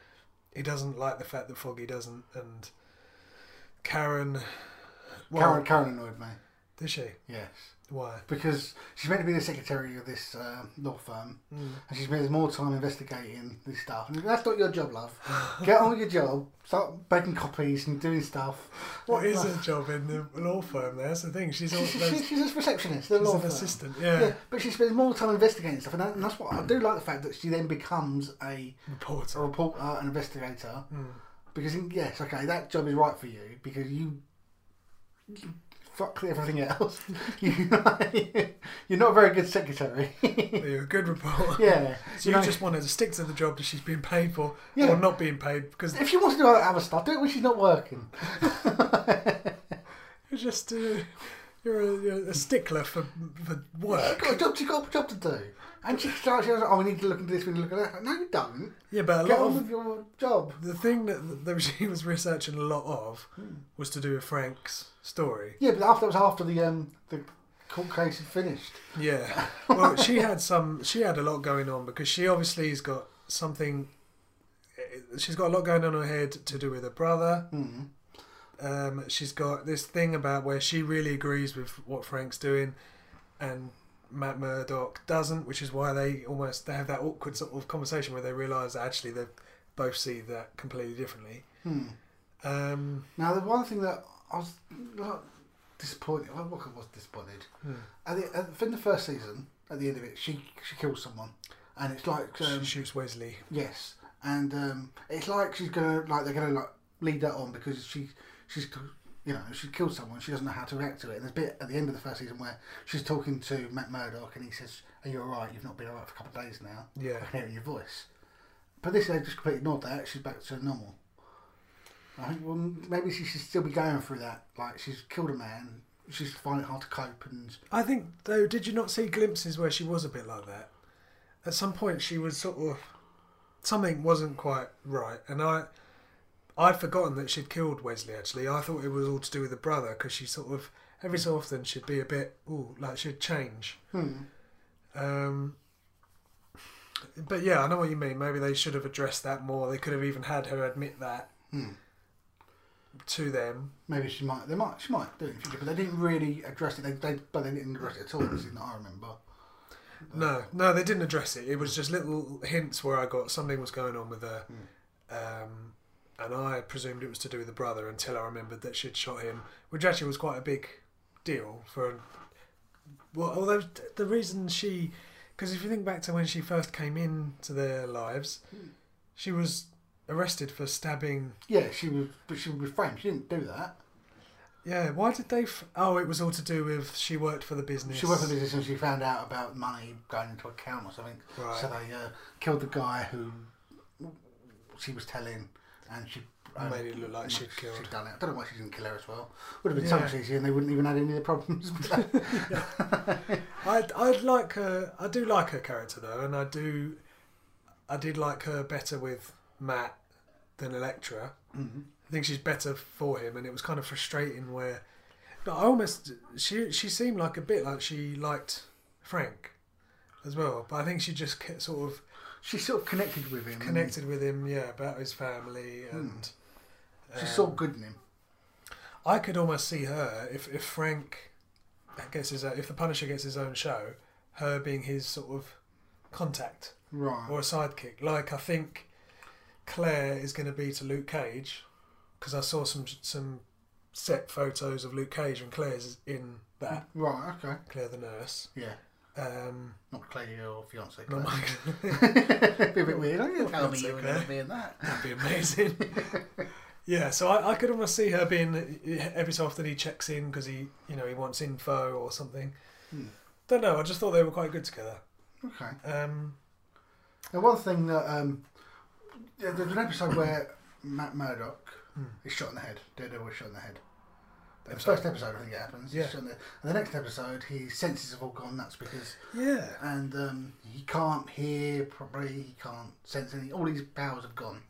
Speaker 1: He doesn't like the fact that Foggy doesn't. And Karen, well,
Speaker 2: Karen, Karen annoyed me.
Speaker 1: did she?
Speaker 2: Yes,
Speaker 1: Why?
Speaker 2: because she's meant to be the secretary of this uh, law firm,
Speaker 1: Hmm.
Speaker 2: and she spends more time investigating this stuff. And that's not your job, love. [laughs] Get on with your job. Start making copies and doing stuff.
Speaker 1: What is her job in the law firm? There? That's the thing.
Speaker 2: [laughs]
Speaker 1: She's all,
Speaker 2: She- she- she- She's a receptionist. at The
Speaker 1: she's
Speaker 2: law
Speaker 1: an
Speaker 2: firm.
Speaker 1: assistant.
Speaker 2: Yeah,
Speaker 1: Yeah,
Speaker 2: but she spends more time investigating stuff, and, that, and that's what I do like the fact that she then becomes a,
Speaker 1: reporter.
Speaker 2: a reporter, an investigator.
Speaker 1: Hmm.
Speaker 2: Because yes, okay, that job is right for you because you, you fuck everything else. [laughs] you, you're not a very good secretary. [laughs]
Speaker 1: You're a good [laughs] reporter.
Speaker 2: yeah,
Speaker 1: So you, just wanted to stick to the job that she's being paid for,
Speaker 2: Yeah.
Speaker 1: or not being paid, because
Speaker 2: If she wants to do other stuff, do it when she's not working.
Speaker 1: you're just uh, you're, a, you're a stickler for for
Speaker 2: She's
Speaker 1: work.
Speaker 2: got a job. She's got a job to do, and she starts. She goes, "Oh, we need to look into this. We need to look at that." No, you don't.
Speaker 1: Yeah, but a
Speaker 2: Get
Speaker 1: lot
Speaker 2: on
Speaker 1: of
Speaker 2: with Hmm. your job.
Speaker 1: the thing that, that she was researching a lot of was to do with Frank's story.
Speaker 2: Yeah, but after that was after the um the court case had finished. [laughs]
Speaker 1: Yeah. Well, she had some. She had a lot going on because she obviously has got something. eh, She's got a lot going on in her head to do with her brother.
Speaker 2: Hmm.
Speaker 1: Um, she's got this thing about where she really agrees with what Frank's doing, and Matt Murdock doesn't, which is why they almost they have that awkward sort of conversation where they realise that actually they both see that completely differently. Um,
Speaker 2: Now the one thing that I was like, disappointed. I was- I was disappointed. At the, at, in the first season, at the end of it, she she kills someone, and it's like um,
Speaker 1: she shoots Wesley.
Speaker 2: Yes, and um, it's like she's gonna like they're gonna like lead that on because she she's you know she killed someone she doesn't know how to react to it. And there's a bit at the end of the first season where she's talking to Matt Murdock and he says, "Are you all right? You've not been all right for a couple of days now.
Speaker 1: Yeah.
Speaker 2: I can hear it in your voice." But this they just completely ignored that. She's back to normal. I think well maybe she should still be going through that. Like she's killed a man. She's finding it hard to cope and
Speaker 1: I think though, did you not see glimpses where she was a bit like that? At some point, she was sort of something wasn't quite right, and I I'd forgotten that she'd killed Wesley. Actually, I thought it was all to do with the brother because she sort of every so often she'd be a bit ooh like she'd change. Um. But yeah, I know what you mean. Maybe they should have addressed that more. They could have even had her admit that to them.
Speaker 2: Maybe she might. They might. She might do it in the future, but they didn't really address it. They, they but they didn't address it at all. This is that I remember.
Speaker 1: No, no, they didn't address it. It was just little hints where I got something was going on with her,
Speaker 2: Hmm.
Speaker 1: um, and I presumed it was to do with the brother until I remembered that she'd shot him, which actually was quite a big deal for. Well, although the reason she, because if you think back to when she first came into their lives,
Speaker 2: Hmm.
Speaker 1: she was arrested for stabbing.
Speaker 2: Yeah, she was. But she was framed. She didn't do that.
Speaker 1: Yeah, why did they? F- oh, it was all to do with she worked for the business.
Speaker 2: She worked for the business and she found out about money going into account or something.
Speaker 1: Right.
Speaker 2: So they uh, killed the guy who she was telling, and she um,
Speaker 1: Made it look like she'd killed.
Speaker 2: done it. I don't know why she didn't kill her as well. Would have been so
Speaker 1: Yeah.
Speaker 2: much easier, and they wouldn't even had any of the problems. [laughs] with that.
Speaker 1: I'd, I'd like her. I do like her character though, and I do. I did like her better with Matt than Electra. I think she's better for him, and it was kind of frustrating where. But I almost she she seemed like a bit like she liked Frank, as well. But I think she just ke- sort of
Speaker 2: She sort of connected with him.
Speaker 1: connected with him, yeah, about his family and. um,
Speaker 2: She saw good in him.
Speaker 1: I could almost see her if if Frank gets his if the Punisher gets his own show, her being his sort of contact
Speaker 2: Right.
Speaker 1: or a sidekick. Like I think Claire is going to be to Luke Cage because I saw some some set photos of Luke Cage and Claire's in that
Speaker 2: Right, okay.
Speaker 1: Claire the nurse.
Speaker 2: Yeah.
Speaker 1: Um,
Speaker 2: Not Claire, your fiance.
Speaker 1: not
Speaker 2: Claire.
Speaker 1: Michael.
Speaker 2: [laughs] be a bit weird, aren't
Speaker 1: [laughs]
Speaker 2: you?
Speaker 1: Not
Speaker 2: Tell me
Speaker 1: so
Speaker 2: you were
Speaker 1: Claire.
Speaker 2: going to be in that.
Speaker 1: That'd be amazing. [laughs] yeah, so I, I could almost see her being every so often he checks in because he, you know, he wants info or something.
Speaker 2: Hmm.
Speaker 1: Don't know. I just thought they were quite good together.
Speaker 2: Okay.
Speaker 1: Um,
Speaker 2: Now, one thing that um, there- there's an episode where Matt Murdock is shot in the head. Daredevil is shot in the head. The first episode, I think it happens. he's
Speaker 1: Yeah.
Speaker 2: shot in the, and the next episode, his senses have all gone nuts because,
Speaker 1: yeah,
Speaker 2: and um, he can't hear properly. He can't sense anything. All his powers have gone.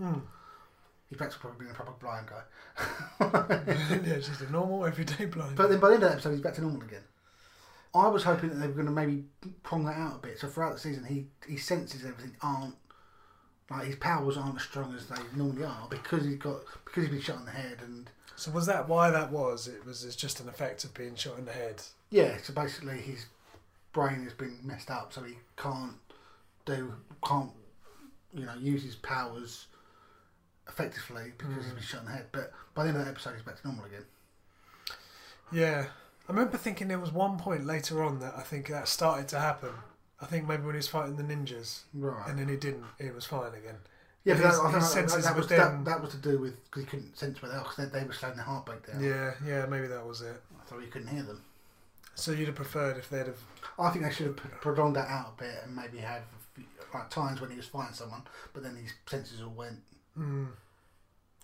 Speaker 2: He's back to probably being a proper blind guy.
Speaker 1: [laughs]
Speaker 2: [laughs]
Speaker 1: yeah, just a normal everyday blind.
Speaker 2: but then by the end of the episode, he's back to normal again. I was hoping that they were going to maybe prong that out a bit. So throughout the season, he his senses and everything aren't like his powers aren't as strong as they normally are because he's got because he's been shot in the head and
Speaker 1: so was that why that was? It was it's just an effect of being shot in the head.
Speaker 2: yeah. So basically, his brain has been messed up, so he can't do can't you know use his powers effectively because he's been shot in the head. But by the end of that episode, he's back to normal again.
Speaker 1: Yeah, I remember thinking there was one point later on that I think that started to happen. I think maybe when he was fighting the ninjas,
Speaker 2: Right.
Speaker 1: and then he didn't. It was fine again.
Speaker 2: Yeah, but
Speaker 1: His-
Speaker 2: that, I
Speaker 1: his
Speaker 2: think that- that,
Speaker 1: senses
Speaker 2: that
Speaker 1: were
Speaker 2: was
Speaker 1: then-
Speaker 2: that, that was to do with because he couldn't sense where they were 'cause they, they were slowing their heartbeat down,
Speaker 1: Yeah, yeah, maybe that was it.
Speaker 2: so he couldn't hear them.
Speaker 1: So you'd have preferred if they'd have
Speaker 2: I think they should have p- prolonged that out a bit and maybe had a few- like times when he was fighting someone, but then his senses all went.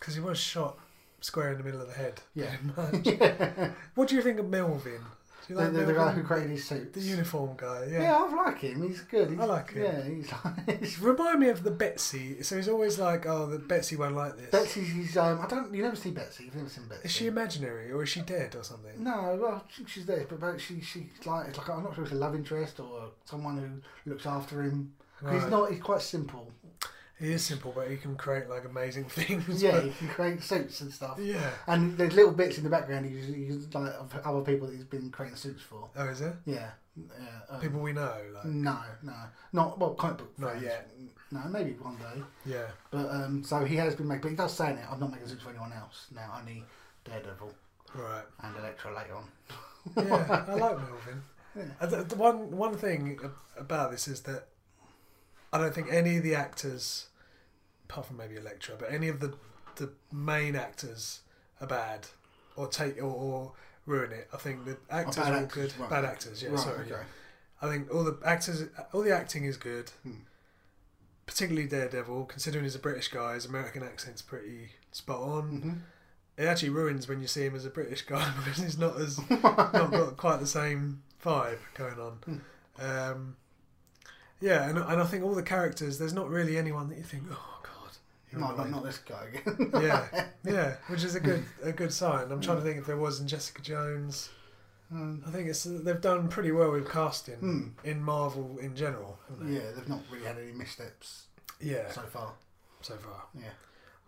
Speaker 1: Because he was shot square in the middle of the
Speaker 2: [laughs]
Speaker 1: head. [laughs]
Speaker 2: Yeah.
Speaker 1: pretty much. What do you think of Melvin? Do you
Speaker 2: The,
Speaker 1: like
Speaker 2: the, the
Speaker 1: Melvin?
Speaker 2: guy who created his suits.
Speaker 1: The uniform guy, yeah.
Speaker 2: yeah, I like him. He's good. He's,
Speaker 1: I like him.
Speaker 2: Yeah, he's like. He's, [laughs]
Speaker 1: Remind me of the Betsy. So he's always like, oh, the Betsy won't like this.
Speaker 2: Betsy's. He's, um, I don't. You never see Betsy. You've never seen Betsy.
Speaker 1: Is she imaginary or is she dead or something?
Speaker 2: No, well, she- she's there, but, but she she's like it's like I'm not sure if it's a love interest or someone who looks after him. 'Cause He's
Speaker 1: Right.
Speaker 2: not. He's quite simple.
Speaker 1: He is simple, but he can create like amazing [laughs] things.
Speaker 2: Yeah,
Speaker 1: but-
Speaker 2: he can create suits and stuff.
Speaker 1: yeah.
Speaker 2: And there's little bits in the background he's, he's like of other people that he's been creating suits for.
Speaker 1: Oh, is it?
Speaker 2: Yeah, yeah. um,
Speaker 1: People we know, like.
Speaker 2: No, no, not well. Comic book.
Speaker 1: Not
Speaker 2: fans.
Speaker 1: yet.
Speaker 2: No, maybe one day.
Speaker 1: Yeah.
Speaker 2: But um, so he has been making. But he does say in it, I'm not making suits for anyone else now. Only Daredevil
Speaker 1: Right.
Speaker 2: and Elektra later on. [laughs]
Speaker 1: Yeah, I like Melvin. Uh, The, the one one thing ab- about this is that I don't think any of the actors, apart from maybe Electra, but any of the the main actors are bad or take or, or ruin it. I think the actors
Speaker 2: bad
Speaker 1: are all
Speaker 2: actors,
Speaker 1: good.
Speaker 2: right.
Speaker 1: Bad actors, yeah.
Speaker 2: Right,
Speaker 1: sorry.
Speaker 2: okay.
Speaker 1: yeah. I think all the actors, all the acting is good. Particularly Daredevil, considering he's a British guy, his American accent's pretty spot on. It actually ruins when you see him as a British guy [laughs] because he's not as not got quite the same vibe going on. Um, yeah, and, and I think all the characters, there's not really anyone that you think, oh god, you're
Speaker 2: No, but
Speaker 1: annoying."
Speaker 2: not this guy again. [laughs]
Speaker 1: yeah, yeah, which is a good a good sign. I'm trying to think if there was in Jessica Jones. I think it's they've done pretty well with casting in Marvel in general. Haven't
Speaker 2: yeah, they've not really had any missteps
Speaker 1: they? Yeah,
Speaker 2: so far.
Speaker 1: so far.
Speaker 2: Yeah.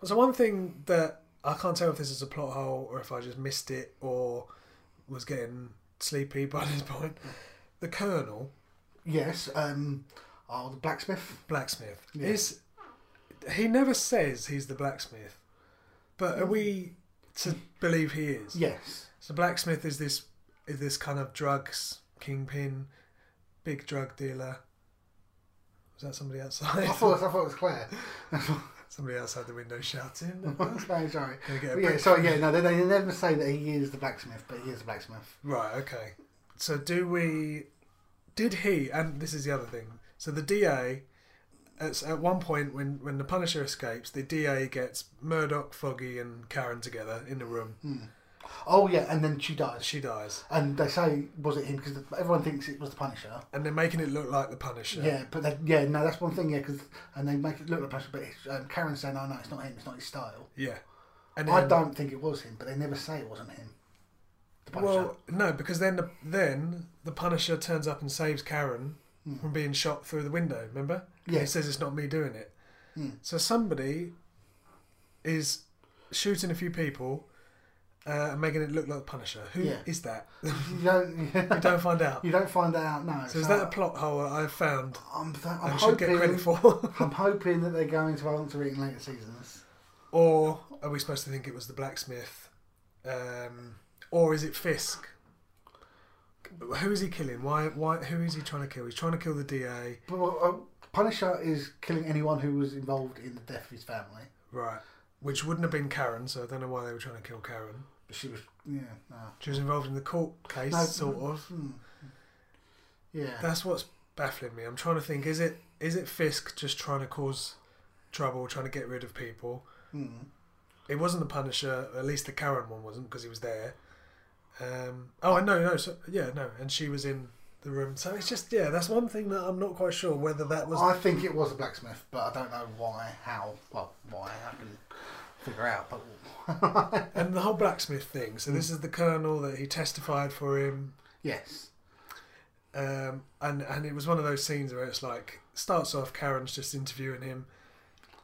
Speaker 1: So one thing that I can't tell if this is a plot hole or if I just missed it or was getting sleepy by [laughs] this point. The Colonel
Speaker 2: Yes. Um. Oh, the blacksmith.
Speaker 1: blacksmith is he never says he's the blacksmith, but are we to believe he is? [laughs]
Speaker 2: Yes.
Speaker 1: So blacksmith is this is this kind of drugs kingpin, big drug dealer. Was that somebody outside?
Speaker 2: I thought I thought it was Claire.
Speaker 1: somebody outside the window shouting. [laughs]
Speaker 2: sorry, sorry.
Speaker 1: Gonna get a
Speaker 2: But yeah,
Speaker 1: brick.
Speaker 2: sorry, yeah. No, they, they never say that he is the blacksmith, but he is the blacksmith.
Speaker 1: right. Okay. So do we? Did he? And this is the other thing. So the DA. At, at one point, when, when the Punisher escapes, the DA gets Murdoch, Foggy, and Karen together in the room.
Speaker 2: Hmm. Oh yeah, and then she dies.
Speaker 1: She dies,
Speaker 2: And they say, was it him? Because everyone thinks it was the Punisher.
Speaker 1: and they're making it look like the Punisher.
Speaker 2: Yeah, but that, yeah, no, that's "Oh, one thing. Yeah, because and they make it look like the Punisher, but it's, um, Karen's saying, "No, no, it's not him. It's not his style."
Speaker 1: Yeah. And
Speaker 2: I
Speaker 1: then-
Speaker 2: don't think it was him, but they never say it wasn't him. The Punisher.
Speaker 1: Well, no, because then the, then the Punisher turns up and saves Karen
Speaker 2: Hmm.
Speaker 1: from being shot through the window. Remember?
Speaker 2: Yeah.
Speaker 1: He says it's not me doing it.
Speaker 2: Hmm.
Speaker 1: So somebody is shooting a few people uh, and making it look like the Punisher. Who is
Speaker 2: Yeah.
Speaker 1: that?
Speaker 2: [laughs] you don't. [laughs]
Speaker 1: we don't find out.
Speaker 2: you don't find that out. No.
Speaker 1: so is that a plot hole I've found?
Speaker 2: I'm, th- I'm
Speaker 1: I should
Speaker 2: hoping.
Speaker 1: get credit for. [laughs]
Speaker 2: I'm hoping that they're going to answer it in later seasons.
Speaker 1: or are we supposed to think it was the blacksmith? Um, or is it Fisk? Who is he killing? Why? Why? Who is he trying to kill? He's trying to kill the DA,
Speaker 2: But uh, Punisher is killing anyone who was involved in the death of his family.
Speaker 1: right? Which wouldn't have been Karen, so I don't know why they were trying to kill Karen.
Speaker 2: But she was, yeah, no,
Speaker 1: She was involved in the court case,
Speaker 2: No.
Speaker 1: sort of.
Speaker 2: yeah.
Speaker 1: That's what's baffling me. I'm trying to think: is it is it Fisk just trying to cause trouble, trying to get rid of people?
Speaker 2: hmm.
Speaker 1: It wasn't the Punisher. At least the Karen one wasn't because he was there. Um, oh, no, no, so, yeah, no, and she was in the room. So it's just yeah, that's one thing that I'm not quite sure whether that was.
Speaker 2: I think it was a blacksmith, but I don't know why, how, well, why. I can figure out, but
Speaker 1: And the whole blacksmith thing. So this is the Colonel that he testified for him.
Speaker 2: yes,
Speaker 1: Um, and and it was one of those scenes where it's like starts off Karen's just interviewing him,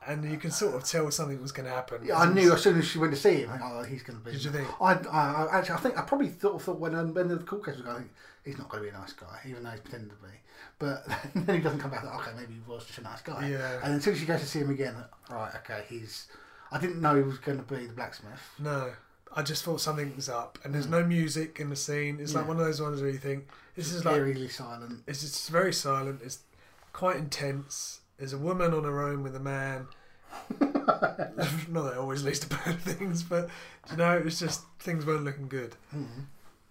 Speaker 1: and you can sort of tell something was going to happen.
Speaker 2: Yeah, I knew as soon as she went to see him. I think, oh, he's going to be.
Speaker 1: Did you think?
Speaker 2: I, I, I actually, I think I probably thought, thought when um, when the court case was going, I think, he's not going to be a nice guy, even though he's pretending to be. But [laughs] then he doesn't come back. Like, okay, maybe he was just a nice guy.
Speaker 1: Yeah.
Speaker 2: And as soon as she goes to see him again, right? Okay, he's. I didn't know he was going to be the blacksmith.
Speaker 1: No, I just thought something was up, and there's no music in the scene. It's like
Speaker 2: Hmm. Yeah.
Speaker 1: one of those ones where you think this is like
Speaker 2: Eerily silent.
Speaker 1: it's just very silent. It's quite intense. There's a woman on her own with a
Speaker 2: [laughs]
Speaker 1: man. Not that it always leads to bad [laughs] things, but you know, it's just things weren't looking good.
Speaker 2: Hmm.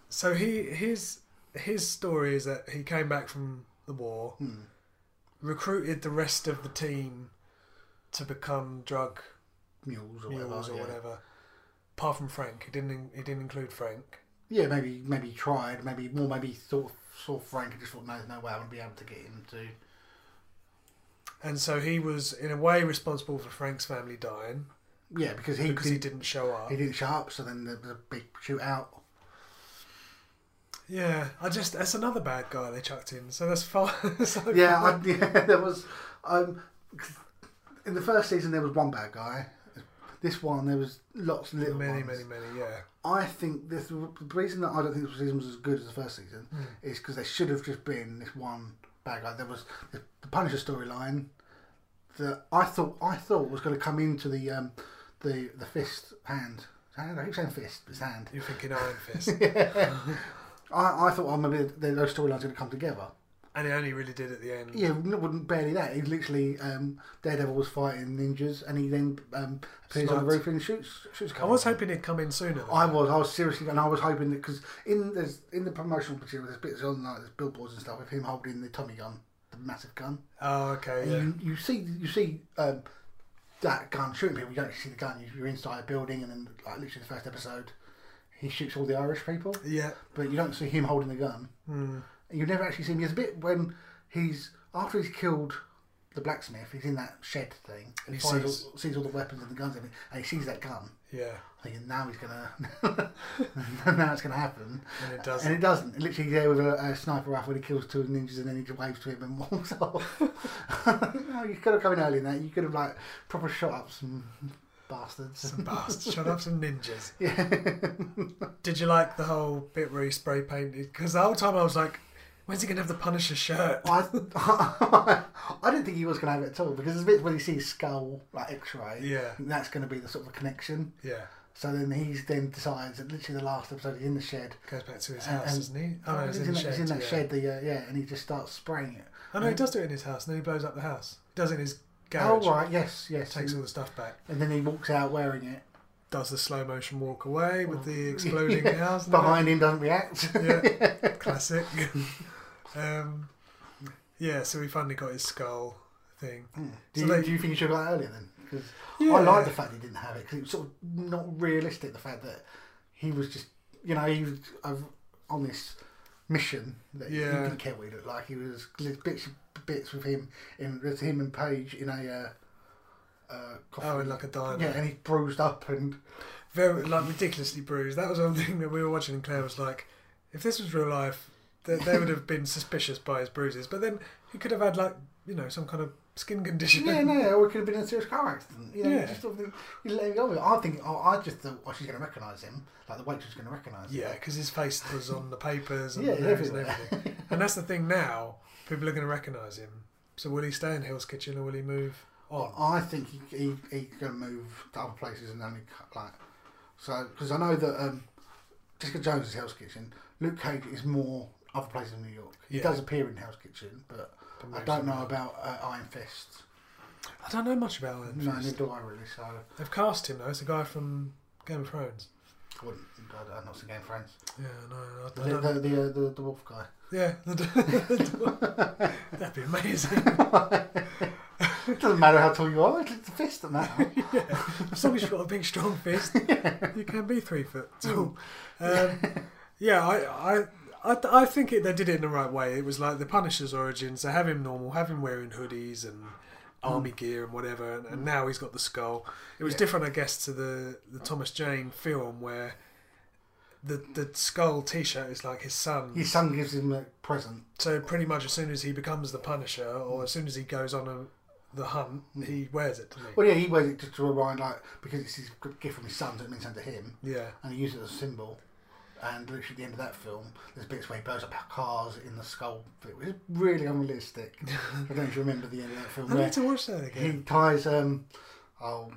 Speaker 1: So he his his story is that he came back from the war,
Speaker 2: Hmm.
Speaker 1: recruited the rest of the team to become drug
Speaker 2: Mules or
Speaker 1: mules
Speaker 2: whatever.
Speaker 1: or
Speaker 2: yeah.
Speaker 1: whatever. Apart from Frank, he didn't. He didn't include Frank.
Speaker 2: Yeah, maybe maybe he tried, maybe more, maybe thought saw Frank and just thought, no, there's no way I'm going to be able to get him to.
Speaker 1: And so he was, in a way, responsible for Frank's family dying
Speaker 2: Yeah, because he
Speaker 1: because he
Speaker 2: did,
Speaker 1: didn't show up.
Speaker 2: he didn't show up, so then there was a big shootout.
Speaker 1: Yeah, I just that's another bad guy they chucked in. So that's fine. [laughs] so
Speaker 2: Yeah, I, [laughs] yeah, there was. Um, in the first season, there was one bad guy. This one, there was lots of little
Speaker 1: many,
Speaker 2: ones.
Speaker 1: many, many. Yeah,
Speaker 2: I think this, the reason that I don't think this season was as good as the first season
Speaker 1: Hmm.
Speaker 2: is because there should have just been this one bad guy. There was the, the Punisher storyline that I thought I thought was going to come into the um, the the fist hand. hand I keep saying fist, but it's hand.
Speaker 1: you're thinking Iron
Speaker 2: [laughs]
Speaker 1: Fist,
Speaker 2: I, I thought oh, maybe the, those storylines going to come together.
Speaker 1: and he only really did at the end.
Speaker 2: Yeah, n- wouldn't barely that. He literally um, Daredevil was fighting ninjas, and he then um, appears on the
Speaker 1: Sniped.
Speaker 2: roof and shoots shoots. a
Speaker 1: I
Speaker 2: couple
Speaker 1: was
Speaker 2: of them.
Speaker 1: hoping he'd come in sooner. though.
Speaker 2: I was, I was seriously, and I was hoping that because in there's in the promotional material, there's bits on like there's billboards and stuff with him holding the Tommy gun, the massive gun.
Speaker 1: Oh, okay.
Speaker 2: And
Speaker 1: Yeah.
Speaker 2: You, you see, you see um, that gun shooting people. You don't see the gun. You- You're inside a building, and then like literally the first episode, he shoots all the Irish people,
Speaker 1: Yeah.
Speaker 2: but you don't see him holding the gun.
Speaker 1: Hmm.
Speaker 2: Mm. You never actually see him. There's a bit when he's after he's killed the blacksmith. He's in that shed thing, and
Speaker 1: He
Speaker 2: he finds
Speaker 1: sees-
Speaker 2: all, sees all the weapons and the guns, and everything, and he sees that gun
Speaker 1: Yeah.
Speaker 2: thinking now he's gonna [laughs] now it's gonna happen
Speaker 1: And it doesn't.
Speaker 2: and it doesn't literally he's there with a, a sniper rifle he kills two ninjas and then he just waves to him and [laughs] walks off no, you could have come in early in that you could have like proper shot up some bastards
Speaker 1: Some bastards. Shut up, some ninjas.
Speaker 2: [laughs] yeah
Speaker 1: Did you like the whole bit where he spray painted? Because the whole time I was like, when's he gonna have the Punisher shirt?
Speaker 2: I, I, [laughs] didn't think he was gonna have it at all because there's bits when he sees skull like x-ray
Speaker 1: Yeah.
Speaker 2: that's gonna be the sort of connection
Speaker 1: Yeah.
Speaker 2: so then he's then decides that literally the last episode he's in the shed
Speaker 1: Goes back to his
Speaker 2: And-
Speaker 1: house,
Speaker 2: and-
Speaker 1: doesn't he? Oh, no, he's in,
Speaker 2: he's,
Speaker 1: the
Speaker 2: that,
Speaker 1: shed.
Speaker 2: he's in that
Speaker 1: yeah.
Speaker 2: shed the, uh, yeah and he just starts spraying it
Speaker 1: Oh no, he does do it in his house, and then he blows up the house. He does it in his garage.
Speaker 2: Oh right, yes, yes.
Speaker 1: Takes
Speaker 2: and,
Speaker 1: all the stuff back.
Speaker 2: and then he walks out wearing it.
Speaker 1: Does the slow motion walk away with the
Speaker 2: [laughs]
Speaker 1: exploding house and
Speaker 2: Behind him doesn't react. [laughs]
Speaker 1: yeah, classic. um, yeah, so we finally got his skull thing.
Speaker 2: do,
Speaker 1: So
Speaker 2: you,
Speaker 1: they-
Speaker 2: do you think he should have got it earlier then? 'Cause
Speaker 1: Yeah.
Speaker 2: I like the fact he didn't have it because it was sort of not realistic. The fact that he was just, you know, he was uh, on this mission that he- he
Speaker 1: Yeah.
Speaker 2: didn't care what he looked like. He was there's bits bits with him in with him and Paige in a. Uh, uh, coffee.
Speaker 1: Oh, in like a diner.
Speaker 2: yeah, and he's bruised up and
Speaker 1: [laughs] Very, like, ridiculously bruised. That was one thing that we were watching, and Claire was like, if this was real life, they, they would have been suspicious by his bruises. But then he could have had, like, you know, some kind of skin condition.
Speaker 2: yeah, no, or it could have been a serious car accident. You know,
Speaker 1: Yeah.
Speaker 2: yeah. just sort of, you let him go. with it. I think oh, I just thought, oh, she's going to recognise him. Like the waitress is going to recognise him.
Speaker 1: Yeah, because his face was on the papers and
Speaker 2: Yeah,
Speaker 1: the news and
Speaker 2: everywhere.
Speaker 1: everything. And that's the thing now, people are going to recognise him. So will he stay in Hill's Kitchen or will he move on?
Speaker 2: Well, I think he he he can move to other places and only cut, like so because I know that um, Jessica Jones is Hell's Kitchen. Luke Cage is more other places in New York. He
Speaker 1: Yeah.
Speaker 2: does appear in Hell's Kitchen, but
Speaker 1: But
Speaker 2: I
Speaker 1: moves
Speaker 2: don't
Speaker 1: on.
Speaker 2: know about uh, Iron Fist.
Speaker 1: I don't know much about him.
Speaker 2: No, neither do I really. So I
Speaker 1: They've cast him though. It's a guy from Game of Thrones.
Speaker 2: wouldn't. I- I'm not seen Game of Thrones.
Speaker 1: Yeah, no, I- I
Speaker 2: The
Speaker 1: don't.
Speaker 2: the the, uh, the, the wolf guy.
Speaker 1: yeah, the, [laughs] the- [laughs] that'd be amazing.
Speaker 2: It doesn't matter how tall you are. It's the fist
Speaker 1: [laughs]
Speaker 2: that matters.
Speaker 1: As long as you've got a big, strong [laughs] fist, you can be three foot tall. Um, Mm. yeah, I, I, I, I think it, they did it in the right way. It was like the Punisher's origin. So have him normal, have him wearing hoodies and army gear and whatever, and, and now he's got the skull. It was different, I guess, to the the Thomas Jane film where the the skull T-shirt is like his son.
Speaker 2: His son gives him a present.
Speaker 1: So pretty much as soon as he becomes the Punisher, or as soon as he goes on a, the hunt, he wears it. Doesn't
Speaker 2: Well, yeah, he wears it just to remind, like, because it's his gift from his son, so it means something to him.
Speaker 1: he? Yeah.
Speaker 2: and he used it as a symbol. And literally at the end of that film, there's bits where he blows up cars in the skull. It was
Speaker 1: [laughs]
Speaker 2: really unrealistic. I don't know if you remember the end of that film
Speaker 1: I
Speaker 2: where
Speaker 1: need to watch that
Speaker 2: he
Speaker 1: again.
Speaker 2: ties um, oh,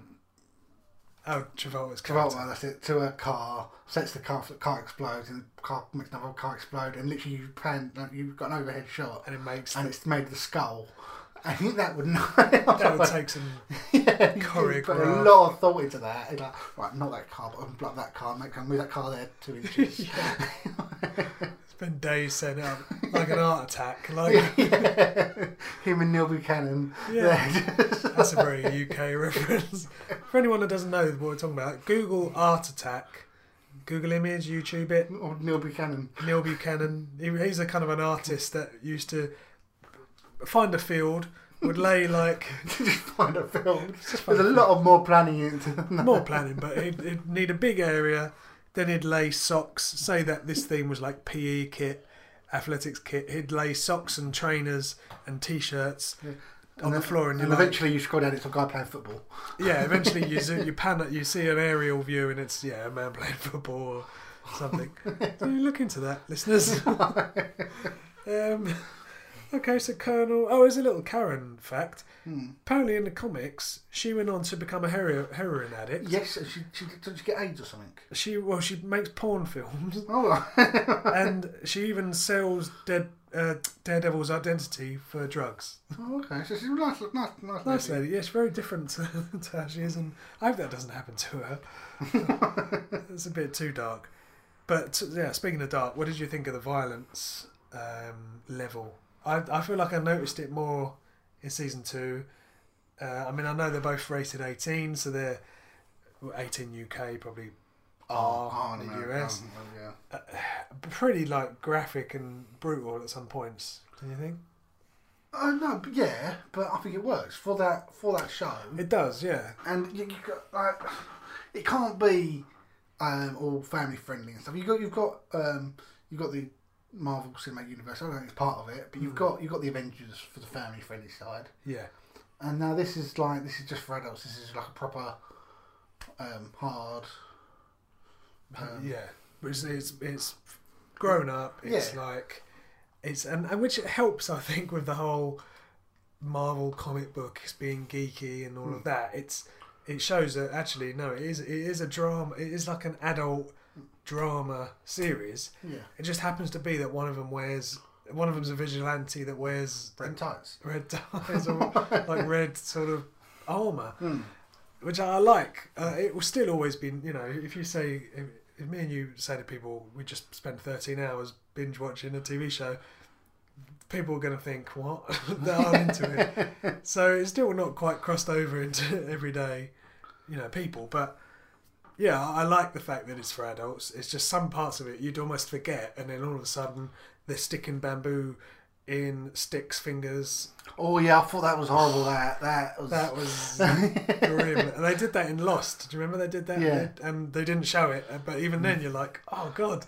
Speaker 1: Oh, Travolta's character.
Speaker 2: Travolta, that's it, to a car, sets the car, the car explodes, and the car makes another car explode, and literally you pan, like, you've got an overhead shot,
Speaker 1: and it makes
Speaker 2: and
Speaker 1: the,
Speaker 2: it's made the skull. I think that would [laughs] not.
Speaker 1: that would take some.
Speaker 2: yeah, you
Speaker 1: choreograph.
Speaker 2: put a lot of thought into that. It's like, right, not that car, but I'm block that car, make can move that car there
Speaker 1: [laughs]
Speaker 2: two inches.
Speaker 1: Spend days setting up like an art attack. Like
Speaker 2: [laughs] Him and Neil Buchanan.
Speaker 1: Yeah.
Speaker 2: They're just-
Speaker 1: that's a very UK [laughs] reference. For anyone that doesn't know what we're talking about, Google art attack. Google image, YouTube it.
Speaker 2: [laughs] or Neil Buchanan. [laughs]
Speaker 1: Neil Buchanan. He, he's a kind of an artist that used to find a field, would lay like
Speaker 2: just find a film.
Speaker 1: find
Speaker 2: There's a lot of more planning into than
Speaker 1: more planning, but he'd, he'd need a big area. Then he'd lay socks. Say that this theme was like PE kit, athletics kit. He'd lay socks and trainers and t-shirts on the floor, and,
Speaker 2: And
Speaker 1: you're like,
Speaker 2: eventually you scroll down, it's a guy playing football.
Speaker 1: yeah. [laughs] Eventually, you zoom, you pan, it, you see an aerial view, and it's yeah, a man playing football or [laughs] something. so you look into that, listeners. um, okay, so Colonel. Oh, here's a little Karen fact. Apparently, in the comics, she went on to become a hero, heroin addict.
Speaker 2: Yes, and she, she did she get AIDS or something?
Speaker 1: She well, she makes porn films.
Speaker 2: [laughs] Oh, right.
Speaker 1: and she even sells dead uh, Daredevil's identity for drugs.
Speaker 2: oh okay. So she's a nice, nice, nice,
Speaker 1: Nice
Speaker 2: lady.
Speaker 1: lady, yes, very different to, [laughs] to how she is, and I hope that doesn't happen to her. it's a bit too dark. But yeah, speaking of dark, what did you think of the violence um, level? I, I feel like I noticed it more in season two. Uh, I mean, I know they're both rated 18, so they're well, 18 UK, probably R
Speaker 2: Oh,
Speaker 1: in
Speaker 2: no,
Speaker 1: the US.
Speaker 2: um, oh, yeah.
Speaker 1: pretty like graphic and brutal at some points. Don't you think?
Speaker 2: Uh, no, but yeah, but I think it works for that for that show.
Speaker 1: It does, yeah.
Speaker 2: and you, you got, like [sighs] it can't be um, all family friendly and stuff. You got you've got um, you've got the Marvel Cinematic Universe. I don't think it's part of it, but
Speaker 1: Hmm.
Speaker 2: you've got you've got the Avengers for the family friendly side,
Speaker 1: Yeah.
Speaker 2: and now this is like this is just for adults. This is like a proper um, hard. Um,
Speaker 1: yeah. But It's, it's it's grown up. It's
Speaker 2: Yeah.
Speaker 1: like it's and, and which helps I think with the whole Marvel comic book it's being geeky and all
Speaker 2: Hmm.
Speaker 1: of that. It's it shows that actually no, it is it is a drama. It is like an adult drama series.
Speaker 2: Yeah,
Speaker 1: It just happens to be that one of them wears one of them's a vigilante that wears
Speaker 2: red tights.
Speaker 1: red [laughs] dyes or like red sort of armor, which I like. Uh, it will still always be, you know, if you say, if, if me and you say to people, we just spent 13 hours binge watching a TV show, people are going to think, what? [laughs] they aren't into it. So it's still not quite crossed over into [laughs] everyday, you know, people, but. Yeah, I I like the fact that it's for adults. It's just some parts of it you'd almost forget, and then all of a sudden they're sticking bamboo in sticks fingers.
Speaker 2: Oh yeah, I thought that was horrible. That that was
Speaker 1: That
Speaker 2: [laughs]
Speaker 1: was grim. And they did that in Lost. Do you remember they did that?
Speaker 2: Yeah. Mm.
Speaker 1: And they didn't show it, uh, but even then you're like, oh
Speaker 2: [laughs]
Speaker 1: god,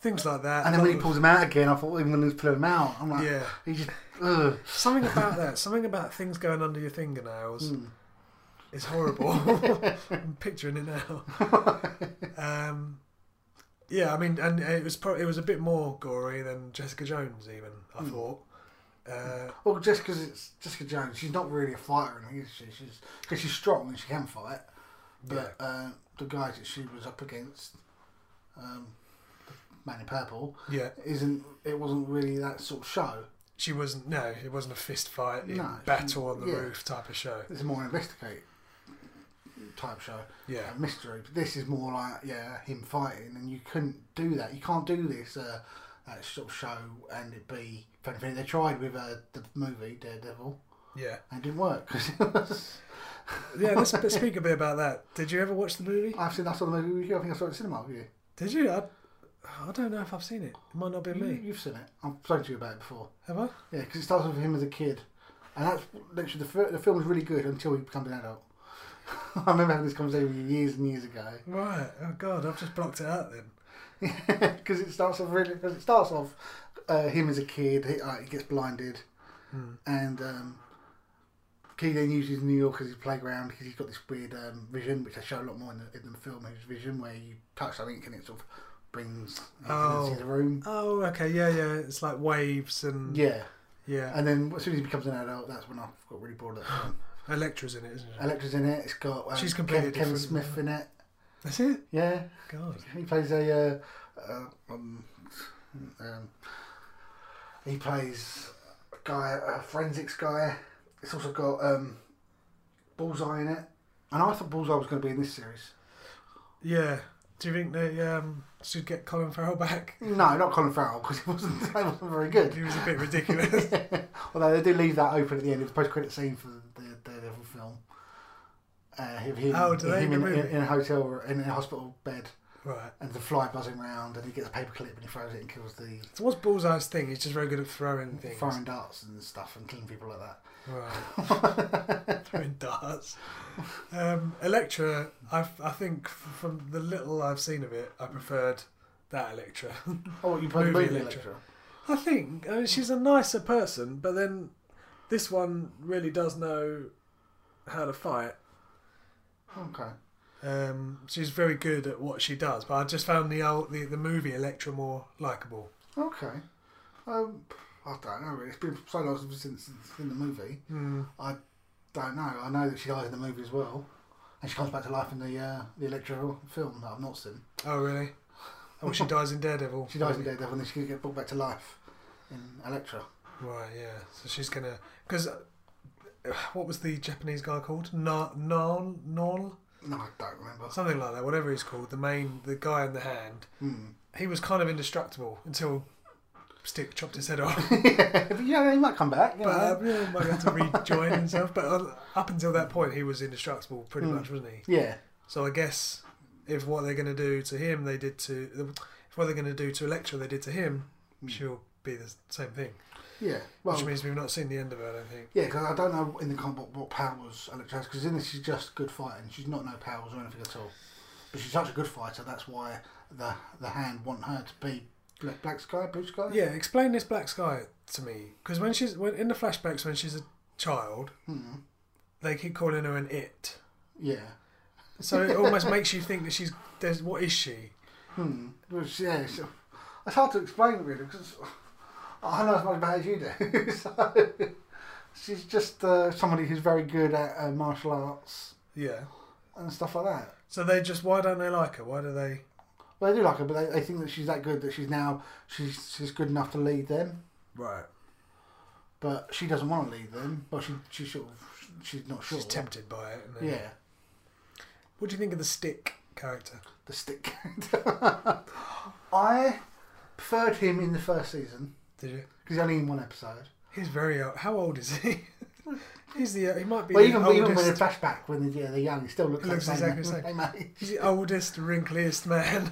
Speaker 1: things like that.
Speaker 2: and then
Speaker 1: That
Speaker 2: when he
Speaker 1: was-
Speaker 2: pulls him out again, I thought even when he was pulling him out, I'm like,
Speaker 1: Yeah.
Speaker 2: he just ugh.
Speaker 1: Something about that. Something about things going under your fingernails.
Speaker 2: Hmm.
Speaker 1: is
Speaker 2: [laughs]
Speaker 1: horrible. I'm picturing it now. Um, yeah, I mean, and it was pro- it was a bit more gory than Jessica Jones. Even I
Speaker 2: Hmm.
Speaker 1: thought. Uh,
Speaker 2: Well, just because it's Jessica Jones, she's not really a fighter, or anything, is she? She's because she's strong and she can fight. But uh, the guy that she was up against, um, the Man in Purple,
Speaker 1: yeah,
Speaker 2: isn't. It wasn't really that sort of show.
Speaker 1: she wasn't. No, it wasn't a fist fight, in
Speaker 2: No, she-
Speaker 1: battle on the
Speaker 2: yeah.
Speaker 1: roof type of show.
Speaker 2: It's more an investigate type show,
Speaker 1: Yeah.
Speaker 2: a mystery. But this is more like yeah, him fighting, and you couldn't do that. You can't do this uh, that sort of show and it be. if anything, They tried with uh, the movie Daredevil
Speaker 1: Yeah,
Speaker 2: and it didn't work. 'cause [laughs] it was-
Speaker 1: yeah. Let's let's speak a bit about that. Did you ever watch the movie?
Speaker 2: I've seen that on the movie. with you. I think I saw it at cinema with you.
Speaker 1: Did you? I, I don't know if I've seen it. It might not be
Speaker 2: You-
Speaker 1: me.
Speaker 2: You've seen it. I've spoken to you about it before.
Speaker 1: Have I?
Speaker 2: Yeah, because it starts with him as a kid, and that's literally the, fir- the film is really good until he becomes an adult. [laughs] I remember having this conversation with you years and years ago [laughs]
Speaker 1: Right. Oh god, I've just blocked it out then.
Speaker 2: because it starts off really because it starts off uh, him as a kid. He, uh, he gets blinded,
Speaker 1: Hmm.
Speaker 2: and um, he then uses New York as his playground because he's got this weird um, vision, which they show a lot more in the, in the film. His vision where you touch something and it sort of brings you
Speaker 1: Oh.
Speaker 2: into the room.
Speaker 1: Oh, okay. Yeah, yeah. It's like waves and
Speaker 2: Yeah,
Speaker 1: yeah.
Speaker 2: and then as soon as he becomes an adult, that's when I got really bored of that
Speaker 1: [gasps]
Speaker 2: film.
Speaker 1: Electra's in it, isn't it?
Speaker 2: Electra's in it. It's got um,
Speaker 1: She's completely
Speaker 2: Kev- Kevin
Speaker 1: different.
Speaker 2: Smith in it.
Speaker 1: That's it.
Speaker 2: Yeah,
Speaker 1: God.
Speaker 2: he plays a. Uh, uh, um, um, he plays a guy, a forensics guy. It's also got um, Bullseye in it, and I thought Bullseye was going to be in this series.
Speaker 1: Yeah. Do you think they um, should get Colin Farrell back?
Speaker 2: No, not Colin Farrell because he [laughs] wasn't. He wasn't very good.
Speaker 1: He was a bit [laughs] ridiculous.
Speaker 2: Although they do leave that open at the end of the post-credit scene for the Daredevil film. Uh, of him,
Speaker 1: Oh, do they in
Speaker 2: him in,
Speaker 1: the
Speaker 2: in,
Speaker 1: movie?
Speaker 2: in a hotel or in a hospital bed,
Speaker 1: right.
Speaker 2: and the fly buzzing round, and he gets a paperclip and he throws it and kills the
Speaker 1: So what's Bullseye's thing? He's just very good at throwing things.
Speaker 2: foreign darts and stuff and killing people like that.
Speaker 1: Right. [laughs] throwing darts. Um, Electra, I've, I think f- from the little I've seen of it, I preferred that Electra.
Speaker 2: Oh, what, you played
Speaker 1: Movie
Speaker 2: movie, movie
Speaker 1: Electra. I think I mean, she's a nicer person, but then this one really does know how to fight.
Speaker 2: Okay.
Speaker 1: Um, she's very good at what she does, but I just found the old, the, the movie Electra more likable.
Speaker 2: Okay. Um, I don't know. really. It's been so long since since it's in the movie.
Speaker 1: Hmm.
Speaker 2: Mm. I don't know. I know that she dies in the movie as well, and she comes back to life in the uh, the Electra film that I've not seen.
Speaker 1: Oh, really? Oh,
Speaker 2: [laughs]
Speaker 1: she dies in Daredevil.
Speaker 2: She dies in Daredevil, and then she gets brought back to life in Electra.
Speaker 1: Right, yeah. So she's gonna because what was the Japanese guy called? Na Non Non
Speaker 2: No, I don't remember.
Speaker 1: something like that. Whatever he's called, the main the guy in the hand. He was kind of indestructible until Stick chopped his head [laughs] off.
Speaker 2: [laughs] but yeah, he might come back. You
Speaker 1: But
Speaker 2: know.
Speaker 1: uh, yeah, might have to rejoin himself. But uh, up until that point, he was indestructible, pretty much, wasn't he?
Speaker 2: yeah.
Speaker 1: So I guess if what they're going to do to him, they did to if what they're going to do to Electra, they did to him, she'll be the same thing.
Speaker 2: Yeah. Well,
Speaker 1: Which means we've not seen the end of her. I don't think.
Speaker 2: Yeah, because I don't know in the comic book what powers Electra has. Because in this, she's just good fighting. She's not no powers or anything at all. But she's such a good fighter. That's why the the hand want her to be Black, Black Sky, Blue Sky.
Speaker 1: Yeah, explain this black sky to me because when she's when in the flashbacks when she's a child,
Speaker 2: Hmm.
Speaker 1: they keep calling her an it.
Speaker 2: Yeah.
Speaker 1: So
Speaker 2: [laughs]
Speaker 1: it almost makes you think that she's there's what is she?
Speaker 2: Which, yeah. So, it's hard to explain really because I know as much about it as you do. [laughs] so she's just uh, somebody who's very good at uh, martial arts
Speaker 1: Yeah.
Speaker 2: and stuff like that.
Speaker 1: So they just why don't they like her? Why do they?
Speaker 2: Well, they do like her, but they, they think that she's that good that she's now she's she's good enough to lead them.
Speaker 1: Right.
Speaker 2: but she doesn't want to leave them. Well, she she sort of she's not sure.
Speaker 1: She's tempted by it. and then-
Speaker 2: Yeah,
Speaker 1: What do you think of the stick character?
Speaker 2: the stick [laughs] character. I preferred him in the first season
Speaker 1: Did you?
Speaker 2: because he's only in one episode.
Speaker 1: He's very old. How old is he? [laughs] He's the uh, he might be
Speaker 2: Well,
Speaker 1: the
Speaker 2: even even with a
Speaker 1: oldest.
Speaker 2: flashback when they're, yeah, they're young, he still looks,
Speaker 1: Looks
Speaker 2: like
Speaker 1: exactly the same.
Speaker 2: mate.
Speaker 1: He's the [laughs]
Speaker 2: [laughs]
Speaker 1: oldest, wrinkliest man.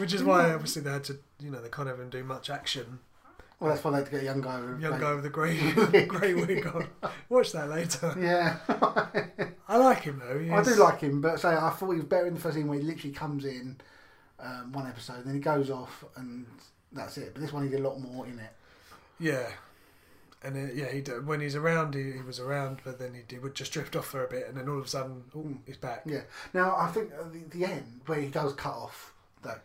Speaker 1: Which is why obviously they had to you you know they can't have him do much action.
Speaker 2: Well, that's why they had to get a young guy. who-
Speaker 1: Young
Speaker 2: like-
Speaker 1: guy with the grey
Speaker 2: [laughs]
Speaker 1: grey wig on. Watch that later.
Speaker 2: Yeah,
Speaker 1: I like him though. he
Speaker 2: I do
Speaker 1: is-
Speaker 2: like him, but say I thought he was better in the first scene where he literally comes in um, one episode, then he goes off, and that's it. But this one he did a lot more in it.
Speaker 1: Yeah, and uh, yeah, he do, when he's around, he, he was around, but then he, d- would just drift off for a bit, and then all of a sudden, oh, he's back.
Speaker 2: Hmm. Yeah. Now I think at the, the end where he does cut off that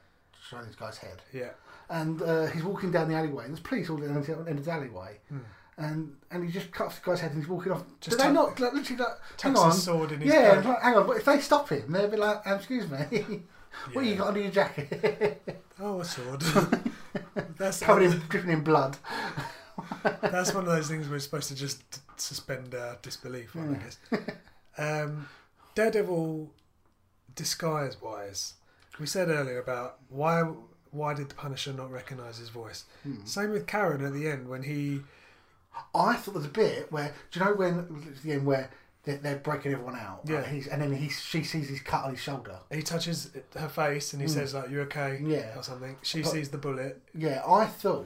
Speaker 2: Chinese guy's head,
Speaker 1: Yeah,
Speaker 2: and uh, he's walking down the alleyway, and there's police all down the end of the alleyway, and and he just cuts the guy's head, and he's walking off.
Speaker 1: Hmm. Just
Speaker 2: Just Did
Speaker 1: tuck-
Speaker 2: they not like, literally like, hang
Speaker 1: tucks
Speaker 2: on?
Speaker 1: his sword in his
Speaker 2: yeah,
Speaker 1: coat.
Speaker 2: like, hang on. But if they stop him, they'll be like, um, "Excuse me, [laughs] what you
Speaker 1: Yeah.
Speaker 2: got under your
Speaker 1: [laughs]
Speaker 2: jacket?
Speaker 1: Oh, a
Speaker 2: [laughs]
Speaker 1: sword. that's
Speaker 2: Covered in dripping in blood."
Speaker 1: that's one of those things we're supposed to just t- suspend our disbelief on, I guess. Um, Daredevil, disguise wise, we said earlier about why why did the Punisher not recognise his voice? Same with Karen at the end when he
Speaker 2: I thought there's a bit where do you know when it's the end where they're, they're breaking everyone out?
Speaker 1: Yeah.
Speaker 2: and, he's, and then he she sees his cut on his shoulder.
Speaker 1: he touches her face and he says like you okay
Speaker 2: Yeah.
Speaker 1: or something. She sees the bullet.
Speaker 2: Yeah, I thought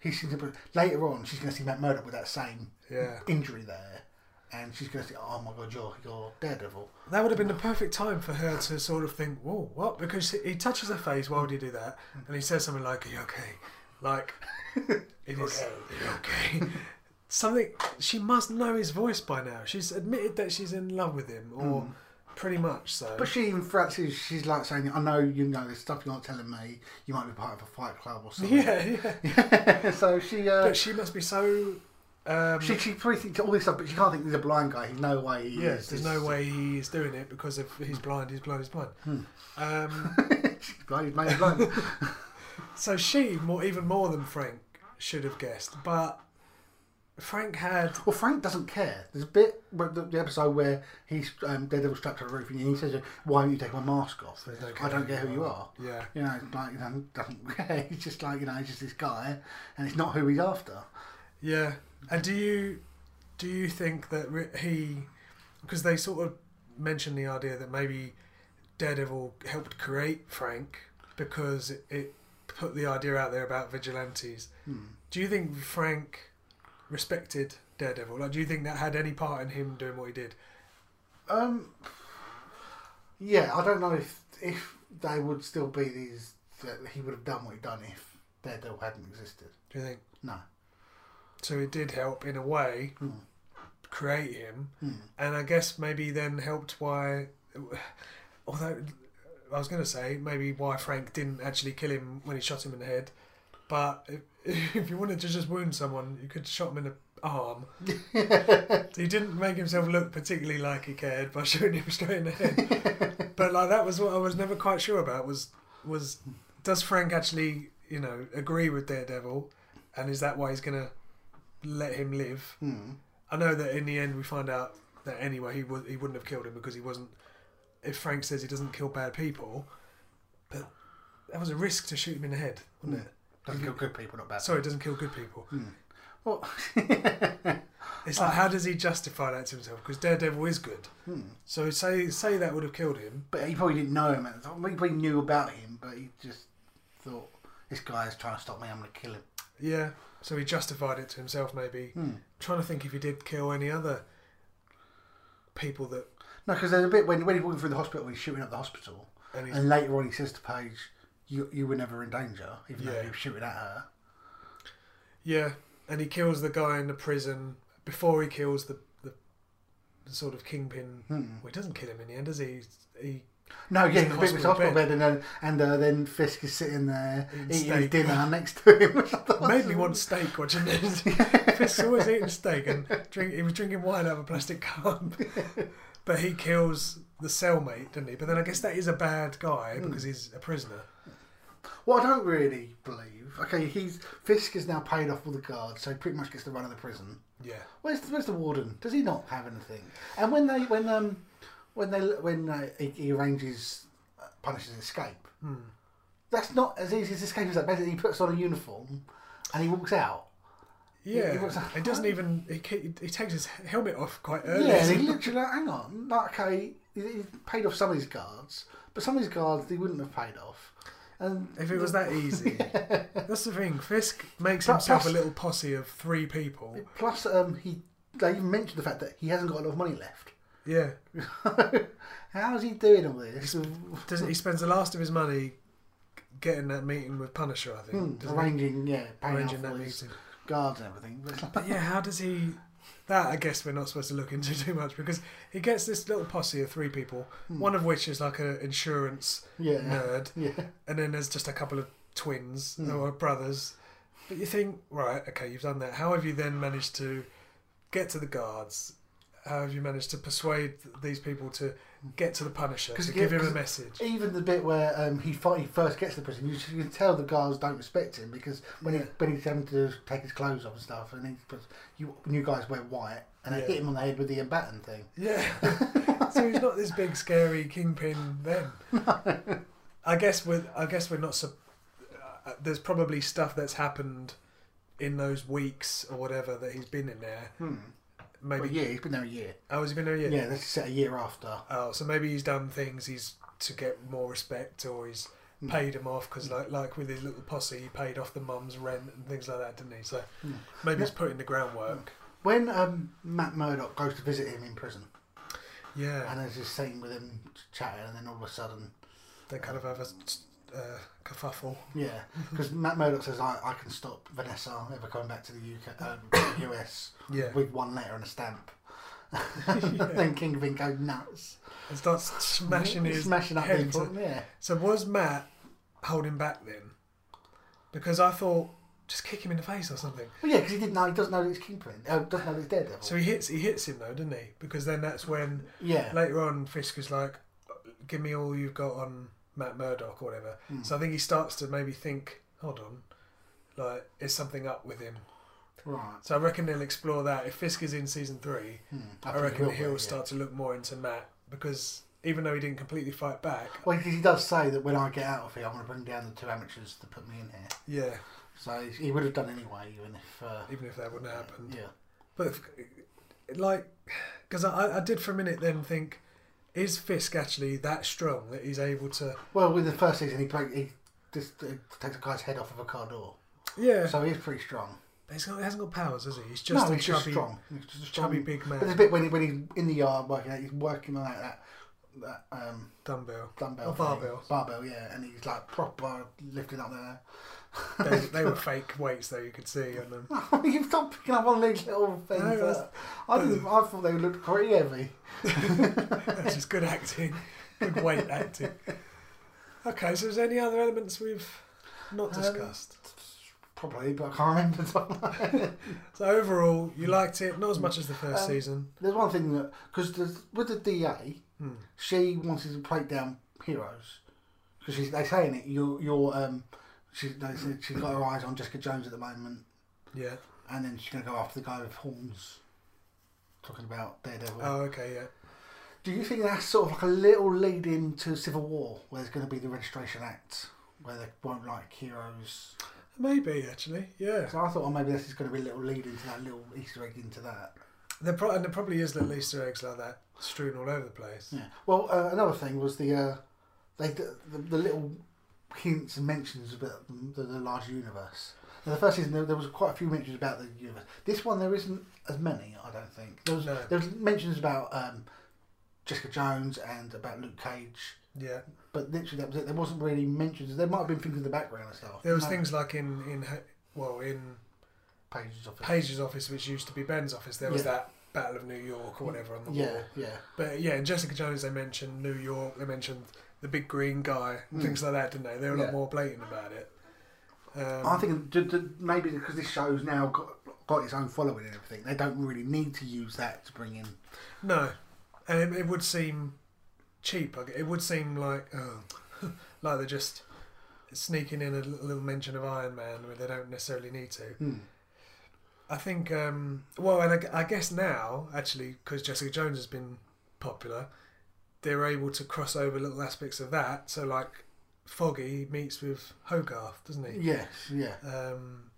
Speaker 2: he seems to. Later on, she's going to see Matt Murdock with that same
Speaker 1: Yeah.
Speaker 2: injury there, and she's going to say, "Oh my God, you're you're Daredevil."
Speaker 1: That would have been the perfect time for her to sort of think, "Whoa, what?" Because he touches her face. Why would he do that? And he says something like, "Are you okay?"
Speaker 2: [laughs]
Speaker 1: Like, it is "Are you okay. [laughs] Something she must know his voice by now. She's admitted that she's in love with him, or pretty much so. [laughs]
Speaker 2: Hmm. But she even threats him. She's like saying, "I know you know this stuff. You're not telling me. You might be part of a fight club or something."
Speaker 1: yeah, yeah.
Speaker 2: [laughs] so she, uh,
Speaker 1: But she must be so. Um,
Speaker 2: she she probably thinks all this stuff, but she can't think he's a blind guy. He's no way. He
Speaker 1: yes,
Speaker 2: is.
Speaker 1: there's
Speaker 2: Hmm. This-
Speaker 1: no way he is doing it because if he's blind, he's blind, he's blind. Um,
Speaker 2: [laughs] She's blind. He's made blind.
Speaker 1: So she, more even more than Frank, should have guessed. But Frank had
Speaker 2: Well, Frank doesn't care. There's a bit where the, the episode where he's um, Daredevil strapped to the roof and he says, "Why don't you take my mask off?
Speaker 1: no
Speaker 2: I
Speaker 1: caring
Speaker 2: don't care who you
Speaker 1: who
Speaker 2: are."
Speaker 1: you are. Yeah.
Speaker 2: you know, it's like you know, doesn't [laughs] care. He's just like you know, he's just this guy, and it's not who he's after.
Speaker 1: yeah. And do you do you think that re- he because they sort of mentioned the idea that maybe Daredevil helped create Frank because it, it put the idea out there about vigilantes. Do you think Frank respected Daredevil? Like, do you think that had any part in him doing what he did?
Speaker 2: Um, yeah, I don't know if if they would still be these that he would have done what he'd done if Daredevil hadn't existed.
Speaker 1: Do you think?
Speaker 2: No,
Speaker 1: So it did help in a way create him, and I guess maybe then helped why. Although I was going to say maybe why Frank didn't actually kill him when he shot him in the head, but if, [laughs] if you wanted to just wound someone, you could shot him in the arm. so he didn't make himself look particularly like he cared by [laughs] shooting him straight in the head. but like that was what I was never quite sure about was was does Frank actually you know agree with Daredevil, and is that why he's gonna let him live. I know that in the end we find out that anyway he was he wouldn't have killed him because he wasn't. If Frank says he doesn't kill bad people, but that was a risk to shoot him in the head, wasn't it?
Speaker 2: doesn't kill good people, not bad.
Speaker 1: Sorry, it doesn't kill good people.
Speaker 2: Well,
Speaker 1: [laughs] It's like how does he justify that to himself? Because Daredevil is good. So say say that would have killed him.
Speaker 2: but he probably didn't know him. At the time. He probably knew about him, but he just thought this guy is trying to stop me. I'm going to kill him.
Speaker 1: Yeah. So he justified it to himself. Maybe trying to think if he did kill any other people that
Speaker 2: No, because there's a bit when, when he's walking through the hospital, he's shooting up the hospital,
Speaker 1: And
Speaker 2: and,
Speaker 1: he's-
Speaker 2: later on he says to Paige, "You you were never in danger, even though
Speaker 1: Yeah.
Speaker 2: he was shooting at her."
Speaker 1: Yeah, and he kills the guy in the prison before he kills the the, the sort of kingpin.
Speaker 2: Hmm.
Speaker 1: Well, he doesn't kill him in the end, does he? He
Speaker 2: No, yeah,
Speaker 1: in
Speaker 2: the
Speaker 1: the
Speaker 2: bit with the
Speaker 1: hospital
Speaker 2: hospital bed, and then and uh, then Fisk is sitting there eating his
Speaker 1: steak. [laughs]
Speaker 2: dinner next to him. [laughs] which I thought
Speaker 1: made
Speaker 2: was-
Speaker 1: me want steak watching [laughs]
Speaker 2: [laughs]
Speaker 1: this. Fisk's always eating steak and drink. He was drinking wine out of a plastic
Speaker 2: [laughs]
Speaker 1: cup, but he kills the cellmate, didn't he? But then I guess that is a bad guy
Speaker 2: Hmm.
Speaker 1: because he's a prisoner.
Speaker 2: What I don't really believe. Okay, he's Fisk is now paid off all the guards, so he pretty much gets the run of the prison.
Speaker 1: Yeah.
Speaker 2: Where's the, where's the warden? Does he not have anything? And when they when um when they when uh, he, he arranges uh, punishes escape,
Speaker 1: Hmm.
Speaker 2: that's not as easy as escape as that. Basically, he puts on a uniform and he walks out.
Speaker 1: Yeah,
Speaker 2: he was-
Speaker 1: he doesn't even he, ki- he takes his helmet off quite early.
Speaker 2: Yeah, and he literally like, hang on, like okay, he, he paid off some of his guards, but some of his guards he wouldn't have paid off. And
Speaker 1: If it was that easy. That's the thing. Fisk makes
Speaker 2: Plus-
Speaker 1: himself a
Speaker 2: plus-
Speaker 1: little posse of three people.
Speaker 2: plus, um, he they even mentioned the fact that he hasn't got a lot of money left. [laughs]
Speaker 1: Yeah.
Speaker 2: How's he doing all this?
Speaker 1: Does, he spends the last of his money getting that meeting with Punisher, I think.
Speaker 2: Hmm,
Speaker 1: doesn't he?
Speaker 2: arranging, yeah, paying
Speaker 1: Arranging
Speaker 2: out
Speaker 1: that
Speaker 2: for his
Speaker 1: meeting.
Speaker 2: guards and everything. But it's like-
Speaker 1: But yeah, how does he. That, I guess, we're not supposed to look into [laughs] too much because he gets this little posse of three people, one of which is like an insurance
Speaker 2: [laughs] yeah,
Speaker 1: nerd.
Speaker 2: yeah.
Speaker 1: and then there's just a couple of twins
Speaker 2: Hmm.
Speaker 1: or brothers. But you think, right, okay, you've done that. How have you then managed to get to the guards? How have you managed to persuade these people to get to the Punisher to
Speaker 2: 'Cause
Speaker 1: give
Speaker 2: yeah,
Speaker 1: him a
Speaker 2: 'cause- [laughs]
Speaker 1: message?
Speaker 2: Even the bit where um, he, fi- he first gets to the prison, you, you can tell the guards don't respect him because when, he,
Speaker 1: Yeah.
Speaker 2: when he's having to take his clothes off and stuff, and he puts, you new guys wear white, and they
Speaker 1: Yeah.
Speaker 2: hit him on the head with the baton thing.
Speaker 1: Yeah. so he's not this big scary kingpin then. I guess we're I guess we're not. Su- uh, there's probably stuff that's happened in those weeks or whatever that he's been in there.
Speaker 2: Hmm. Well,
Speaker 1: Maybe
Speaker 2: yeah, he's been there a year.
Speaker 1: oh, has he been there yet?
Speaker 2: Yeah, that's set a year after.
Speaker 1: Oh, so maybe he's done things he's to get more respect, or he's
Speaker 2: Hmm.
Speaker 1: paid him off because, like, like with his little posse, he paid off the mum's rent and things like that, didn't he? So
Speaker 2: Hmm.
Speaker 1: maybe he's putting the groundwork.
Speaker 2: When um, Matt Murdock goes to visit him in prison,
Speaker 1: Yeah,
Speaker 2: Hmm. and there's this scene with him chatting, and then all of a sudden,
Speaker 1: they kind of have a uh, kerfuffle.
Speaker 2: yeah, because Matt Murdock says, I, I can stop Vanessa ever coming back to the UK, um, US
Speaker 1: Yeah,
Speaker 2: with one letter and
Speaker 1: [laughs]
Speaker 2: a stamp. then Kingpin goes nuts.
Speaker 1: and starts smashing his
Speaker 2: smashing up
Speaker 1: head.
Speaker 2: people. Yeah.
Speaker 1: So was Matt holding back then? Because I thought just kick him in the face or something.
Speaker 2: Well, yeah, because he didn't know. He doesn't know that it's Kingpin. Uh, doesn't know that it's Daredevil.
Speaker 1: So he hits he hits him though, doesn't he? Because then that's when
Speaker 2: yeah.
Speaker 1: later on, Fisk is like, "Give me all you've got on Matt Murdock or whatever."
Speaker 2: Hmm.
Speaker 1: So I think he starts to maybe think, "Hold on, like is something up with him?"
Speaker 2: right.
Speaker 1: So I reckon they'll explore that if Fisk is in season three.
Speaker 2: Hmm.
Speaker 1: I,
Speaker 2: think
Speaker 1: reckon he'll
Speaker 2: yeah.
Speaker 1: start to look more into Matt because even though he didn't completely fight back,
Speaker 2: Well, 'cause he does say that when I get out of here, I'm going to bring down the two amateurs to put me in here.
Speaker 1: yeah,
Speaker 2: So he- he would have done anyway, even if. Uh,
Speaker 1: even if that wouldn't happen,
Speaker 2: yeah.
Speaker 1: but if, like, because I, I did for a minute then think, is Fisk actually that strong that he's able to?
Speaker 2: Well, with the first season, he played. He just uh, takes a guy's head off of a car door.
Speaker 1: Yeah,
Speaker 2: So he's pretty strong.
Speaker 1: he's got, he hasn't got powers, has he? He's just
Speaker 2: no,
Speaker 1: a
Speaker 2: he's just
Speaker 1: chubby,
Speaker 2: strong. He's just a strong.
Speaker 1: chubby big man.
Speaker 2: But there's a bit when, he, when he's in the yard working out, he's working on that, that, that um,
Speaker 1: dumbbell. Or
Speaker 2: dumbbell. thing.
Speaker 1: barbell.
Speaker 2: Barbell, yeah. And he's like proper lifting up there. [laughs]
Speaker 1: They, they were fake weights though you could see on
Speaker 2: [laughs]
Speaker 1: them.
Speaker 2: You've stopped picking up on these little things.
Speaker 1: No, that's-
Speaker 2: that- I, didn't, I thought they looked pretty heavy.
Speaker 1: That's just good acting, good weight acting. Okay, so is there any other elements we've not
Speaker 2: Um,
Speaker 1: discussed?
Speaker 2: Probably, but I can't remember. [laughs]
Speaker 1: so overall, you liked it, not as much as the first
Speaker 2: Um,
Speaker 1: season.
Speaker 2: There's one thing that, because with the DA,
Speaker 1: Hmm.
Speaker 2: she wanted to break down heroes. Because they say in it, you're, you're um, she, they said she's got her eyes on Jessica Jones at the moment,
Speaker 1: Yeah.
Speaker 2: and then she's going to go after the guy with horns. Talking about Daredevil.
Speaker 1: Oh, okay, yeah.
Speaker 2: Do you think that's sort of like a little lead into Civil War, where there's going to be the Registration Act, where they won't like heroes?
Speaker 1: Maybe actually, yeah.
Speaker 2: So I thought, oh, maybe this is going to be a little lead into that little Easter egg into that.
Speaker 1: There pro- and there probably is little Easter eggs like that strewn all over the place.
Speaker 2: Yeah. Well, uh, another thing was the uh, they the, the, the little hints and mentions about the, the, the larger universe. Now, the first season there, there was quite a few mentions about the universe. This one there isn't as many, I don't think. There was
Speaker 1: No.
Speaker 2: there was mentions about um, Jessica Jones and about Luke Cage,
Speaker 1: Yeah.
Speaker 2: but literally that was it. There wasn't really mentions. There might have been things in the background and stuff.
Speaker 1: There was
Speaker 2: No
Speaker 1: things like in in Ha- well in
Speaker 2: pages of it.
Speaker 1: Page's office, which used to be Ben's office. There was
Speaker 2: Yeah.
Speaker 1: that Battle of New York or whatever on the wall.
Speaker 2: Yeah, yeah.
Speaker 1: But yeah, in Jessica Jones, they mentioned New York, they mentioned the big green guy, and things like that, didn't they? They were a
Speaker 2: Hmm. Yeah.
Speaker 1: lot more blatant about it. Um,
Speaker 2: I think d- d- maybe because this show's now got, got its own following and everything, they don't really need to use that to bring in.
Speaker 1: no, and it, it would seem cheap. like, It would seem like oh, [laughs] like they're just sneaking in a li- little mention of Iron Man where they don't necessarily need to.
Speaker 2: Hmm.
Speaker 1: I think. Um, well, and I g- I, guess now actually because Jessica Jones has been popular, they're able to cross over little aspects of that. So like. Foggy meets with Hogarth, doesn't he?
Speaker 2: Yes, yeah.
Speaker 1: um,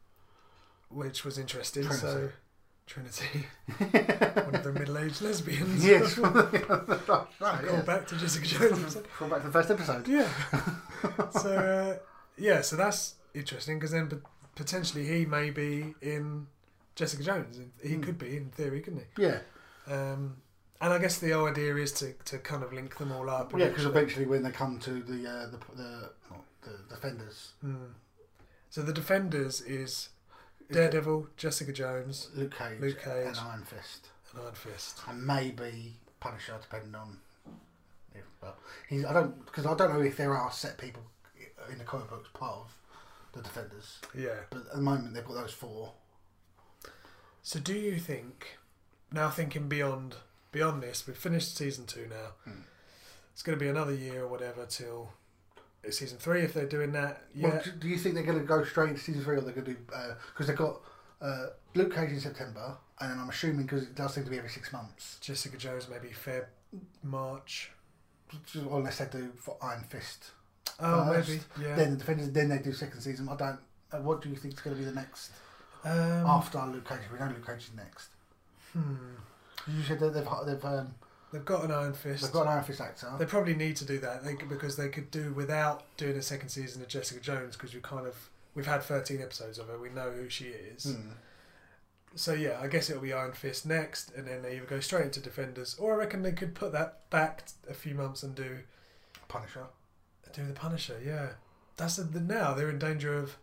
Speaker 1: which was interesting.
Speaker 2: Trinity.
Speaker 1: So, Trinity, [laughs] one of the middle-aged
Speaker 2: [laughs]
Speaker 1: lesbians.
Speaker 2: Yes. right,
Speaker 1: Go
Speaker 2: yeah.
Speaker 1: back to Jessica Jones.
Speaker 2: Go back to the first episode.
Speaker 1: yeah. so uh, yeah, so that's interesting because then pot- potentially he may be in Jessica Jones. He could be in theory, couldn't
Speaker 2: Yeah,
Speaker 1: he? Um, and I guess the idea is to, to kind of link them all up.
Speaker 2: yeah, because eventually when they come to the uh, the the, not the defenders,
Speaker 1: so the Defenders is Daredevil, Jessica Jones,
Speaker 2: Luke Cage,
Speaker 1: Luke Cage.
Speaker 2: and Iron Fist,
Speaker 1: and Iron Fist.
Speaker 2: and maybe Punisher, depending on. If, well, he's I don't because I don't know if there are set people in the comic books part of the defenders,
Speaker 1: Yeah.
Speaker 2: but at the moment they've got those four.
Speaker 1: So do you think now thinking beyond beyond this, we've finished season two now.
Speaker 2: Hmm.
Speaker 1: It's gonna be another year or whatever till it's season three if they're doing that. Yeah.
Speaker 2: Well, do, do you think they're going to go straight into season three, or they're going to do because they've got uh, Luke Cage in September, and then I'm assuming because it does seem to be every six months,
Speaker 1: Jessica Jones maybe Feb March.
Speaker 2: or unless they do for Iron Fist.
Speaker 1: Oh
Speaker 2: first,
Speaker 1: maybe. Yeah.
Speaker 2: Then the Defenders, then they do second season. I don't. Uh, what do you think is going to be the next
Speaker 1: um, hmm.
Speaker 2: after Luke Cage? We know Luke Cage is next. You said that they've they've um,
Speaker 1: they've got an Iron Fist.
Speaker 2: they've got an Iron Fist actor.
Speaker 1: They probably need to do that they, could- because they could do without doing a second season of Jessica Jones because you kind of we've had thirteen episodes of her. We know who she is.
Speaker 2: Hmm.
Speaker 1: So yeah, I guess it'll be Iron Fist next, and then they either go straight into Defenders, or I reckon they could put that back a few months and do
Speaker 2: Punisher.
Speaker 1: do the Punisher. Yeah, that's the, the now they're in danger of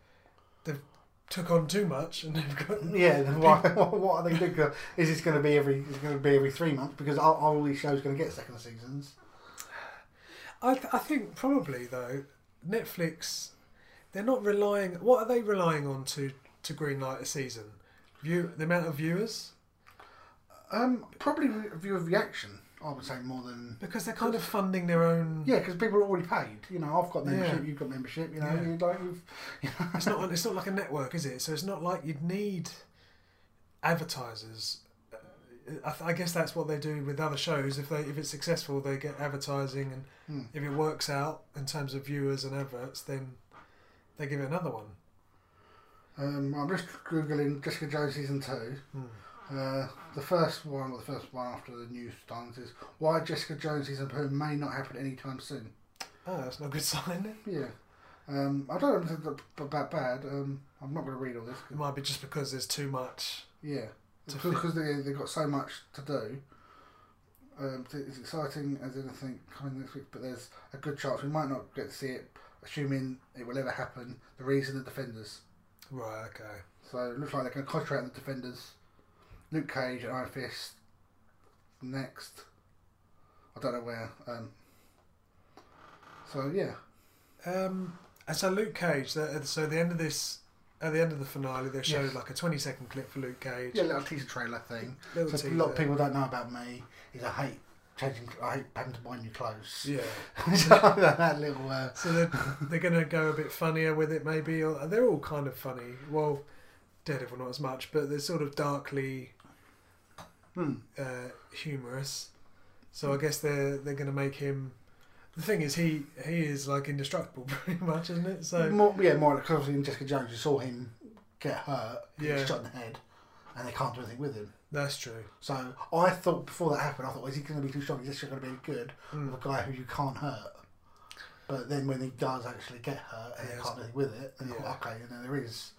Speaker 1: they've took on too much and [laughs] they've got
Speaker 2: Yeah, then [laughs] why, what are they doing? Is this going to be every? Is going to be every three months? Because are, are all these shows going to get second seasons?
Speaker 1: I, th- I think probably though Netflix they're not relying what are they relying on to to greenlight a season view the amount of viewers
Speaker 2: Um, probably re- view of reaction. I would say more than
Speaker 1: because they're kind of funding their own
Speaker 2: yeah, because people are already paid. You know, I've got membership.
Speaker 1: Yeah.
Speaker 2: You've got membership. You know,
Speaker 1: Yeah.
Speaker 2: you like you've, [laughs] you know.
Speaker 1: it's not it's not like a network is it so it's not like you'd need advertisers Uh, I, th- I guess that's what they do with other shows if they if it's successful they get advertising and
Speaker 2: Hmm.
Speaker 1: if it works out in terms of viewers and adverts then they give it another one
Speaker 2: Um, I'm just googling Jessica Jones season two. Uh, the first one, or the first one after the news starts, is why Jessica Jones season two may not happen anytime soon.
Speaker 1: oh that's not a good [laughs] sign
Speaker 2: Yeah, um, I don't think that b- that bad. Um, I'm not going to read all this.
Speaker 1: it might be just because there's too much
Speaker 2: Yeah,
Speaker 1: To
Speaker 2: because they they've got so much to do. Um, so it's exciting as anything coming next week, but there's a good chance we might not get to see it, assuming it will ever happen. The reason the defenders,
Speaker 1: right okay
Speaker 2: so it looks like they're going to concentrate on the defenders. Luke Cage and Iron Fist next. I don't know where. Um, so yeah,
Speaker 1: Um, and so Luke Cage. The, so at the end of this, at the end of the finale, they showed
Speaker 2: Yes.
Speaker 1: like a twenty-second clip for Luke Cage.
Speaker 2: yeah, little teaser trailer thing.
Speaker 1: Little
Speaker 2: So a lot of
Speaker 1: teaser.
Speaker 2: people don't know about me is I hate changing. I hate having to buy new clothes.
Speaker 1: Yeah.
Speaker 2: [laughs] so that little. Uh,
Speaker 1: So they're, they're going to go a bit funnier with it, maybe. Or uh, they're all kind of funny. Well, Daredevil not as much, but they're sort of darkly
Speaker 2: Hmm.
Speaker 1: uh, humorous. So I guess they're they're going to make him. The thing is, he he is like indestructible, [laughs] pretty much, isn't it? So
Speaker 2: More, yeah, more because obviously in Jessica Jones, you saw him get hurt, yeah.
Speaker 1: Yeah.
Speaker 2: shot in the head, and they can't do anything with him.
Speaker 1: that's true.
Speaker 2: So I thought before that happened, I thought, is he going to be too strong? Is this going to be good
Speaker 1: Mm.
Speaker 2: with a guy who you can't hurt? But then when he does actually get hurt and
Speaker 1: Yeah,
Speaker 2: they can't do anything with it, then you're
Speaker 1: yeah.
Speaker 2: like, okay, and then there is.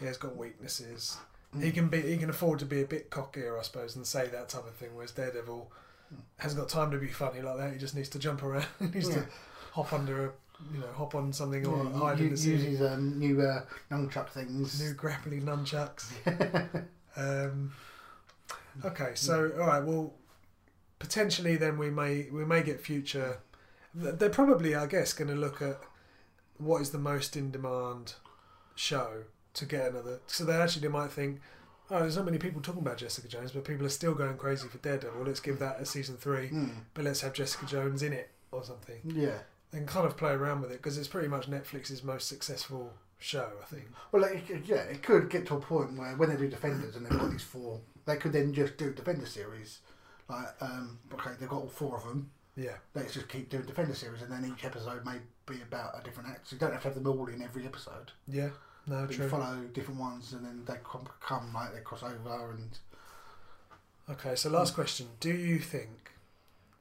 Speaker 1: He has got weaknesses. He
Speaker 2: Mm.
Speaker 1: can be he can afford to be a bit cockier, I suppose, and say that type of thing. Whereas Daredevil
Speaker 2: Mm.
Speaker 1: hasn't got time to be funny like that. He just needs to jump around. [laughs] he needs
Speaker 2: Yeah.
Speaker 1: to hop under a you know hop on something or
Speaker 2: Yeah,
Speaker 1: hide
Speaker 2: you,
Speaker 1: in the
Speaker 2: use
Speaker 1: sea.
Speaker 2: his um, new uh, nunchuck things.
Speaker 1: New grappling nunchucks. [laughs] Mm. um, okay, so all right. Well, potentially then we may we may get future. th- They're probably, I guess, going to look at what is the most in demand show to get another. So they actually might think, oh, there's not many people talking about Jessica Jones, but people are still going crazy for Daredevil. Let's give that a season three,
Speaker 2: Mm.
Speaker 1: but let's have Jessica Jones in it or something.
Speaker 2: Yeah.
Speaker 1: And kind of play around with it because it's pretty much Netflix's most successful show, I think.
Speaker 2: Well, like, it could- yeah, it could get to a point where when they do defenders and they've got these four, they could then just do defender series. Like, um, okay, they've got all four of them.
Speaker 1: Yeah.
Speaker 2: Let's just keep doing defender series, and then each episode may be about a different act. So you don't have to have them all in every episode.
Speaker 1: Yeah. No,
Speaker 2: But you
Speaker 1: true.
Speaker 2: follow different ones, and then they come, come like they cross over, and
Speaker 1: Okay, so last question. Do you think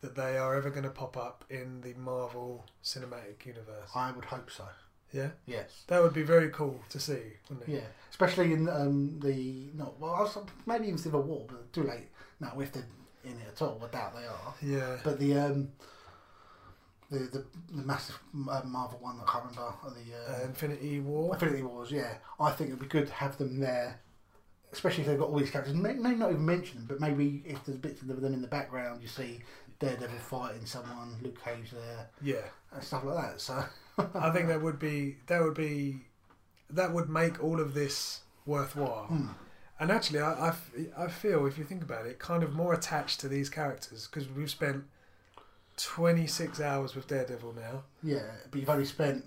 Speaker 1: that they are ever going to pop up in the Marvel Cinematic Universe.
Speaker 2: I would hope so.
Speaker 1: Yeah,
Speaker 2: Yes.
Speaker 1: that would be very cool to see, wouldn't it?
Speaker 2: Yeah, especially in um, the no, well, I was, maybe even Civil War, but too late. No, if they're in it at all, I doubt they are.
Speaker 1: Yeah, yeah.
Speaker 2: But the um, the the, the massive uh, Marvel one that I can't remember uh, the
Speaker 1: Uh,
Speaker 2: uh,
Speaker 1: Infinity War.
Speaker 2: Infinity Wars. Yeah, I think it'd be good to have them there, especially if they've got all these characters. May, maybe not even mention them, but maybe if there's bits of them in the background, you see Daredevil fighting someone, Luke Cage there,
Speaker 1: Yeah,
Speaker 2: and stuff like that. So [laughs]
Speaker 1: I think that would be that would be that would make all of this worthwhile. And actually, I, I f- I feel if you think about it, kind of more attached to these characters because we've spent twenty six hours with Daredevil now.
Speaker 2: yeah, but you've only spent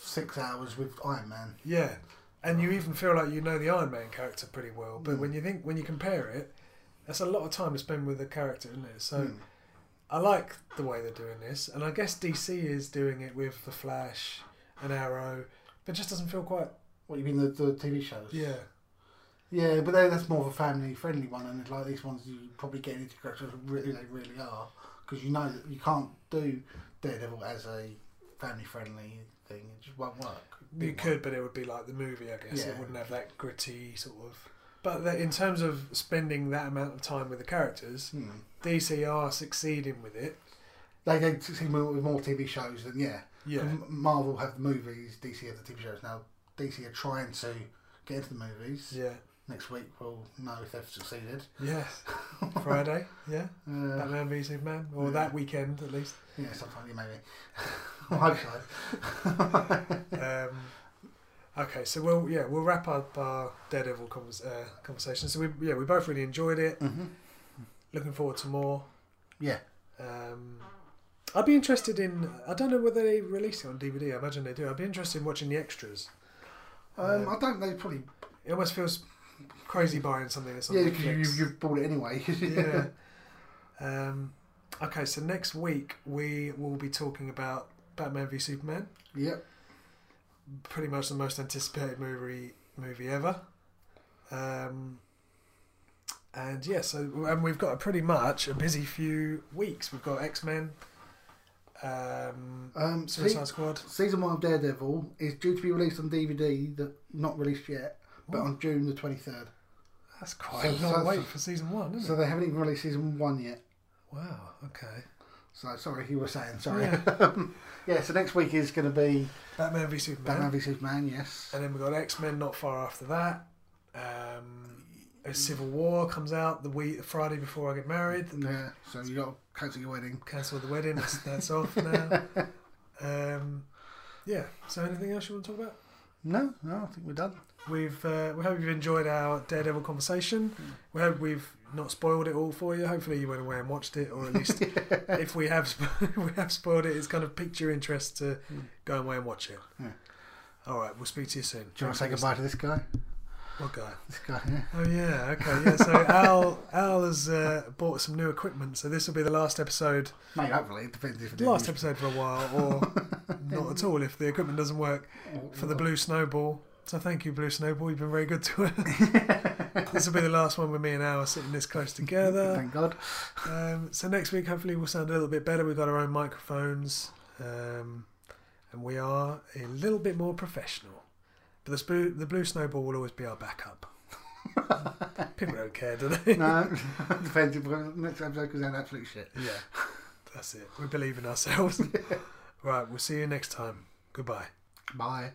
Speaker 2: six hours with Iron Man.
Speaker 1: Yeah, and you even feel like you know the Iron Man character pretty well. But when you think when you compare it, that's a lot of time to spend with the character, isn't it? So I like the way they're doing this, and I guess DC is doing it with the Flash and Arrow, but it just doesn't feel quite
Speaker 2: What you mean the, the TV shows?
Speaker 1: yeah.
Speaker 2: yeah, but they- that's more of a family friendly one, and it's like these ones you probably get into characters that really they really are because you know that you can't do Daredevil as a family friendly thing; it just won't work.
Speaker 1: You could, but it would be like the movie, I guess. It
Speaker 2: Yeah.
Speaker 1: wouldn't have that gritty sort of. But that in terms of spending that amount of time with the characters,
Speaker 2: Hmm.
Speaker 1: DC are succeeding with it.
Speaker 2: They they succeed more with more TV shows than yeah.
Speaker 1: Yeah.
Speaker 2: 'Cause M- Marvel have the movies, DC have the TV shows now. DC are trying to get into the movies.
Speaker 1: [laughs] Yeah.
Speaker 2: Next week we'll know if they've succeeded.
Speaker 1: Yes. Friday. Yeah.
Speaker 2: Uh,
Speaker 1: Batman v Superman, or
Speaker 2: Yeah.
Speaker 1: that weekend at
Speaker 2: [laughs]
Speaker 1: least.
Speaker 2: yeah, sometime yeah, [laughs] maybe. I hope so.
Speaker 1: Um, okay, so we'll yeah we'll wrap up our Daredevil convers- uh, conversation. So we yeah we both really enjoyed it.
Speaker 2: Mhm.
Speaker 1: Looking forward to more.
Speaker 2: Yeah.
Speaker 1: Um, I'd be interested in. I don't know whether they release it on DVD. I imagine they do. I'd be interested in watching the extras.
Speaker 2: Um, I don't. They probably
Speaker 1: It almost feels crazy buying something that's on
Speaker 2: Yeah, because you,
Speaker 1: Netflix.
Speaker 2: you- you've bought it anyway.
Speaker 1: yeah. Um, okay, so next week we will be talking about Batman v Superman.
Speaker 2: Yep.
Speaker 1: pretty much the most anticipated movie movie ever. Um, and yeah, so and we've got a pretty much a busy few weeks. We've got X Men, um,
Speaker 2: Um, se-
Speaker 1: Suicide Squad.
Speaker 2: season one of Daredevil is due to be released on DVD, that not released yet, but on June the twenty third.
Speaker 1: That's quite a
Speaker 2: So-
Speaker 1: long
Speaker 2: so-
Speaker 1: wait
Speaker 2: so-
Speaker 1: for season one, isn't
Speaker 2: So
Speaker 1: it?
Speaker 2: they haven't even released season one yet.
Speaker 1: Wow. Okay.
Speaker 2: So sorry, you were saying sorry.
Speaker 1: Yeah.
Speaker 2: [laughs] Yeah. so next week is going to be
Speaker 1: Batman v Superman,
Speaker 2: Batman v Superman. Yes.
Speaker 1: and then we've got X Men not far after that. Um, a Civil War comes out the week the Friday before I get married.
Speaker 2: Yeah. So you got to cancel your wedding.
Speaker 1: cancel the wedding. That's, that's
Speaker 2: [laughs]
Speaker 1: off now. Um, yeah. So anything else you want to talk about?
Speaker 2: No, no, I think we're done.
Speaker 1: We've uh, we hope you've enjoyed our Daredevil conversation.
Speaker 2: Hmm.
Speaker 1: We hope we've not spoiled it all for you. Hopefully you went away and watched it, or at
Speaker 2: [laughs]
Speaker 1: least [laughs] if we have sp- we have spoiled it, it's kind of piqued your interest to go away and watch it.
Speaker 2: Hmm. Yeah.
Speaker 1: All right. We'll speak to you soon.
Speaker 2: Do you want to say goodbye to this guy?
Speaker 1: What guy?
Speaker 2: This guy. Yeah.
Speaker 1: Oh yeah. Okay. Yeah.
Speaker 2: [laughs]
Speaker 1: So Al Al has uh, bought some new equipment, so this will be the last episode
Speaker 2: Mate, hopefully it depends if it
Speaker 1: last episode for a while, or not at all if the equipment doesn't work for the blue snowball. So thank you, blue snowball. You've been very good to us. this will be the last one with me and Al are sitting this close together.
Speaker 2: Thank God.
Speaker 1: Um, so next week, hopefully, we'll sound a little bit better. We've got our own microphones, um, and we are a little bit more professional. But the, sp- the blue snowball will always be our backup. People don't care, do they?
Speaker 2: No, [laughs] depends if next episode goes out absolute shit.
Speaker 1: Yeah, that's it. We believe in ourselves. right, we'll see you next time. Goodbye.
Speaker 2: Bye.